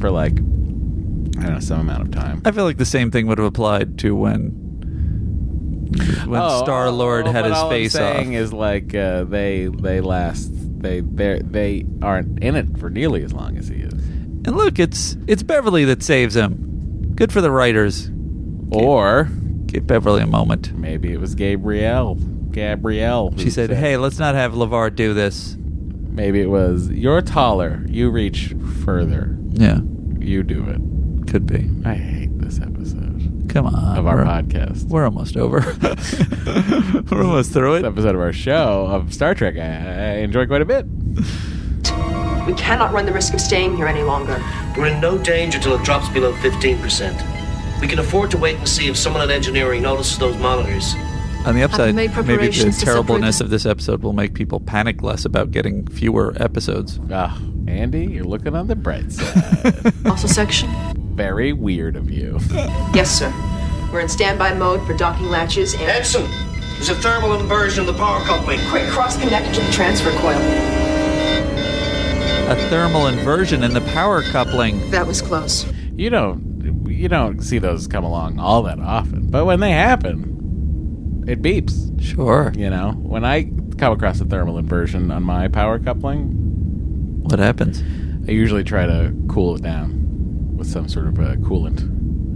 A: For like, I don't know, some amount of time.
B: I feel like the same thing would have applied to when when
A: Oh,
B: Star Lord
A: oh,
B: had
A: but
B: his
A: all
B: face
A: I'm
B: off.
A: saying is like uh, they they last they they they aren't in it for nearly as long as he is.
B: And look, it's it's Beverly that saves him. Good for the writers.
A: Or
B: give Beverly a moment.
A: Maybe it was Gabrielle. Gabrielle.
B: She said, "Hey, let's not have Lavar do this."
A: Maybe it was you're taller, you reach further.
B: Yeah.
A: You do it.
B: Could be.
A: I hate this episode.
B: Come on,
A: Of our
B: we're-
A: podcast.
B: We're almost over. we're almost through it. This
A: episode of our show of Star Trek, I, I enjoy quite a bit.
H: We cannot run the risk of staying here any longer.
N: We're in no danger till it drops below 15%. We can afford to wait and see if someone at engineering notices those monitors.
B: On the upside,
N: you made
B: maybe the
N: preparations to separate-
B: terribleness of this episode will make people panic less about getting fewer episodes.
A: Ah, Andy, you're looking on the bright side.
H: Also, section?
A: Very weird of you.
H: Yes, sir. We're in standby mode for docking latches and.
N: Edson! There's a thermal inversion of the power company.
H: Quick cross connect to the transfer coil.
B: A thermal inversion in the power coupling.
H: That was close.
A: You don't you don't see those come along all that often, but when they happen, it beeps.
B: Sure.
A: You know, when I come across a thermal inversion on my power coupling,
B: What happens?
A: I usually try to cool it down with some sort of uh, coolant.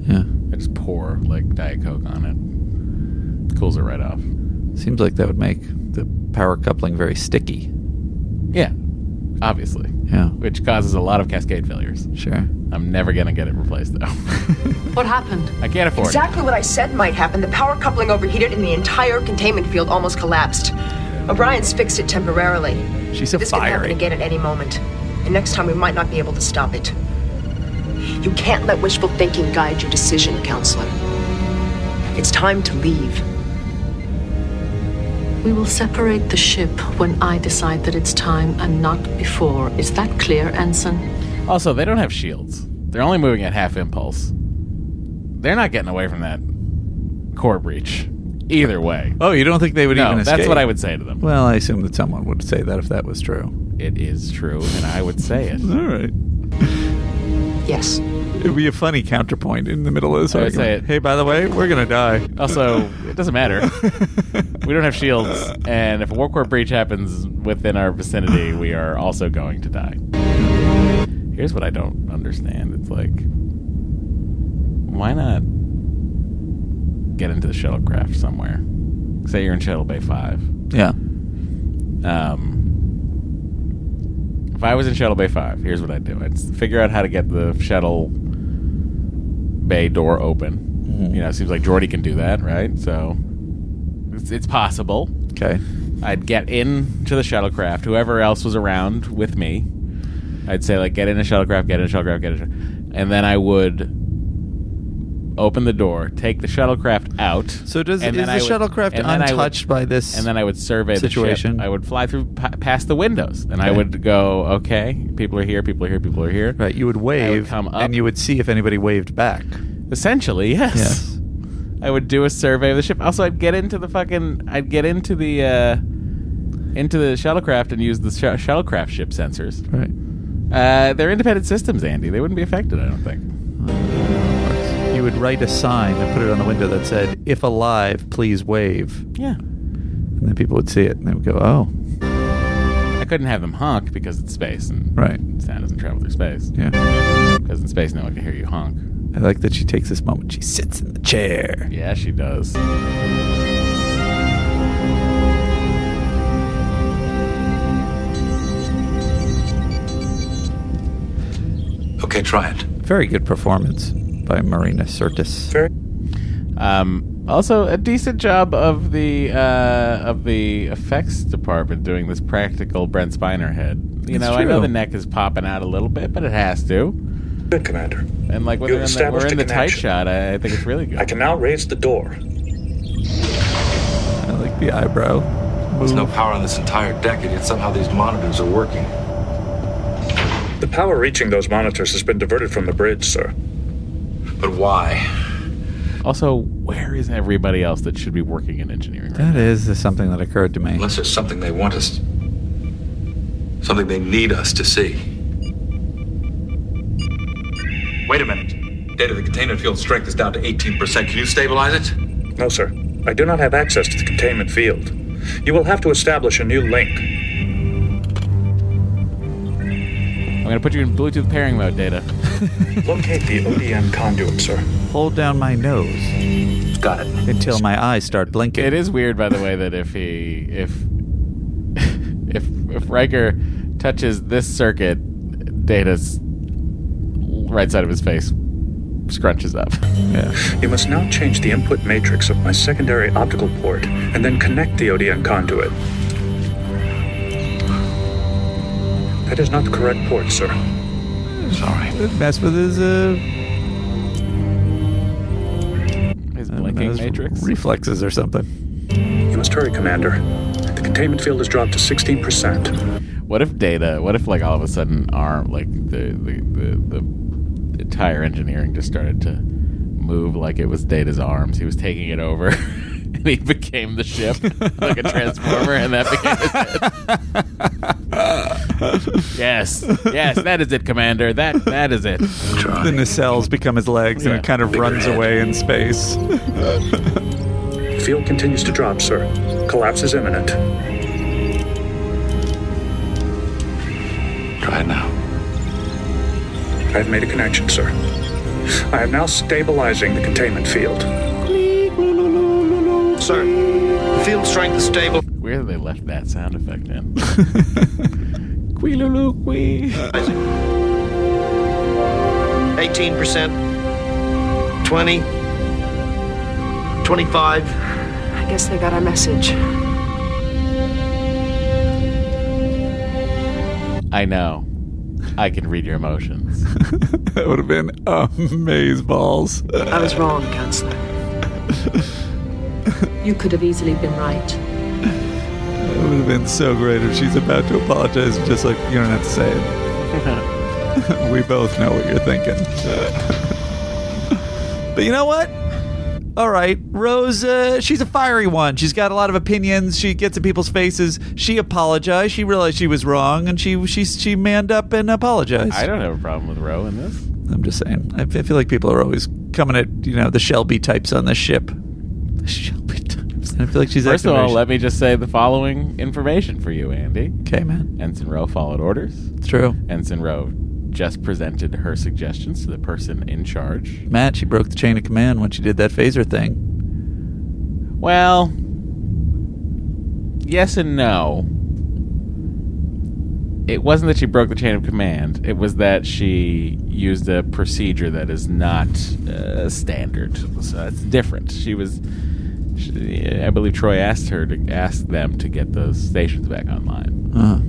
B: Yeah.
A: I just pour like Diet Coke on it. Cools it right off.
B: Seems like that would make the power coupling very sticky.
A: Yeah, obviously.
B: Yeah.
A: Which causes a lot of cascade failures.
B: Sure.
A: I'm never gonna get it replaced though.
H: What happened?
A: I can't afford
H: Exactly what I said might happen. The power coupling overheated and the entire containment field almost collapsed. O'Brien's fixed it temporarily.
A: it. She's so
H: this could happen
A: fiery.
H: again at any moment. And next time we might not be able to stop it. You can't let wishful thinking guide your decision, counselor. It's time to leave.
L: We will separate the ship when I decide that it's time and not before. Is that clear, Ensign?
A: Also, they don't have shields. They're only moving at half impulse. They're not getting away from that core breach. Either way.
B: Oh, you don't think they would
A: No,
B: even
A: that's
B: escape?
A: what I would say to them.
B: Well, I assume that someone would say that if that was true.
A: It is true, and I would say it.
B: All right.
H: Yes.
B: It'd be a funny counterpoint in the middle of this
A: I would say
B: argument. Hey, by the way, we're gonna die.
A: Also, it doesn't matter. We don't have shields, and if a war core breach happens within our vicinity, we are also going to die. Here's what I don't understand. It's like, why not get into the shuttlecraft somewhere? Say you're in Shuttle Bay 5.
B: Yeah.
A: Um, if I was in Shuttle Bay 5, here's what I'd do I'd s- figure out how to get the shuttle bay door open.
B: Mm-hmm.
A: You know, it seems like Jordy can do that, right? So it's, it's possible.
B: Okay.
A: I'd get into the shuttlecraft, whoever else was around with me. I'd say, like, get in a shuttlecraft, get in a shuttlecraft, get in a shut- And then I would open the door, take the shuttlecraft out.
B: So does-
A: and
B: is
A: then
B: the
A: I would-
B: shuttlecraft
A: and then I would-
B: untouched by this
A: And then I would survey the
B: situation?
A: ship. I would fly through pa- past the windows, and I
B: Okay.
A: would go, okay, people are here, people are here, people are here.
B: Right. You would wave,
A: come up.
B: and you would see if anybody waved back.
A: Essentially, yes.
B: Yes.
A: I would do a survey of the ship. Also, I'd get into the fucking. I'd get into the uh, into the shuttlecraft and use the sh- shuttlecraft ship sensors.
B: Right.
A: Uh, they're independent systems, Andy. They wouldn't be affected, I don't think.
B: You would write a sign and put it on the window that said, "If alive, please wave."
A: Yeah.
B: And then people would see it and they would go, "Oh,
A: I couldn't have them honk because it's space and
B: Right.
A: sound doesn't travel through space.
B: Yeah.
A: Because in space, no one can hear you honk.
B: I like that she takes this moment. She sits in the chair.
A: Yeah, she does.
B: Okay, try it. Very good performance by Marina Sirtis.
A: Um, also, a decent job of the uh, of the effects department doing this practical Brent Spiner head. You
B: It's
A: know, I know
B: true.
A: the neck is popping out a little bit, but it has to.
R: Good, Commander.
A: And like when
R: You've
A: they're in the, we're
R: established
A: in
R: a
A: the tight
R: connection.
A: shot, I, I think it's really good.
R: I can now raise the door.
B: I like the eyebrow.
U: There's no power on this entire deck, and yet somehow these monitors are working.
R: The power reaching those monitors has been diverted from the bridge, sir.
U: But why?
A: Also, where is everybody else that should be working in engineering?
B: That is something that occurred to me.
C: Unless it's something they want us, something they need us to see. Wait a minute. Data, the containment field strength is down to 18%. Can you stabilize it?
R: No, sir. I do not have access to the containment field. You will have to establish a new link.
A: I'm going to put you in Bluetooth pairing mode, Data.
R: Locate the ODM conduit, sir.
B: Hold down my nose.
R: Got it.
B: Until my eyes start blinking.
A: It is weird, by the way, that if he if if if Riker touches this circuit, Data's right side of his face scrunches up.
R: You must now change the input matrix of my secondary optical port and then connect the ODM conduit. That is not the correct port, sir.
B: Sorry. Mess with his uh,
A: his
R: blinking matrix.
B: reflexes or something.
R: You must hurry, Commander. The containment field has dropped to 16%.
A: What if Data? What if like all of a sudden our like the the the, the entire engineering just started to move like it was Data's arms. He was taking it over. And he became the ship, like a transformer, and that became his head. yes, yes, that is it, Commander. That that is it.
B: The nacelles become his legs and
A: Yeah.
B: it kind of
A: Bigger
B: runs
A: head.
B: away in space.
R: Field continues to drop, sir. Collapse is imminent.
U: Try it now.
R: I have made a connection, sir. I am now stabilizing the containment field.
N: Sir, field strength is stable.
A: Where they left that sound effect in?
N: Quilulu qui. 18%. 20.
H: I
N: 25.
H: guess they got our message.
A: I know. I can read your emotions.
B: that would have been amaze balls.
H: I was wrong, Counselor.
L: You could have easily been right.
B: It would have been so great if she's about to apologize, just like you don't have to say it. we both know what you're thinking. but you know what? All right, Rose, uh, she's a fiery one. She's got a lot of opinions. She gets in people's faces. She apologized. She realized she was wrong, and she she she manned up and apologized.
A: I don't have a problem with Roe in this.
B: I'm just saying. I f- I feel like people are always coming at you know the Shelby types on this ship. The Shelby types. And I feel like she's
A: First of all,
B: acting very-
A: let me just say the following information for you, Andy.
B: Okay, man.
A: Ensign Rowe followed orders.
B: It's true.
A: Ensign Rowe just presented her suggestions to the person in charge.
B: Matt, she broke the chain of command when she did that phaser thing.
A: Well, yes and no. It wasn't that she broke the chain of command. It was that she used a procedure that is not uh, standard. So it's different. She was, she, I believe, Troy asked her to ask them to get those stations back online.
B: Uh,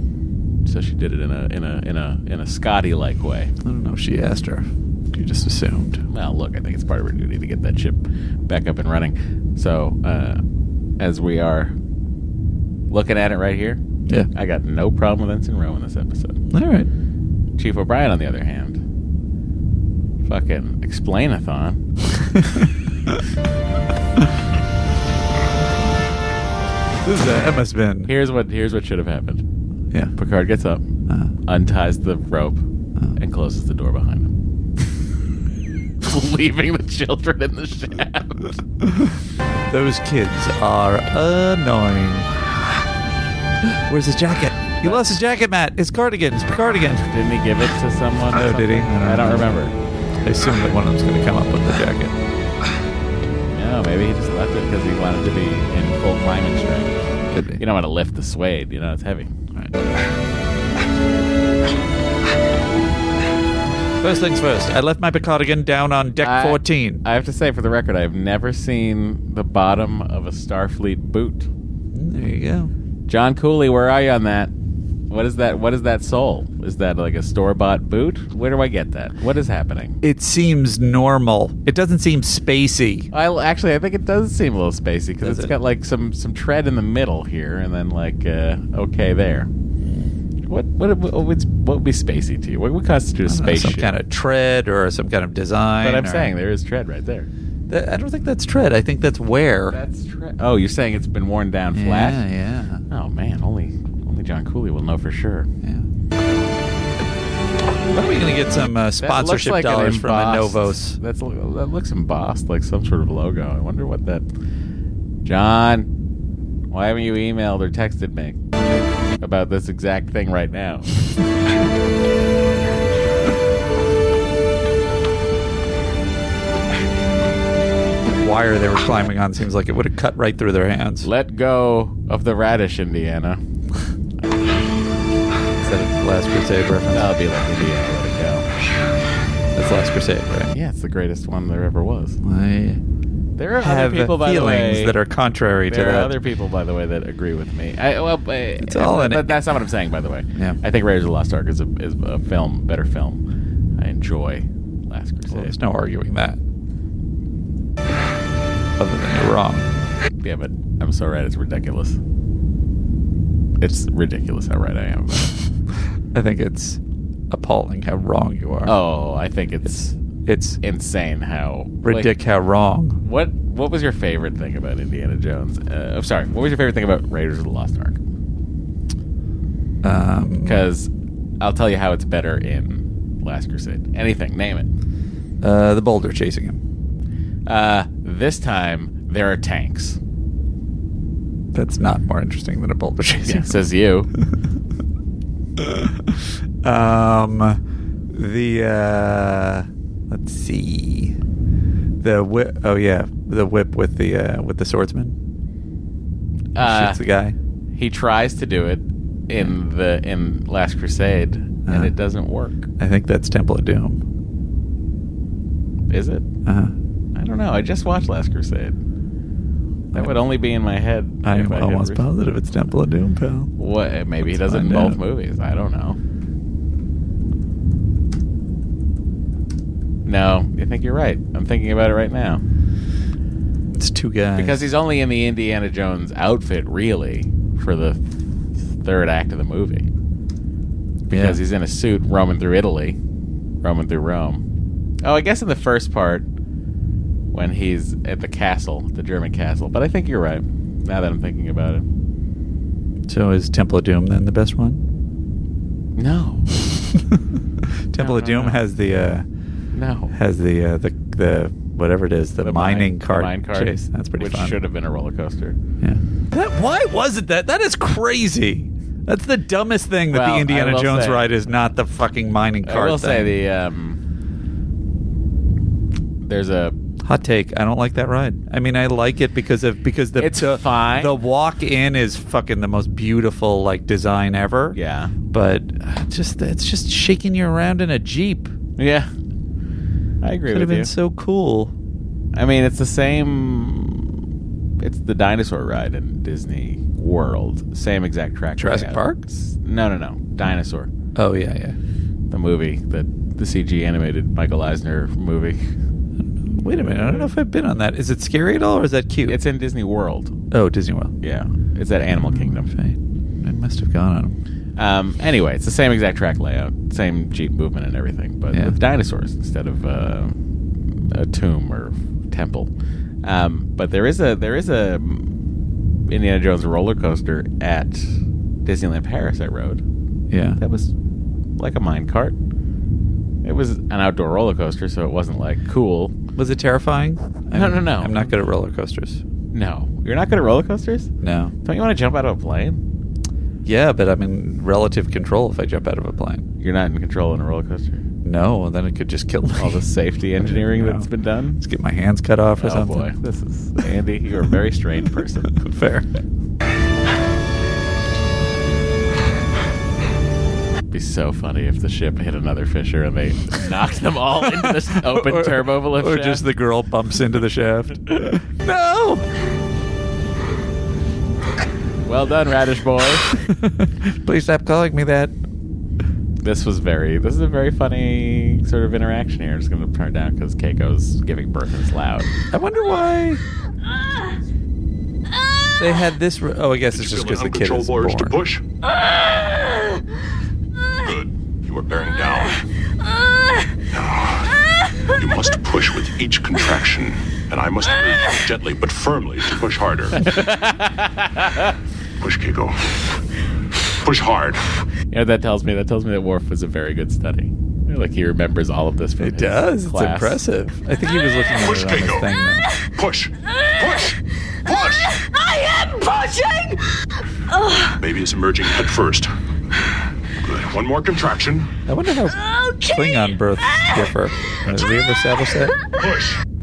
A: So she did it in a in a in a in a Scotty like way.
B: I don't know if she asked her. You just assumed.
A: Well, look, I think it's part of her duty to get that ship back up and running. So, uh, as we are looking at it right here,
B: Yeah.
A: I got no problem with Ensign Rowe in this episode.
B: All right.
A: Chief O'Brien, on the other hand, fucking explain-a-thon.
B: This is a MS Ben.
A: Here's what here's what should have happened.
B: Yeah.
A: Picard gets up,
B: Uh.
A: unties the rope,
B: Uh-huh.
A: and closes the door behind him, leaving the children in the shaft.
B: Those kids are annoying. Where's his jacket? He lost his jacket, Matt. His cardigan. His cardigan.
A: Didn't he give it to someone? or
B: Oh, did he?
A: something? I don't remember.
B: I assume that one of them's going to come up with the jacket.
A: No, maybe he just left it because he wanted to be in full climbing strength.
B: Could be.
A: You don't want to lift the suede. You know it's heavy.
B: First things first, I left my cardigan down on deck
A: I-
B: 14.
A: I have to say, for the record, I've never seen the bottom of a Starfleet boot.
B: There you go.
A: John Cooley, where are you on that? What is that? What is that sole? Is that like a store bought boot? Where do I get that? What is happening?
B: It seems normal. It doesn't seem spacey.
A: I actually, I think it does seem a little spacey because
B: Does
A: it's
B: it?
A: got like some some tread in the middle here, and then like uh, okay there. What what what would, what would be spacey to you? What would constitute a
B: I don't know,
A: spaceship?
B: some kind of tread or some kind of design.
A: But I'm
B: or-
A: saying there is tread right there.
B: That, I don't think that's tread. I think that's wear.
A: That's tread. Oh, you're saying it's been worn down
B: Yeah,
A: flat?
B: yeah.
A: Oh man, only only John Cooley will know for sure.
B: Yeah. When are we gonna get some uh, sponsorship dollars from uh, Novos?
A: That's that looks embossed like some sort of logo. I wonder what that. John, why haven't you emailed or texted me about this exact thing right now?
B: Wire they were climbing on seems like it would have cut right through their hands.
A: Let go of the radish, Indiana.
B: Is that a Last Crusade reference?
A: That'll be like Indiana. Let it go.
B: That's Last Crusade, right?
A: Yeah, it's the greatest one there ever was.
B: I
A: There are
B: have
A: other people, by the
B: feelings
A: way,
B: that are contrary to
A: there
B: that.
A: are other people, by the way, that agree with me. I, well, it's
B: all in
A: but that's not what I'm saying, by the way.
B: Yeah.
A: I think Raiders of the Lost Ark is a, is a film, better film. I enjoy Last Crusade.
B: Well, there's no arguing that. Other than you're wrong.
A: Yeah, but I'm so right. It's ridiculous. It's ridiculous how right I am. About it.
B: I think it's appalling how wrong you are.
A: Oh, I think it's
B: it's,
A: insane how like,
B: Ridic how wrong.
A: What What was your favorite thing about Indiana Jones? Uh, I'm sorry. What was your favorite thing about Raiders of the Lost Ark?
B: Um,
A: Because I'll tell you how it's better in Last Crusade. Anything, name it.
B: Uh, the boulder chasing him.
A: Uh, this time there are tanks.
B: That's not more interesting than a boulder chasing.
A: Yeah, says you.
B: um, the uh, let's see, the whip. Oh yeah, the whip with the uh, with the swordsman.
A: Uh,
B: Shoots the guy.
A: He tries to do it in the in Last Crusade, and
B: Uh-huh.
A: it doesn't work.
B: I think that's Temple of Doom.
A: Is it?
B: Uh,
A: I don't know. I just watched Last Crusade. That would only be in my head.
B: I
A: if
B: am
A: had
B: almost
A: re-
B: positive it's Temple of Doom, pal.
A: What? eh, Maybe he does it in
B: find
A: both
B: out.
A: movies. I don't know. No, I think you're right. I'm thinking about it right now
B: It's two guys.
A: because he's only in the Indiana Jones outfit really for the third act of the movie. Because
B: Yeah.
A: he's in a suit roaming through Italy, roaming through Rome. Oh, I guess in the first part when he's at the castle, the German castle. But I think you're right. Now that I'm thinking about it.
B: so is Temple of Doom then the best one?
A: No.
B: Temple of Doom has the uh,
A: No.
B: has the uh, the the whatever it is the, mining
A: mine- the
B: cart
A: mine cart,
B: chase. That's pretty
A: which
B: fun.
A: should have been a roller coaster.
B: Yeah. That, why was it that? That is crazy. That's the dumbest thing that
A: Well, I
B: the Indiana
A: will
B: Jones
A: say-
B: ride is not the fucking mining
A: I
B: cart.
A: will say
B: thing.
A: the um there's a
B: hot take. I don't like that ride. I mean, I like it because of because the
A: It's
B: the,
A: fine.
B: the walk in is fucking the most beautiful like design ever.
A: Yeah.
B: But uh, just it's just shaking you around in a jeep.
A: Yeah. I agree with
B: Could have been
A: you.
B: so cool.
A: I mean, it's the same. It's the dinosaur ride in Disney World. Same exact track. they
B: Jurassic
A: had.
B: Park?
A: It's- No, no, no. Dinosaur.
B: Oh yeah, yeah.
A: The movie that the CG animated Michael Eisner movie.
B: Wait a minute. I don't know if I've been on that. Is it scary at all or is that cute?
A: It's in Disney World.
B: oh, Disney World.
A: Yeah, it's at Animal Kingdom.
B: I must have gone on 'em.
A: Um, anyway, it's the same exact track layout, same Jeep movement and everything, but
B: Yeah.
A: with dinosaurs instead of uh, a tomb or temple. Um, but there is a there is a Indiana Jones roller coaster at Disneyland Paris. I rode.
B: Yeah.
A: That was like a mine cart. It was an outdoor roller coaster, so it wasn't like cool.
B: Was it terrifying?
A: No,
B: I'm-
A: no, no.
B: I'm not good at roller coasters.
A: No, you're not good at roller coasters.
B: No.
A: Don't you want to jump out of a plane?
B: Yeah, but I'm in relative control if I jump out of a plane.
A: You're not in control in a roller coaster.
B: No, then it could just kill me.
A: All the safety engineering
B: No.
A: that's been done.
B: Just get my hands cut off or
A: oh
B: something.
A: boy, this is Andy. You're a very strange person.
B: Fair.
A: It'd be so funny if the ship hit another fissure and they knocked them all into this open
B: Or-
A: turbo lift.
B: Or
A: shaft.
B: just the girl bumps into the shaft. no!
A: well done, Radish Boy.
B: Please stop calling me that.
A: this was very. This is a very funny sort of interaction here. I'm just going to turn it down because Keiko's giving birth and it's loud.
B: I wonder why they had this. Re- oh, I guess it's just because the kid is born.
T: urge to push?
A: Ah!
T: Good. You are bearing down. Now, you must push with each contraction and I must move gently but firmly to push harder. push, Kiko. Push hard.
A: You know what that tells me? That tells me that Worf was a very good study. Like he remembers all of this from
B: It
A: his
B: does. It's
A: class.
B: impressive. I think he was looking at
A: Push,
B: it on his
A: Keiko.
B: thing. Though.
T: Push. Push. Push.
D: I am pushing. Oh,
T: Baby is emerging head first. Good. One more contraction.
B: I wonder how Klingon births differ. Did we ever establish that?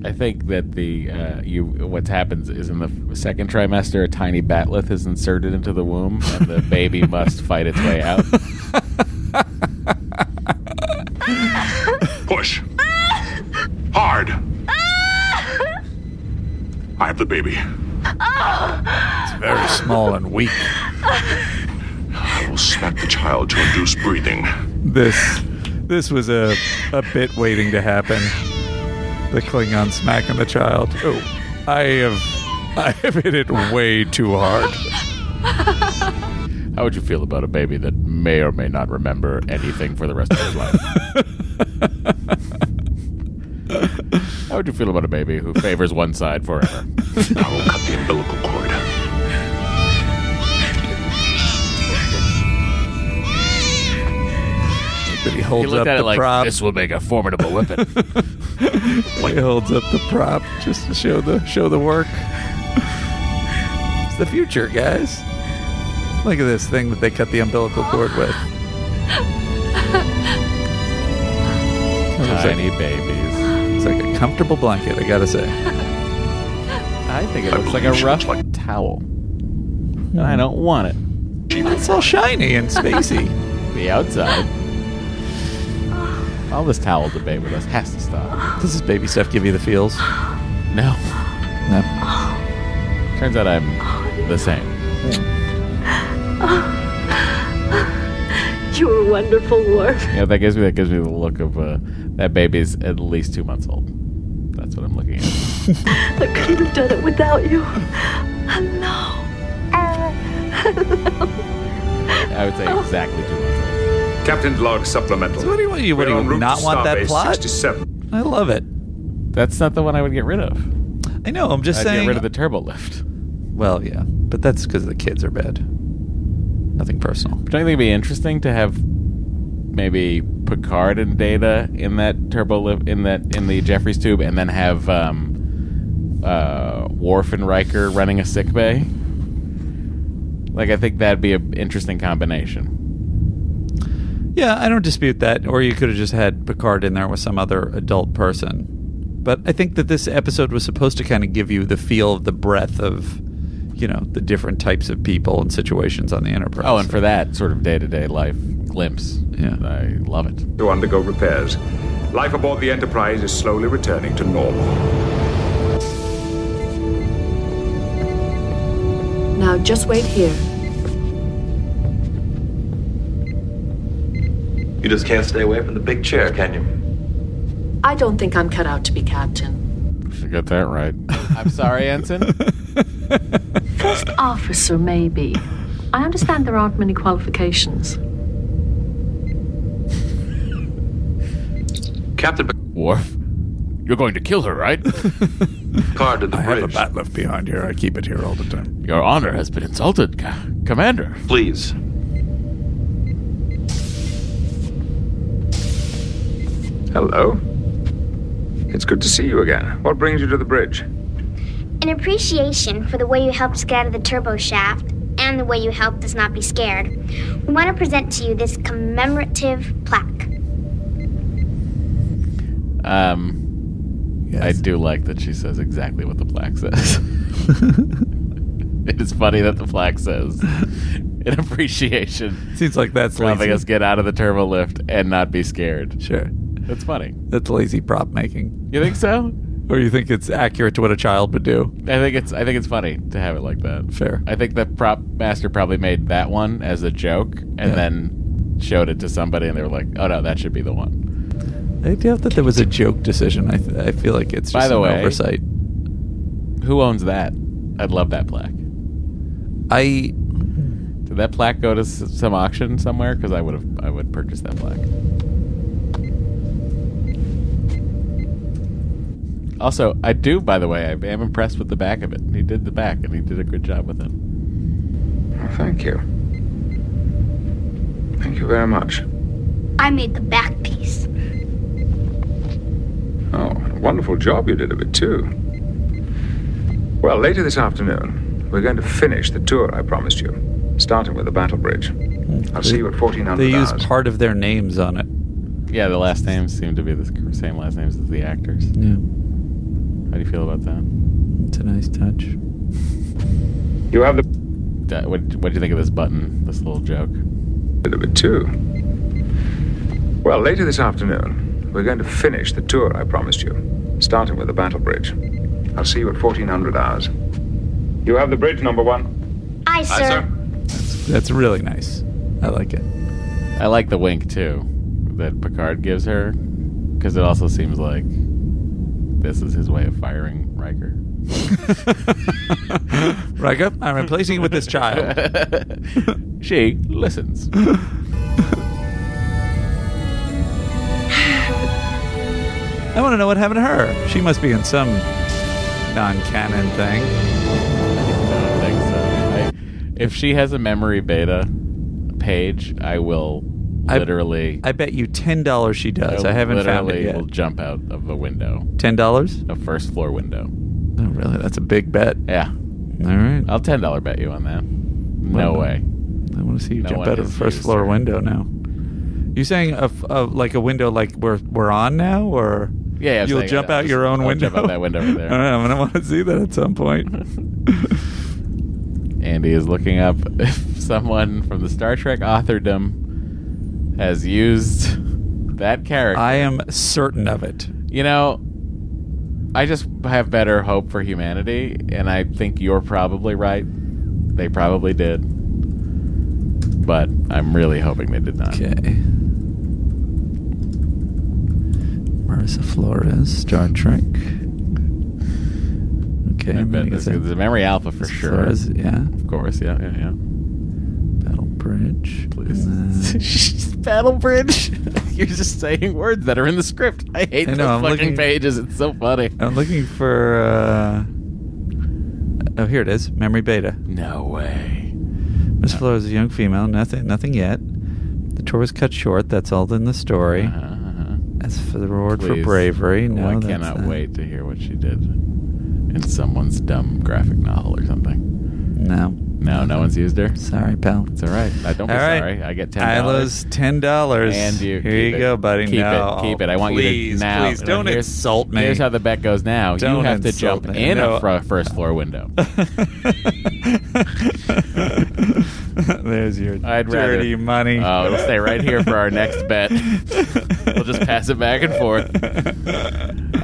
A: I think that the uh, you what happens is in the second trimester a tiny batleth is inserted into the womb and the baby must fight its way out.
T: Push. Hard. I have the baby.
D: oh.
T: Very small and weak. I will smack the child to induce breathing.
B: This this was a a bit waiting to happen. The Klingon smacking the child. Oh, uh, I have I have hit it way too hard.
A: How would you feel about a baby that may or may not remember anything for the rest of his life? How would you feel about a baby who favors one side forever?
T: I will cut the umbilical cord.
B: But he holds
A: looked
B: up
A: at
B: the
A: it like,
B: prop.
A: "This will make a formidable weapon."
B: he holds up the prop just to show the show the work. It's the future, guys. Look at this thing that they cut the umbilical cord with.
A: Tiny babies.
B: It's like a comfortable blanket, I gotta say.
A: I think it looks like a rough towel. And I don't want it.
B: It's all shiny and spacey.
A: the outside. All this towel debate with us has to stop.
B: Does this baby stuff give you the feels?
A: No.
B: No.
A: Turns out I'm the same.
Q: You were Oh. wonderful, Worf.
A: Yeah, that gives me that gives me the look of uh, that baby's at least two months old. That's what I'm looking at.
Q: I couldn't have done it without you. Hello.
A: I would say exactly two months.
G: Captain Log supplemental.
A: So what do you want- you- what do you
G: We're en route
A: not
G: to
A: want that
G: Starbase
A: plot?
G: 67.
B: I love it.
A: That's not the one I would get rid of.
B: I know, I'm just
A: I'd
B: saying.
A: Get rid of the turbo lift.
B: Well, yeah, but that's because the kids are bad. Nothing personal.
A: Don't you think it'd be interesting to have maybe Picard and Data in that turbo lift in that in the Jeffries tube, and then have um, uh, Worf and Riker running a sick bay? Like I think that'd be an interesting combination.
B: Yeah, I don't dispute that. Or you could have just had Picard in there with some other adult person. But I think that this episode was supposed to kind of give you the feel of the breadth of, you know, the different types of people and situations on the Enterprise.
A: Oh, and for that sort of day to day life glimpse,
B: yeah,
A: I love it.
G: To undergo repairs. Life aboard the Enterprise is slowly returning to normal.
L: Now just wait here.
C: You just can't stay away from the big chair, can you?
L: I don't think I'm cut out to be captain.
A: Should get that right. I'm sorry, Ensign.
L: First officer, maybe. I understand there aren't many qualifications.
C: Captain
A: Worf, you're going to kill her, right?
C: Picard to the bridge.
B: bat left behind here. I keep it here all the time.
A: Your honor has been insulted, Commander.
C: Please.
G: Hello. It's good to see you again. What brings you to the bridge?
M: In appreciation for the way you helped scatter the turbo shaft and the way you helped us not be scared, we want to present to you this commemorative plaque.
A: Um, I do like that she says exactly what the plaque says. it is funny that the plaque says, in appreciation,
B: Seems like that's
A: for helping
B: lazy.
A: us get out of the turbo lift and not be scared.
B: Sure.
A: That's funny.
B: That's lazy prop making.
A: You think so?
B: Or you think it's accurate to what a child would do?
A: I think it's I think it's funny to have it like that.
B: Fair.
A: I think the prop master probably made that one as a joke and
B: Yeah.
A: then showed it to somebody and they were like, "Oh no, that should be the one."
B: I doubt that there was a joke decision. I, th- I feel like it's just
A: By the
B: an
A: way-
B: oversight.
A: Who owns that? I'd love that plaque.
B: I
A: Did that plaque go to s- some auction somewhere? Because I would have, I would purchase that plaque. Also, I do, by the way, I am impressed with the back of it. He did the back, and he did a good job with it.
J: Well, thank you. Thank you very much.
M: I made the back piece.
J: Oh, wonderful job you did of it, too. Well, later this afternoon, we're going to finish the tour I promised you, starting with the Battle Bridge. I'll see you at 1400
B: They use
J: hours.
B: part of their names on it.
A: Yeah, the last names seem to be the sc- same last names as the actors.
B: Yeah.
A: How do you feel about that?
B: It's a nice touch.
J: You have the.
A: what What do you think of this button? This little joke.
J: bit of it too. Well, later this afternoon, we're going to finish the tour I promised you, starting with the Battle Bridge. I'll see you at 1400 hours. You have the bridge, number one.
M: Aye, sir.
B: That's really nice. I like it.
A: I like the wink too that Picard gives her because it also seems like this is his way of firing Riker.
B: Riker, I'm replacing you with this child.
A: she listens.
B: I want to know what happened to her. She must be in some non-canon thing.
A: I think so. I, if she has a memory beta page, I will
B: I-
A: literally.
B: I bet you ten dollars she does. I, haven't found it
A: literally
B: yet.
A: Will jump out of a window,
B: Ten dollars?
A: a first floor window.
B: Oh, really? That's a big bet.
A: Yeah.
B: All right.
A: I'll ten dollar bet you on that. No
B: Well,
A: way.
B: I want to see you
A: No
B: jump
A: one
B: out of
A: is
B: the first
A: you,
B: floor
A: sir.
B: window now. You saying a, f- a- like a window like we're we're on now, or
A: Yeah, yeah, I'm
B: you'll
A: saying,
B: jump
A: yeah,
B: out
A: just-
B: your own
A: I'll
B: window?
A: jump out that window over there.
B: All right, I'm gonna want to see that at some point.
A: Andy is looking up if someone from the Star Trek authordom has used that character.
B: I am certain of it.
A: You know, I just have better hope for humanity, and I think you're probably right. They probably did. But I'm really hoping they did not.
B: Okay. Marissa Flores, Star Trek. Okay,
A: I
B: I'm
A: bet
B: gonna
A: this
B: guess
A: is a memory alpha for
B: Marissa
A: sure.
B: Flores, yeah.
A: Of course, yeah, yeah, yeah.
B: Battle Bridge. Please.
A: Battle Bridge. You're just saying words that are in the script. I hate
B: I know,
A: those
B: I'm
A: fucking
B: looking-
A: pages. It's so funny.
B: I'm looking for. Uh... Oh, here it is. Memory beta.
A: No way.
B: Miss Flores is a young female. Nothing. Nothing yet. The tour was cut short. That's all in the story. As for the reward for
A: Uh-huh, Please.
B: bravery, no,
A: Oh, I
B: that's
A: cannot
B: not-
A: wait to hear what she did in someone's dumb graphic novel or something.
B: No.
A: No, no one's used her.
B: Sorry, pal.
A: It's all right. I don't be
B: All right.
A: sorry. I get ten
B: I lose ten dollars.
A: And you
B: Here
A: keep
B: you
A: it.
B: go, buddy.
A: Keep
B: No.
A: it. Keep it. I want you
B: please,
A: to now.
B: Please don't
A: here's,
B: insult me.
A: Here's how the bet goes. Now
B: Don't
A: you have to
B: insult
A: jump
B: me.
A: in
B: No.
A: a fr- first floor window.
B: There's your
A: I'd rather-
B: dirty money.
A: Oh, it'll stay right here for our next bet. we'll just pass it back and forth.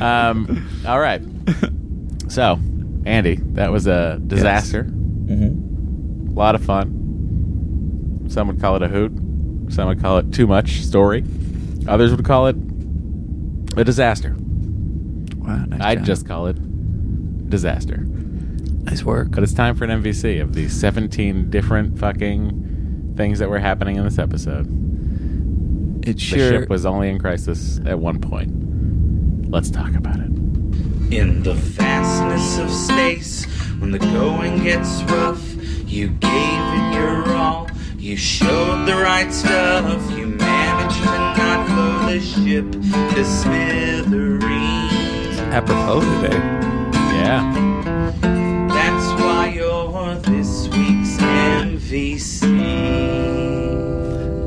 A: Um, all right. So, Andy, that was a disaster. Mm-hmm.
B: Mhm.
A: A lot of fun. Some would call it a hoot. Some would call it too much story. Others would call it a disaster.
B: Wow, nice
A: I'd
B: job.
A: just call it disaster.
B: nice work.
A: But it's time for an MVC of the 17 different fucking things that were happening in this episode.
B: It
A: the
B: sure
A: ship was only in crisis at one point. Let's talk about it.
D: In the vastness of space, when the going gets rough, you gave it your all. You showed the right stuff. You managed to not blow the ship to smithereens.
B: apropos today.
A: Yeah.
D: That's why you're this week's MVC.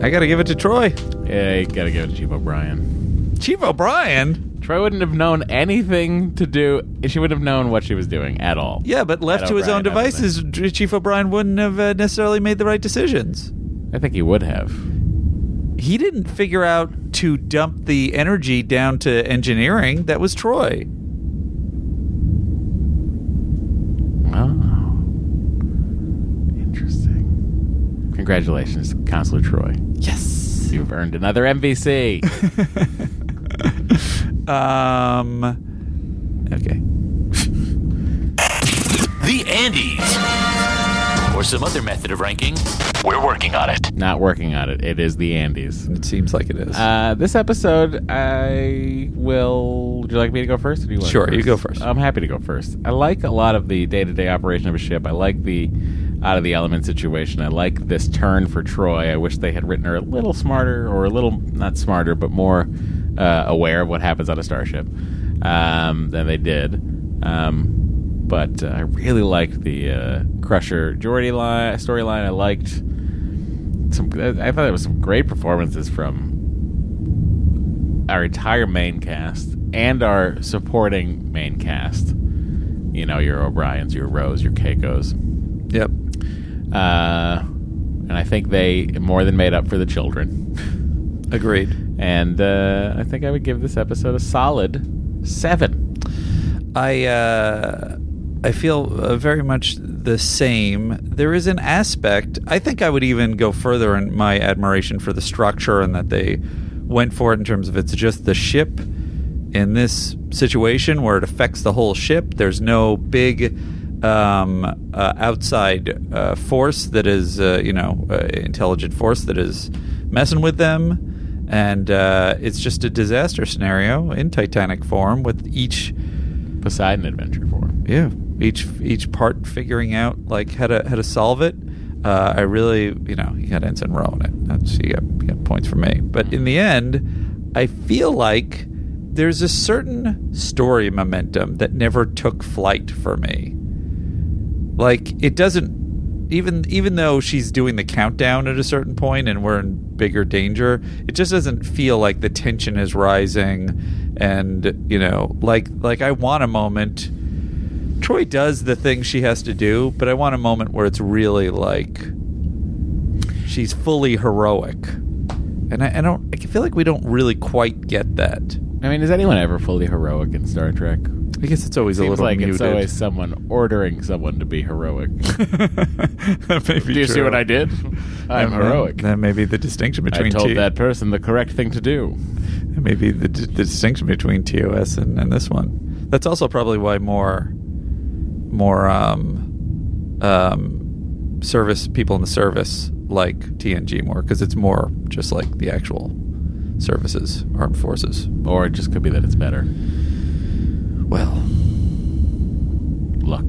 B: I gotta give it to Troy.
A: Yeah, you gotta give it to Chief O'Brien.
B: Chief O'Brien.
A: Troy wouldn't have known anything to do. She wouldn't have known what she was doing at all.
B: Yeah, but left
A: At
B: to his own
A: O'Brien, I don't
B: devices, Dr- Chief O'Brien wouldn't have uh, necessarily made the right decisions.
A: I think he would have.
B: He didn't figure out to dump the energy down to engineering. That was Troy.
A: Oh. Interesting. Congratulations, Counselor Troy.
B: Yes.
A: You've earned another MVC.
B: Um. Okay.
T: The Andes.
I: or some other method of ranking, we're working on it.
A: Not working on it. It is the Andes.
B: It seems like it is.
A: Uh, this episode, I will. Would you like me to go first, or do you want?
B: Sure,
A: to
B: you go first.
A: I'm happy to go first. I like a lot of the day-to-day operation of a ship. I like the out of the element situation. I like this turn for Troy. I wish they had written her a little smarter, or a little not smarter, but more uh, aware of what happens on a starship um, than they did. Um, but uh, I really liked the uh, Crusher Jordy line storyline. I liked some. I thought there was some great performances from our entire main cast and our supporting main cast. You know, your O'Briens, your Rose, your Keikos.
B: Yep.
A: Uh, and I think they more than made up for the children.
B: Agreed.
A: And uh, I think I would give this episode a solid seven.
B: I uh, I feel uh, very much the same. There is an aspect. I think I would even go further in my admiration for the structure and that they went for it in terms of it's just the ship in this situation where it affects the whole ship. There's no big um, uh, outside uh, force that is uh, you know uh, intelligent force that is messing with them. And uh, it's just a disaster scenario in Titanic form with each
A: Poseidon adventure for.
B: yeah each each part figuring out like how to how to solve it uh, i really you know you got ensign row in it that's you got, you got points for me but
A: Mm-hmm.
B: in the end i feel like there's a certain story momentum that never took flight for me like it doesn't even even though she's doing the countdown at a certain point and we're in bigger danger it just doesn't feel like the tension is rising and you know like like i want a moment troy does the thing she has to do but i want a moment where it's really like she's fully heroic and i, I don't i feel like we don't really quite get that
A: I mean, is anyone ever fully heroic in Star Trek?
B: I guess it's always a
A: Seems
B: little
A: like it's
B: muted.
A: always someone ordering someone to be heroic. Do
B: Maybe
A: you see
B: true.
A: what I did? I'm
B: That may-
A: heroic.
B: That may be the distinction between
A: I told
B: T-
A: that person the correct thing to do.
B: That may be the, d- the distinction between TOS and, and this one. That's also probably why more more um, um, service people in the service like TNG more because it's more just like the actual services, armed forces,
A: or it just could be that it's better.
B: Well,
A: look,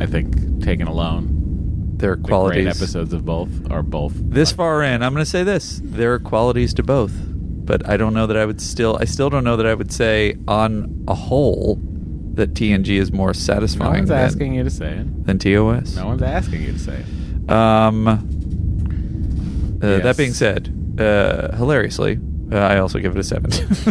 A: I think taken alone,
B: their
A: the
B: qualities.
A: great episodes of both are both.
B: This far in, I'm going to say this: there are qualities to both, but I don't know that I would still. I still don't know that I would say, on a whole, that TNG is more
A: No
B: satisfying.
A: one's
B: than,
A: asking you to say it.
B: than TOS.
A: No one's asking you to say it.
B: Um, uh,
A: Yes.
B: That being said, uh, hilariously, uh, I also give it a seven.
A: Christ,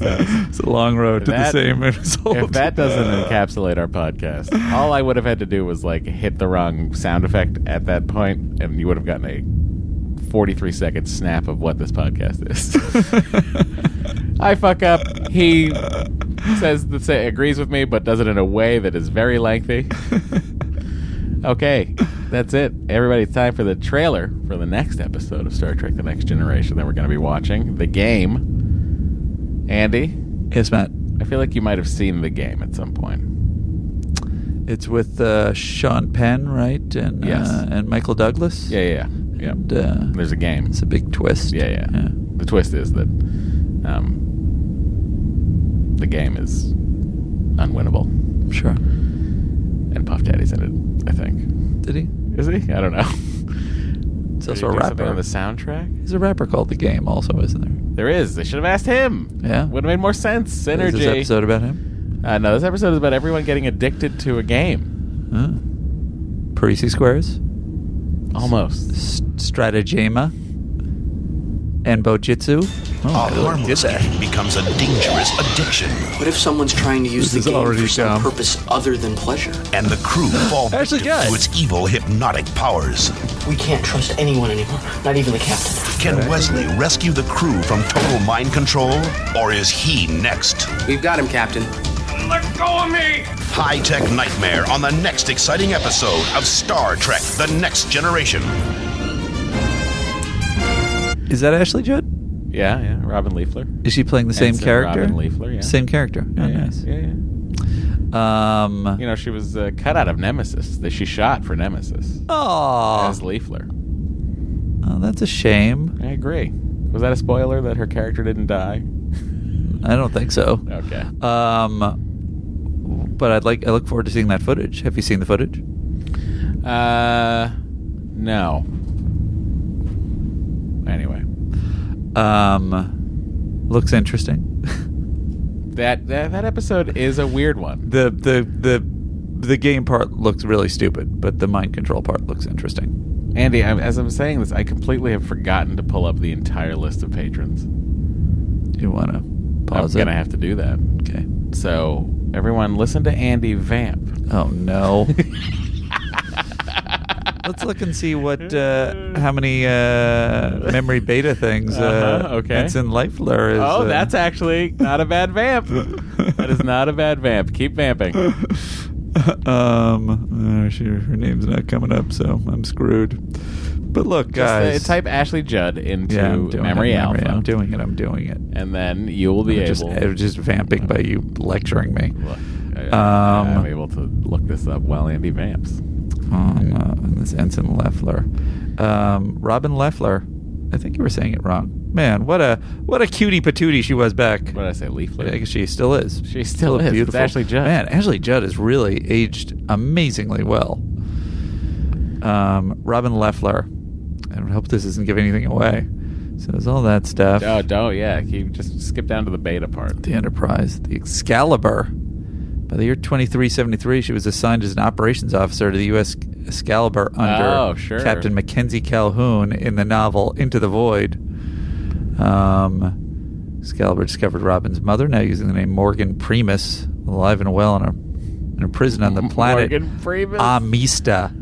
A: that was-
B: it's a long road to
A: That-
B: the same result.
A: If that doesn't encapsulate our podcast, all I would have had to do was like hit the wrong sound effect at that point, and you would have gotten a 43 second snap of what this podcast is. I fuck up. He says the say, agrees with me, but does it in a way that is very lengthy. Okay, that's it. Everybody, it's time for the trailer for the next episode of Star Trek The Next Generation that we're going to be watching The Game. Andy?
B: Yes, Matt.
A: I feel like you might have seen The Game at some point.
B: it's with uh, Sean Penn, right? And
A: Yes.
B: uh, and Michael Douglas.
A: Yeah, yeah, yeah.
B: And, uh,
A: There's a game.
B: It's a big twist.
A: Yeah, yeah. The twist is that um, the game is unwinnable.
B: Sure.
A: And Puff Daddy's in it, I think.
B: Did he?
A: Is he? I don't know.
B: It's
A: Did he
B: also a
A: do something
B: rapper.
A: on the soundtrack.
B: There's a rapper called The Game, also, isn't there?
A: There is. They should have asked him.
B: Yeah.
A: Would have made more sense. Synergy.
B: Is this episode about him?
A: Uh, no, this episode is about everyone getting addicted to a game.
B: Uh, Parisi Squares.
A: Almost.
B: S- Stratagema. And Bojitsu. Oh, I really did that.
I: becomes a dangerous addiction,
N: What if someone's trying to use
B: This is
N: the game
B: already
N: for some
B: dumb.
N: purpose other than pleasure?
I: and the crew fall victim to its evil hypnotic powers.
N: We can't trust anyone anymore, not even the captain.
I: Can Wesley rescue the crew from total mind control, or is he next? We've got him, Captain.
V: Let go of me!
I: High tech nightmare on the next exciting episode of Star Trek The Next Generation.
B: Is that Ashley Judd?
A: Yeah, yeah. Robin Leafler.
B: Is she playing the same
A: Ensign
B: character?
A: Robin Leafler, yeah.
B: Same character. Oh, nice.
A: Yeah, yeah.
B: Um,
A: you know, she was uh, cut out of Nemesis. That she shot for Nemesis.
B: Oh,
A: as Leafler.
B: Oh, that's a shame.
A: I agree. Was that a spoiler that her character didn't die?
B: I don't think so.
A: Okay.
B: Um, but I'd like I look forward to seeing that footage. Have you seen the footage?
A: Uh, no. Anyway,
B: um, looks interesting.
A: that that, that episode is a weird one.
B: the the the the game part looks really stupid, but the mind control part looks interesting.
A: Andy, I'm, as I'm saying this, I completely have forgotten to pull up the entire list of patrons.
B: You want to pause
A: I'm
B: it?
A: gonna have to do that.
B: Okay.
A: So everyone, listen to Andy vamp.
B: Oh no. Let's look and see what uh, how many uh, memory beta things uh,
A: Uh-huh, okay.
B: Ensign Leifler is.
A: oh,
B: uh,
A: that's actually not a bad vamp. that is not a bad vamp. Keep vamping.
B: um, uh, she, her name's not coming up, so I'm screwed. But look,
A: Just, uh,
B: guys,
A: type Ashley Judd into
B: yeah, I'm doing
A: memory
B: it,
A: alpha,
B: I'm doing it. I'm doing it.
A: and then you will be
B: I'm just,
A: able.
B: I'm just vamping by you lecturing me.
A: Look, I,
B: Um,
A: I'm able to look this up while Andy vamps.
B: on uh, on this Ensign Leffler. Um, Robin Leffler. I think you were saying it wrong. Man, what a what a cutie patootie she was back. What
A: did I say, Leafler?
B: she still is.
A: She still is. It's
B: beautiful.
A: Ashley Judd.
B: Man, Ashley Judd has really aged amazingly well. Um, Robin Leffler. I hope this isn't giving anything away. So there's all that stuff.
A: Oh, don't yeah. Keep just skip down to the beta part.
B: The Enterprise, the Excalibur. By the year 2373, she was assigned as an operations officer to the U.S. Excalibur under
A: Oh, sure.
B: Captain Mackenzie Calhoun in the novel Into the Void. Um, Excalibur discovered Robin's mother, now using the name Morgan Primus, alive and well in a, in a prison on the planet
A: Morgan Freeman.
B: Amista.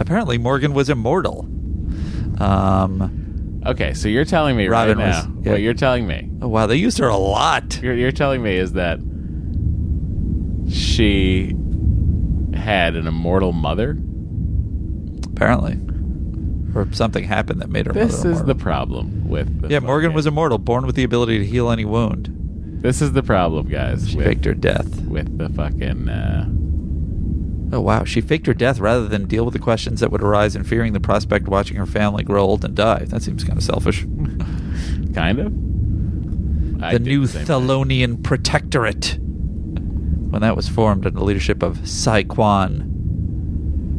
B: Apparently, Morgan was immortal. Um,
A: okay, so you're telling me
B: Robin
A: right
B: was-
A: now.
B: yeah.
A: What you're telling me?
B: oh, wow, they used her a lot.
A: You're, you're telling me is that she had an immortal mother?
B: apparently, or something happened that made her.
A: This
B: mother
A: is
B: immortal.
A: the problem with the
B: yeah.
A: fuck-
B: Morgan was immortal, born with the ability to heal any wound.
A: This is the problem, guys.
B: She
A: with,
B: faked her death.
A: with the fucking uh,
B: Oh wow, she faked her death rather than deal with the questions that would arise in fearing the prospect of watching her family grow old and die. That seems kind of selfish.
A: kind of I
B: the
A: did
B: new
A: same
B: Thelonian Protectorate, when that was formed under the leadership of Sai Quan.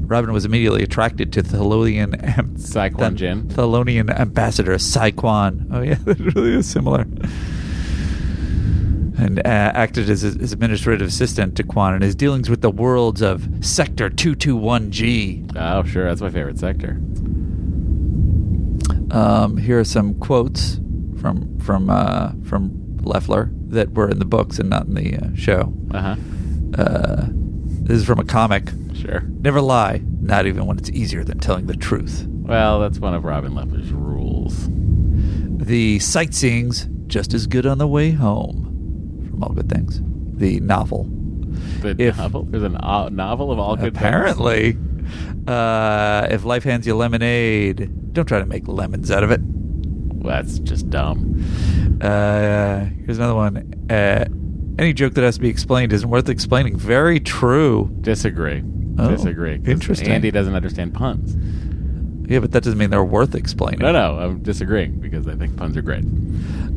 B: Robin was immediately attracted to Thelonian am-
A: Sai Quan Jinn.
B: Thelonian ambassador Sai Quan. Oh yeah, that really is similar. And uh, acted as his administrative assistant to Quan in his dealings with the worlds of Sector 221G.
A: Oh, sure. That's my favorite sector.
B: Um, here are some quotes from from uh, from Leffler that were in the books and not in the uh, show.
A: Uh huh.
B: Uh, this is from a comic.
A: Sure.
B: Never lie, not even when it's easier than telling the truth.
A: Well, that's one of Robin Leffler's rules.
B: The sightseeing's just as good on the way home. From all good things. The novel.
A: The
B: If-
A: novel? There's an o- novel of all good things?
B: Apparently, uh, if life hands you lemonade, don't try to make lemons out of it.
A: Well, that's just dumb.
B: Uh, here's another one. Uh, any joke that has to be explained isn't worth explaining. Very true.
A: Disagree.
B: Oh,
A: Disagree. 'Cause
B: interesting.
A: Andy doesn't understand puns.
B: Yeah, but that doesn't mean they're worth explaining.
A: No, no, I'm disagreeing because I think puns are great.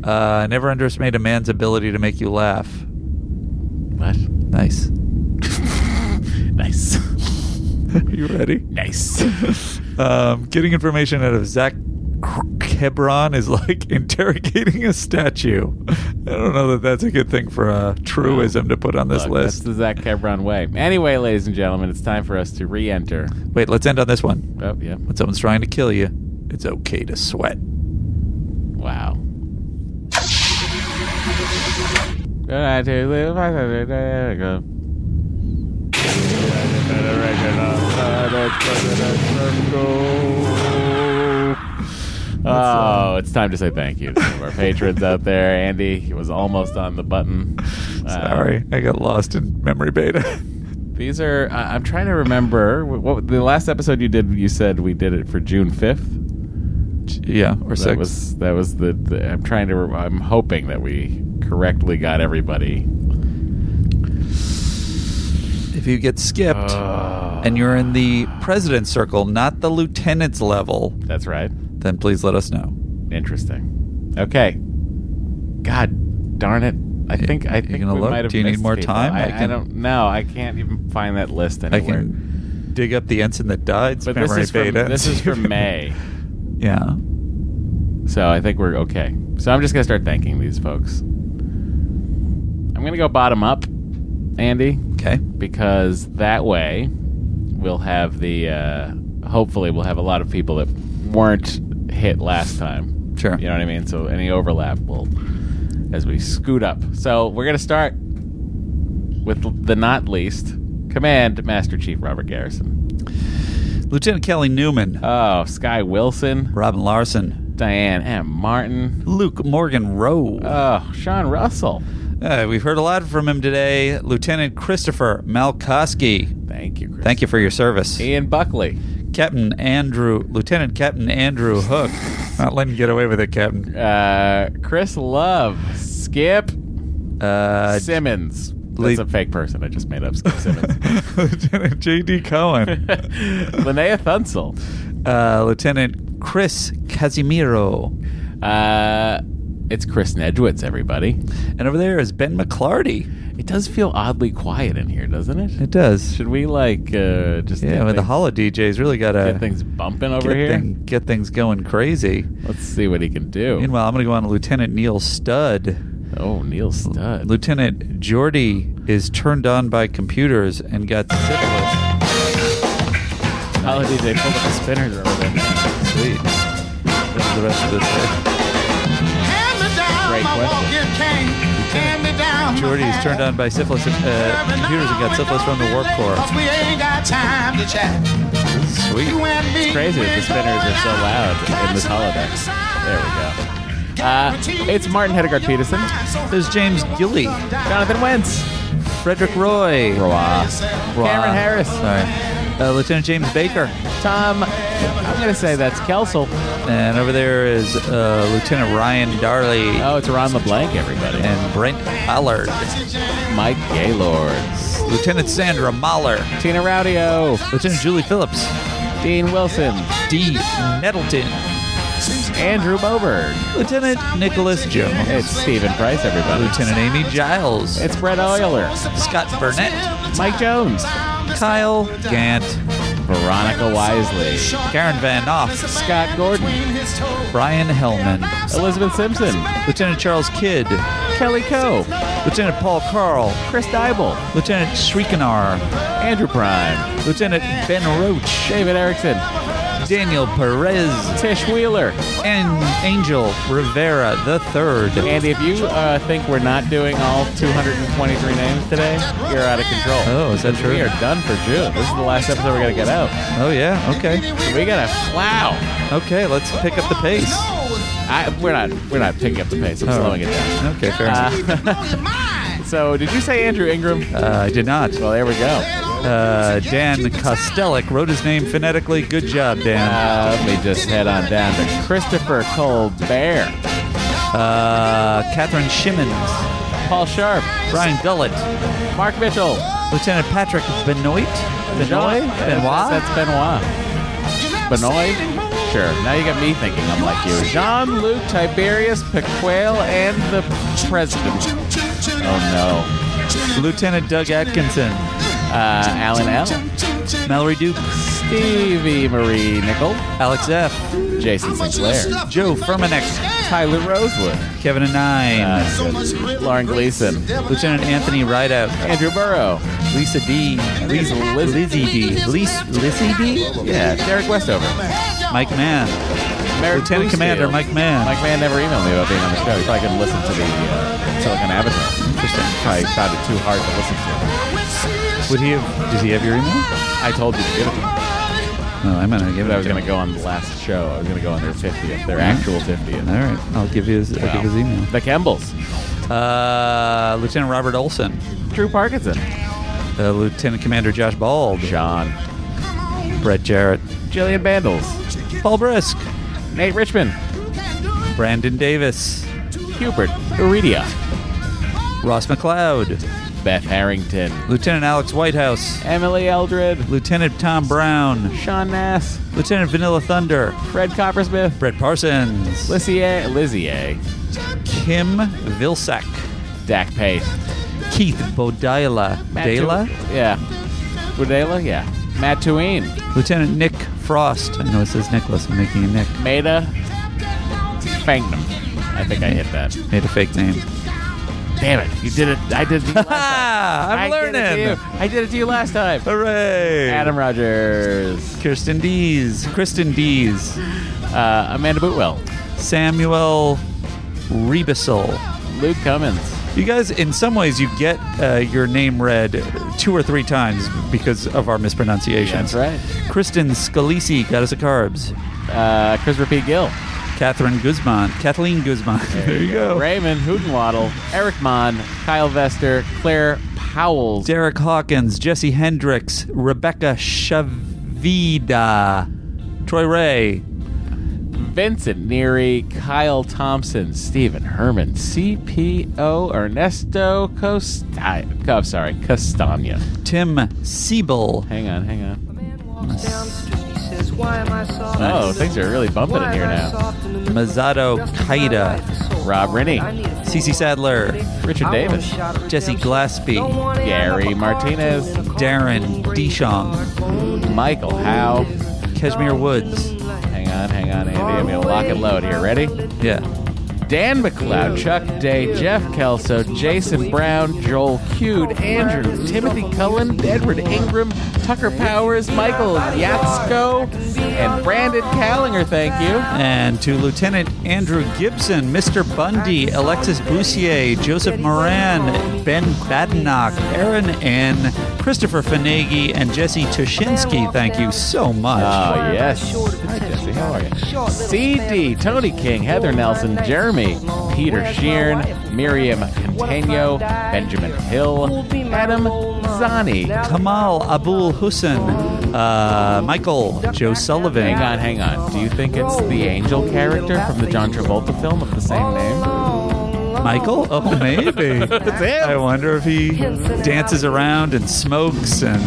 B: Uh, never underestimate a man's ability to make you laugh.
A: What?
B: Nice.
A: nice.
B: you ready?
A: nice.
B: Um, getting information out of Zach Hebron is like interrogating a statue. I don't know that that's a good thing for a truism to put on this
A: Look, That's
B: list.
A: the Zach Cabron way. Anyway, ladies and gentlemen, it's time for us to re enter.
B: Wait, let's end on this one.
A: Oh, yeah.
B: When someone's trying to kill you, it's okay to sweat.
A: Wow. That's Oh, it's time to say thank you to some of our patrons out there. Andy he was almost on the button. Uh,
B: Sorry, I got lost in memory beta.
A: these are. I I'm trying to remember what, what the last episode you did. You said we did it for June 5th.
B: yeah, or
A: That
B: six.
A: was that was the, the. I'm trying to. re- I'm hoping that we correctly got everybody.
B: if you get skipped
A: Ah.
B: and you're in the president's circle, not the lieutenant's level.
A: That's right.
B: Then please let us know.
A: Interesting. Okay. God darn it. I think I think
B: gonna
A: we
B: look?
A: might have
B: Do you need
A: missed
B: more
A: people.
B: time?
A: I,
B: I
A: I
B: can-
A: don't know. I can't even find that list
B: I
A: anywhere.
B: can dig up the ensign that died.
A: but this
B: memory
A: is from,
B: beta.
A: this is from May.
B: yeah.
A: So I think we're okay. So I'm just gonna start thanking these folks. I'm gonna go bottom up, Andy.
B: Okay.
A: Because that way, we'll have the. Uh, hopefully, we'll have a lot of people that weren't hit last time.
B: Sure.
A: You know what I mean. So any overlap will, as we scoot up. So we're gonna start with the not least command master chief robert garrison
B: lieutenant kelly newman
A: oh sky wilson
B: robin larson
A: diane m martin
B: luke morgan rowe
A: oh sean russell
B: Uh, we've heard a lot from him today. Lieutenant Christopher Malkoski.
A: Thank you, Chris.
B: Thank you for your service.
A: Ian Buckley.
B: Captain Andrew, Lieutenant Captain Andrew Hook. Not letting you get away with it, Captain.
A: uh, chris love skip
B: uh,
A: simmons
B: Le-
A: that's a fake person i just made up skip simmons
B: Lieutenant J.D. Cohen.
A: linnea thunsell
B: Uh, Lieutenant Chris Casimiro.
A: Uh, it's Chris Nedwitz, everybody.
B: And over there is Ben McClarty.
A: It does feel oddly quiet in here, doesn't it?
B: It does.
A: Should we like uh, just
B: Yeah,
A: get
B: with the
A: things-
B: Hollow DJs really got to
A: get things bumping over
B: get
A: here?
B: thing- get things uh, going crazy.
A: Let's see what he can do.
B: Meanwhile, I'm going to go on to Lieutenant Neil Stud.
A: oh, Neil Stud.
B: Lieutenant Geordie is turned on by computers and got syphilis.
A: Hollow DJ pulled up the spinners over there.
B: Sweet. That's the rest of this day.
A: Great question.
B: Geordie is turned on by syphilis uh, computers and got syphilis from the Warp Corps.
E: We ain't got time to chat.
B: Sweet.
A: It's crazy that the spinners are so loud in this holiday. There we go. Uh, it's Martin Hedegaard Peterson,
B: There's James Gilly,
A: Jonathan Wentz,
B: Frederick Roy,
A: Roy. Cameron Harris.
B: Sorry. Uh, Lieutenant James Baker.
A: Tom. I'm gonna say that's Kelsel.
B: And over there is uh, Lieutenant Ryan Darley
A: Oh, it's Ron LeBlanc, everybody.
B: and Brent Allard.
A: Mike Gaylord,
B: Lieutenant Sandra Mahler.
A: Tina Raudio,
B: Lieutenant Julie Phillips.
A: Dean Wilson,
B: D. Nettleton.
A: Andrew Boberg.
B: Lieutenant Nicholas Jones.
A: It's Stephen Price, everybody.
B: Lieutenant Amy Giles.
A: It's Brett Euler,
B: Scott Burnett.
A: Mike Jones,
B: Kyle Gant.
A: Veronica Wisely,
B: Karen Van Off.
A: Scott Gordon,
B: Brian Hellman.
A: Elizabeth Simpson,
B: Lieutenant Charles Kidd.
A: Kelly Coe,
B: Lieutenant Paul Carl.
A: Chris Dybel,
B: Lieutenant Shrikenar.
A: Andrew Prime,
B: Lieutenant Ben Roach.
A: David Erickson,
B: Daniel Perez.
A: Tish Wheeler.
B: and Angel Rivera the third.
A: And if you uh, think we're not doing all 223 names today, you're out of control.
B: Oh, is that
A: Because We
B: true?
A: are done for June. This is the last episode we're going to get out.
B: Oh yeah, okay,
A: So we got to plow.
B: okay. Let's pick up the pace.
A: I, we're not we're not picking up the pace. I'm
B: Oh.
A: slowing it down.
B: Okay, fair enough.
A: Uh, so did you say Andrew Ingram?
B: Uh, I did not.
A: Well, there we go.
B: Uh, Dan Kostelik wrote his name phonetically. Good job, Dan.
A: Uh, let me just head on down to Christopher Colbert,
B: Uh, Catherine Shimmons,
A: Paul Sharp,
B: Brian Gullett,
A: Mark Mitchell,
B: Lieutenant Patrick Benoit, Benoit,
A: That's
B: Benoit,
A: Benoit. Benoit. Sure. Now you got me thinking I'm like you. Jean Luc Tiberius Pequel and the President. Oh
B: Lieutenant Doug Atkinson,
A: no. Uh, Alan L.
B: Mallory Duke,
A: Stevie Marie Nichol,
B: Alex F,
A: Jason Sinclair,
B: Joe Furmanek,
A: Tyler Rosewood,
B: Kevin and Nine,
A: Uh, Lauren Gleason,
B: Lieutenant Anthony Rideout,
A: Andrew Burrow,
B: Lisa D. Liz, Liz, Lizzie D. Liz, Lizzie D?
A: yeah, Derek Westover,
B: Mike Mann.
A: Merrick
B: Lieutenant
A: Bluesteal.
B: Commander Mike Mann.
A: Mike Mann never emailed me about being on the show. He probably couldn't listen to the uh, Silicon Avatar. Interesting. Probably found it too hard to listen to.
B: Would he have, does he have your email? Oh,
A: I told you to give it to me.
B: No, I'm going to give
A: But
B: it
A: I was
B: to
A: going to
B: him.
A: go on the last show. I was going to go on their 50th, their actual 50th.
B: All right. I'll give you his, I'll give his email.
A: The Kembles,
B: Uh, Lieutenant Robert Olson.
A: Drew Parkinson,
B: Uh, Lieutenant Commander Josh Bald.
A: John,
B: Brett Jarrett.
A: Jillian Bandles,
B: Paul Brisk.
A: Nate Richmond,
B: Brandon Davis.
A: Hubert Iridia,
B: Ross McLeod.
A: Beth Harrington,
B: Lieutenant Alex Whitehouse,
A: Emily Eldred,
B: Lieutenant Tom Brown,
A: Sean Nass,
B: Lieutenant Vanilla Thunder,
A: Fred Coppersmith,
B: Brett Parsons,
A: Lizzie A, Lizzie A,
B: Kim Vilsack,
A: Dak Pace,
B: Keith Bodila,
A: Matt
B: Dela,
A: Tu- yeah, Bodela, yeah, Matt Tuine,
B: Lieutenant Nick Frost. I know it says Nicholas. I'm making a Nick.
A: Maida, Fangnum. I think I hit that.
B: Made a fake name.
A: Damn it! You did it. I did it. to you last time. I
B: I'm
A: did it to
B: learning.
A: you. I did it to you last time.
B: Hooray!
A: Adam Rogers,
B: Kirsten Dees, Kristen Dees,
A: uh, Amanda Bootwell,
B: Samuel Rebusel.
A: Luke Cummins.
B: You guys, in some ways, you get uh, your name read two or three times because of our mispronunciations.
A: That's right.
B: Kristen Scalisi got us a carbs.
A: Uh, Christopher P. Gill.
B: Catherine Guzman. Kathleen Guzman. There, you go.
A: Raymond Hootenwaddle, Eric Mon, Kyle Vester, Claire Powell,
B: Derek Hawkins, Jesse Hendricks, Rebecca Shavida, Troy Ray,
A: Vincent Neary, Kyle Thompson, Stephen Herman, CPO, Ernesto Costa. Oh, sorry, Castagna.
B: Tim Siebel.
A: Hang on, hang on. Oh, things are really bumping in here now.
B: Masato Kaida,
A: Rob Rennie,
B: Cece Sadler,
A: Richard Davis,
B: Jesse Gillespie,
A: Gary Martinez,
B: Darren Deshong,
A: Michael Howe.
B: Kashmir Woods.
A: Hang on, hang on, Andy. I'm going to lock and load here. Ready?
B: Yeah.
A: Dan McLeod, Chuck Day, Jeff Kelso, Jason Brown, Joel Cude, Andrew, Timothy Cullen, Edward Ingram, Tucker Powers, Michael Yatsko, and Brandon Callinger, thank you.
B: And to Lieutenant Andrew Gibson, Mr. Bundy, Alexis Boussier, Joseph Moran, Ben Badenoch, Aaron N., Christopher Finagi, and Jesse Tushinsky, thank you so much.
A: Oh, yes. Hi, Jesse. How are you? CD, Tony King, Heather Nelson, Jeremy, Peter Sheeran, Miriam Cateno, Benjamin Hill, Adam Zani.
B: Kamal Abul Hussein, uh, Michael, Joe Sullivan.
A: Hang on, hang on. Do you think it's the angel character from the John Travolta film of the same name?
B: Michael? Oh, maybe. I wonder if he dances around and smokes and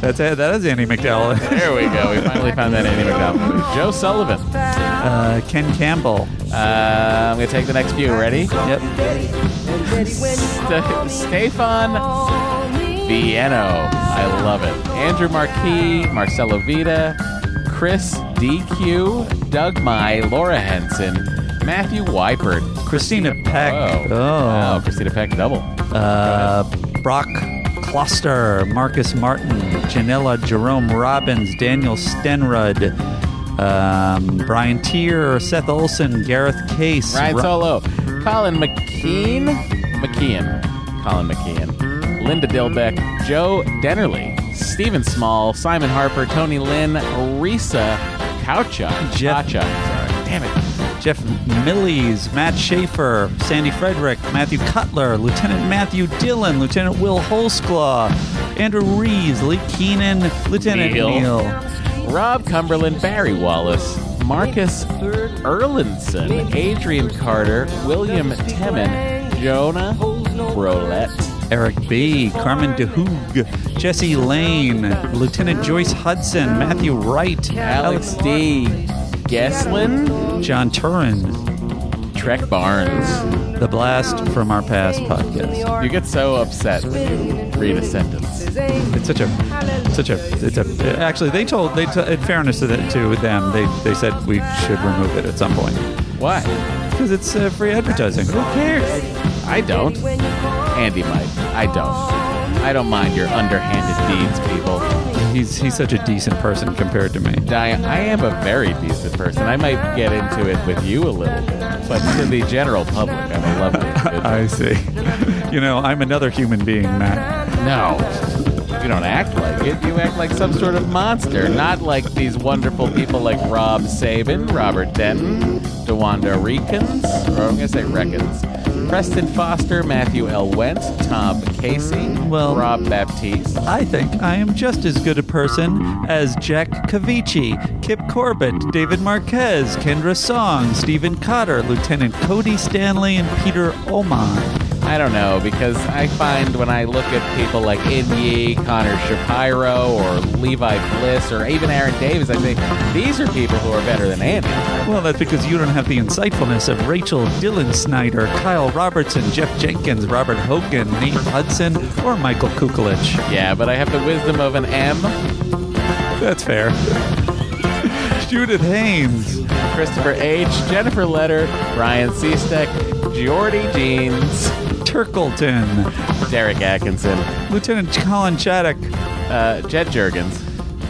B: that's it. That is Andy McDowell.
A: There we go. We finally found that Andy McDowell. Joe Sullivan.
B: Uh, Ken Campbell.
A: Uh, I'm going to take the next few. Ready?
B: Yep.
A: St- Stefan Viano. I love it. Andrew Marquis, Marcelo Vita, Chris DQ, Doug Mai, Laura Henson, Matthew Weipert.
B: Christina Peck.
A: Oh. Wow,
B: Oh.
A: Christina Peck double.
B: Uh, Brock Kloster, Marcus Martin, Janella Jerome Robbins, Daniel Stenrud, um, Brian Tier, Seth Olson, Gareth Case,
A: Ryan
B: Ro-
A: Solo, Colin McKean, McKeon, Colin McKeon, Linda Dilbeck, Joe Dennerly, Stephen Small, Simon Harper, Tony Lynn, Risa Kaucha,
B: Jeff-
A: Kacha, sorry, damn it,
B: Jeff Millies, Matt Schaefer, Sandy Frederick, Matthew Cutler, Lieutenant Matthew Dillon, Lieutenant Will Holsclaw, Andrew Rees, Lee Keenan, Lieutenant
A: Neil.
B: Neil,
A: Rob Cumberland, Barry Wallace, Marcus Erlinson, Adrian Carter, William Temin, Jonah Rolette.
B: Eric B., Carmen DeHoog, Jesse Lane, Lieutenant Joyce Hudson, Matthew Wright,
A: Alex D. Geslin,
B: John Turin,
A: Trek Barnes.
B: The Blast from Our Past podcast.
A: You get so upset when you read a sentence.
B: It's such a, such a, it's a. Actually, they told they. T- in fairness to, the, to them, they they said we should remove it at some point
A: Why?
B: because it's uh, free advertising.
A: Who cares? I don't. Andy might. I don't. I don't mind your underhanded deeds, people.
B: He's he's such a decent person compared to me.
A: Diane, I am a very decent person. I might get into it with you a little bit, but to the general public, I'm a lovely individual.
B: I see. You know, I'm another human being, Matt.
A: No. You don't act like it. You act like some sort of monster. Not like these wonderful people like Rob Saban, Robert Denton, DeWanda Reekins, or I'm going to say Reckons, Preston Foster, Matthew L. Wentz, Tom Casey,
B: Well-
A: Rob Baptiste.
B: I think I am just as good a person as Jack Cavici, Kip Corbett, David Marquez, Kendra Song, Stephen Cotter, Lieutenant Cody Stanley, and Peter Oman.
A: I don't know because I find when I look at people like Inye, Connor Shapiro, or Levi Bliss, or even Aaron Davis, I think these are people who are better than Andy.
B: Well, that's because you don't have the insightfulness of Rachel Dylan Snyder, Kyle Robertson, Jeff Jenkins, Robert Hogan, Nate Hudson, or Michael Kukulich.
A: Yeah, but I have the wisdom of an M.
B: That's fair. Judith Haynes,
A: Christopher H., Jennifer Letter, Brian Seasteck, Geordie Jeans,
B: Turkleton,
A: Derek Atkinson,
B: Lieutenant Colin Chaddock,
A: uh, Jed Jurgens,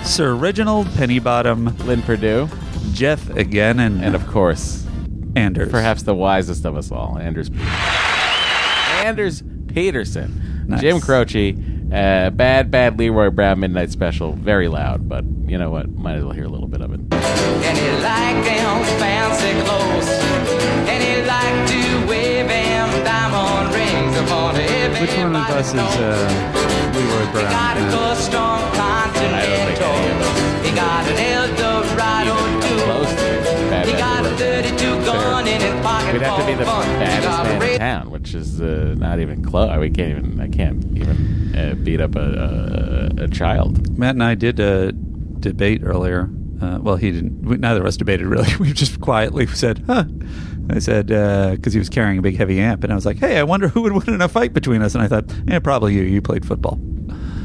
B: Sir Reginald Pennybottom,
A: Lynn Purdue,
B: Jeff Gannon,
A: and of course,
B: Anders.
A: Perhaps the wisest of us all, Anders. Anders Peterson,
B: Nice.
A: Jim Croce, uh, bad, bad Leroy Brown midnight special, very loud, but you know what? Might as well hear a little bit of it.
E: And he liked them fancy clothes. And he liked to wear them diamond rings upon every
B: Which one of us is uh,
E: got a
B: Leroy Brown? Uh,
E: custom continental. He got an Eldorado too. He got a 32 gun in his pocket.
A: We'd have to be the
E: for fun. He
A: baddest
E: got a
A: man in
E: red-
A: town, which is uh, not even close. We can't even. I can't even uh, beat up uh, a, a, a child.
B: Matt and I did a debate earlier. Uh, well, he didn't. We, neither of us debated really. We just quietly said, "Huh." I said because he was carrying a big heavy amp, and I was like, "Hey, I wonder who would win in a fight between us." And I thought, "Yeah, probably you. You played football."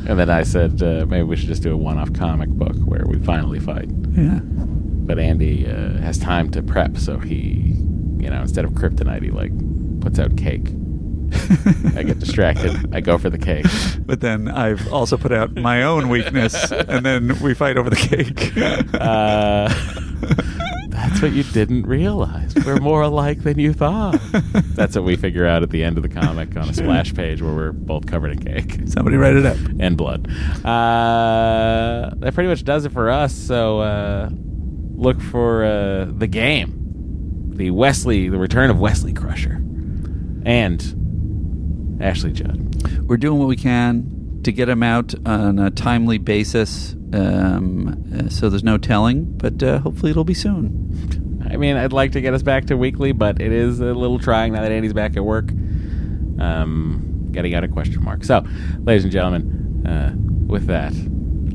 A: And then I said, uh, maybe we should just do a one-off comic book where we finally fight.
B: Yeah.
A: But Andy uh, has time to prep, so he, you know, instead of kryptonite, he like puts out cake. I get distracted. I go for the cake.
B: But then I've also put out my own weakness, and then we fight over the cake.
A: Uh, that's what you didn't realize. We're more alike than you thought. That's what we figure out at the end of the comic on a splash page where we're both covered in cake.
B: Somebody write it up.
A: And blood. Uh, that pretty much does it for us. So uh, look for uh, the game, the Wesley, the return of Wesley Crusher, and Ashley Judd.
B: we're doing what we can to get them out on a timely basis. Um, uh, so there's no telling, but uh, hopefully it'll be soon.
A: I mean, I'd like to get us back to weekly, but it is a little trying now that Andy's back at work. Um, getting out a question mark. So, ladies and gentlemen, uh, with that,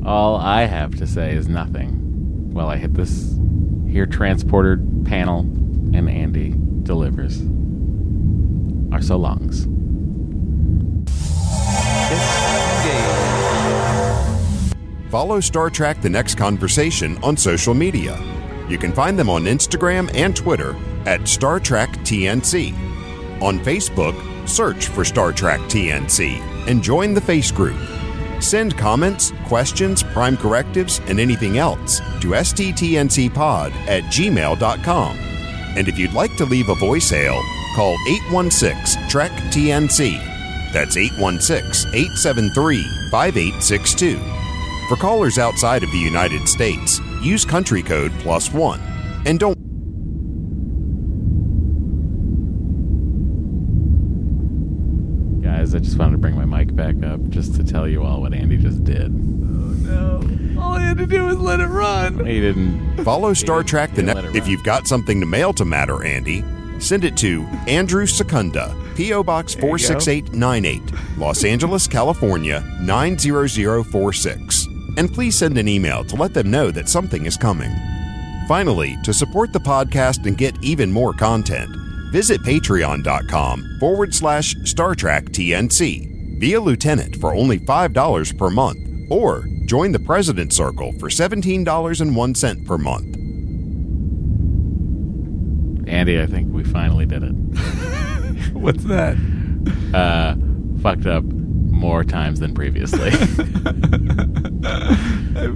A: all I have to say is nothing. Well, I hit this here transporter panel, and Andy delivers. Are so longs.
O: Follow Star Trek The Next Conversation on social media. You can find them on Instagram and Twitter at Star Trek TNC. On Facebook, search for Star Trek TNC and join the Face group. Send comments, questions, prime correctives, and anything else to sttncpod at gmail.com. And if you'd like to leave a voicemail, call 816 Trek TNC. That's 816 873 5862. For callers outside of the United States, use country code plus one. And don't
A: Guys, I just wanted to bring my mic back up just to tell you all what Andy just did.
B: All I had to do was let it run.
A: He didn't.
O: follow Star Trek the ne- If you've got something to mail to Matter Andy, send it to Andrew Secunda, P.O. Box
B: you go.
O: 46898, Los Angeles, California 90046. And please send an email to let them know that something is coming. Finally, to support the podcast and get even more content, visit patreon.com forward slash Star Trek TNC. Be a lieutenant for only $5 per month, or join the President Circle for $17.01 per month.
A: Andy, I think we finally did it.
B: What's that?
A: Uh, fucked up more times than previously.
B: I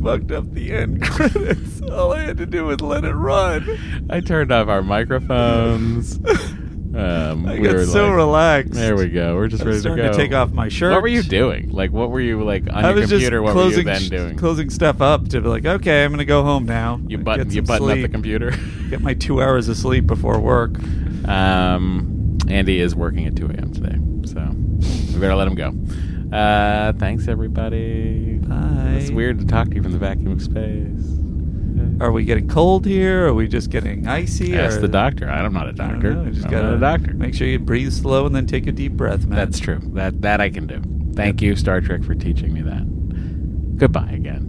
B: fucked up the end credits. All I had to do was let it run.
A: I turned off our microphones. Um,
B: I got so relaxed.
A: There we go. We're just
B: I
A: ready
B: was
A: to
B: starting
A: go.
B: to take off my shirt.
A: What were you doing? Like, what were you like on
B: I
A: your
B: was just
A: computer? What
B: closing,
A: were you then doing?
B: closing stuff up to be like, okay, I'm gonna go home now.
A: You
B: Get
A: button- you
B: some
A: button up the
B: sleep.
A: computer.
B: Get my two hours of sleep before work.
A: Um, Andy is working at 2 a.m. today, so we better let him go. Uh, thanks, everybody. Bye. It's weird to talk to you from the vacuum of space.
B: Are we getting cold here? Are we just getting icy?
A: Ask
B: or-
A: the doctor. I'm not a
B: I don't
A: doctor.
B: know. You just
A: I'm
B: gotta
A: not a doctor.
B: Make sure you breathe slow and then take a deep breath, man.
A: That's true. That that I can do. Thank you, Star Trek, for teaching me that. Goodbye again.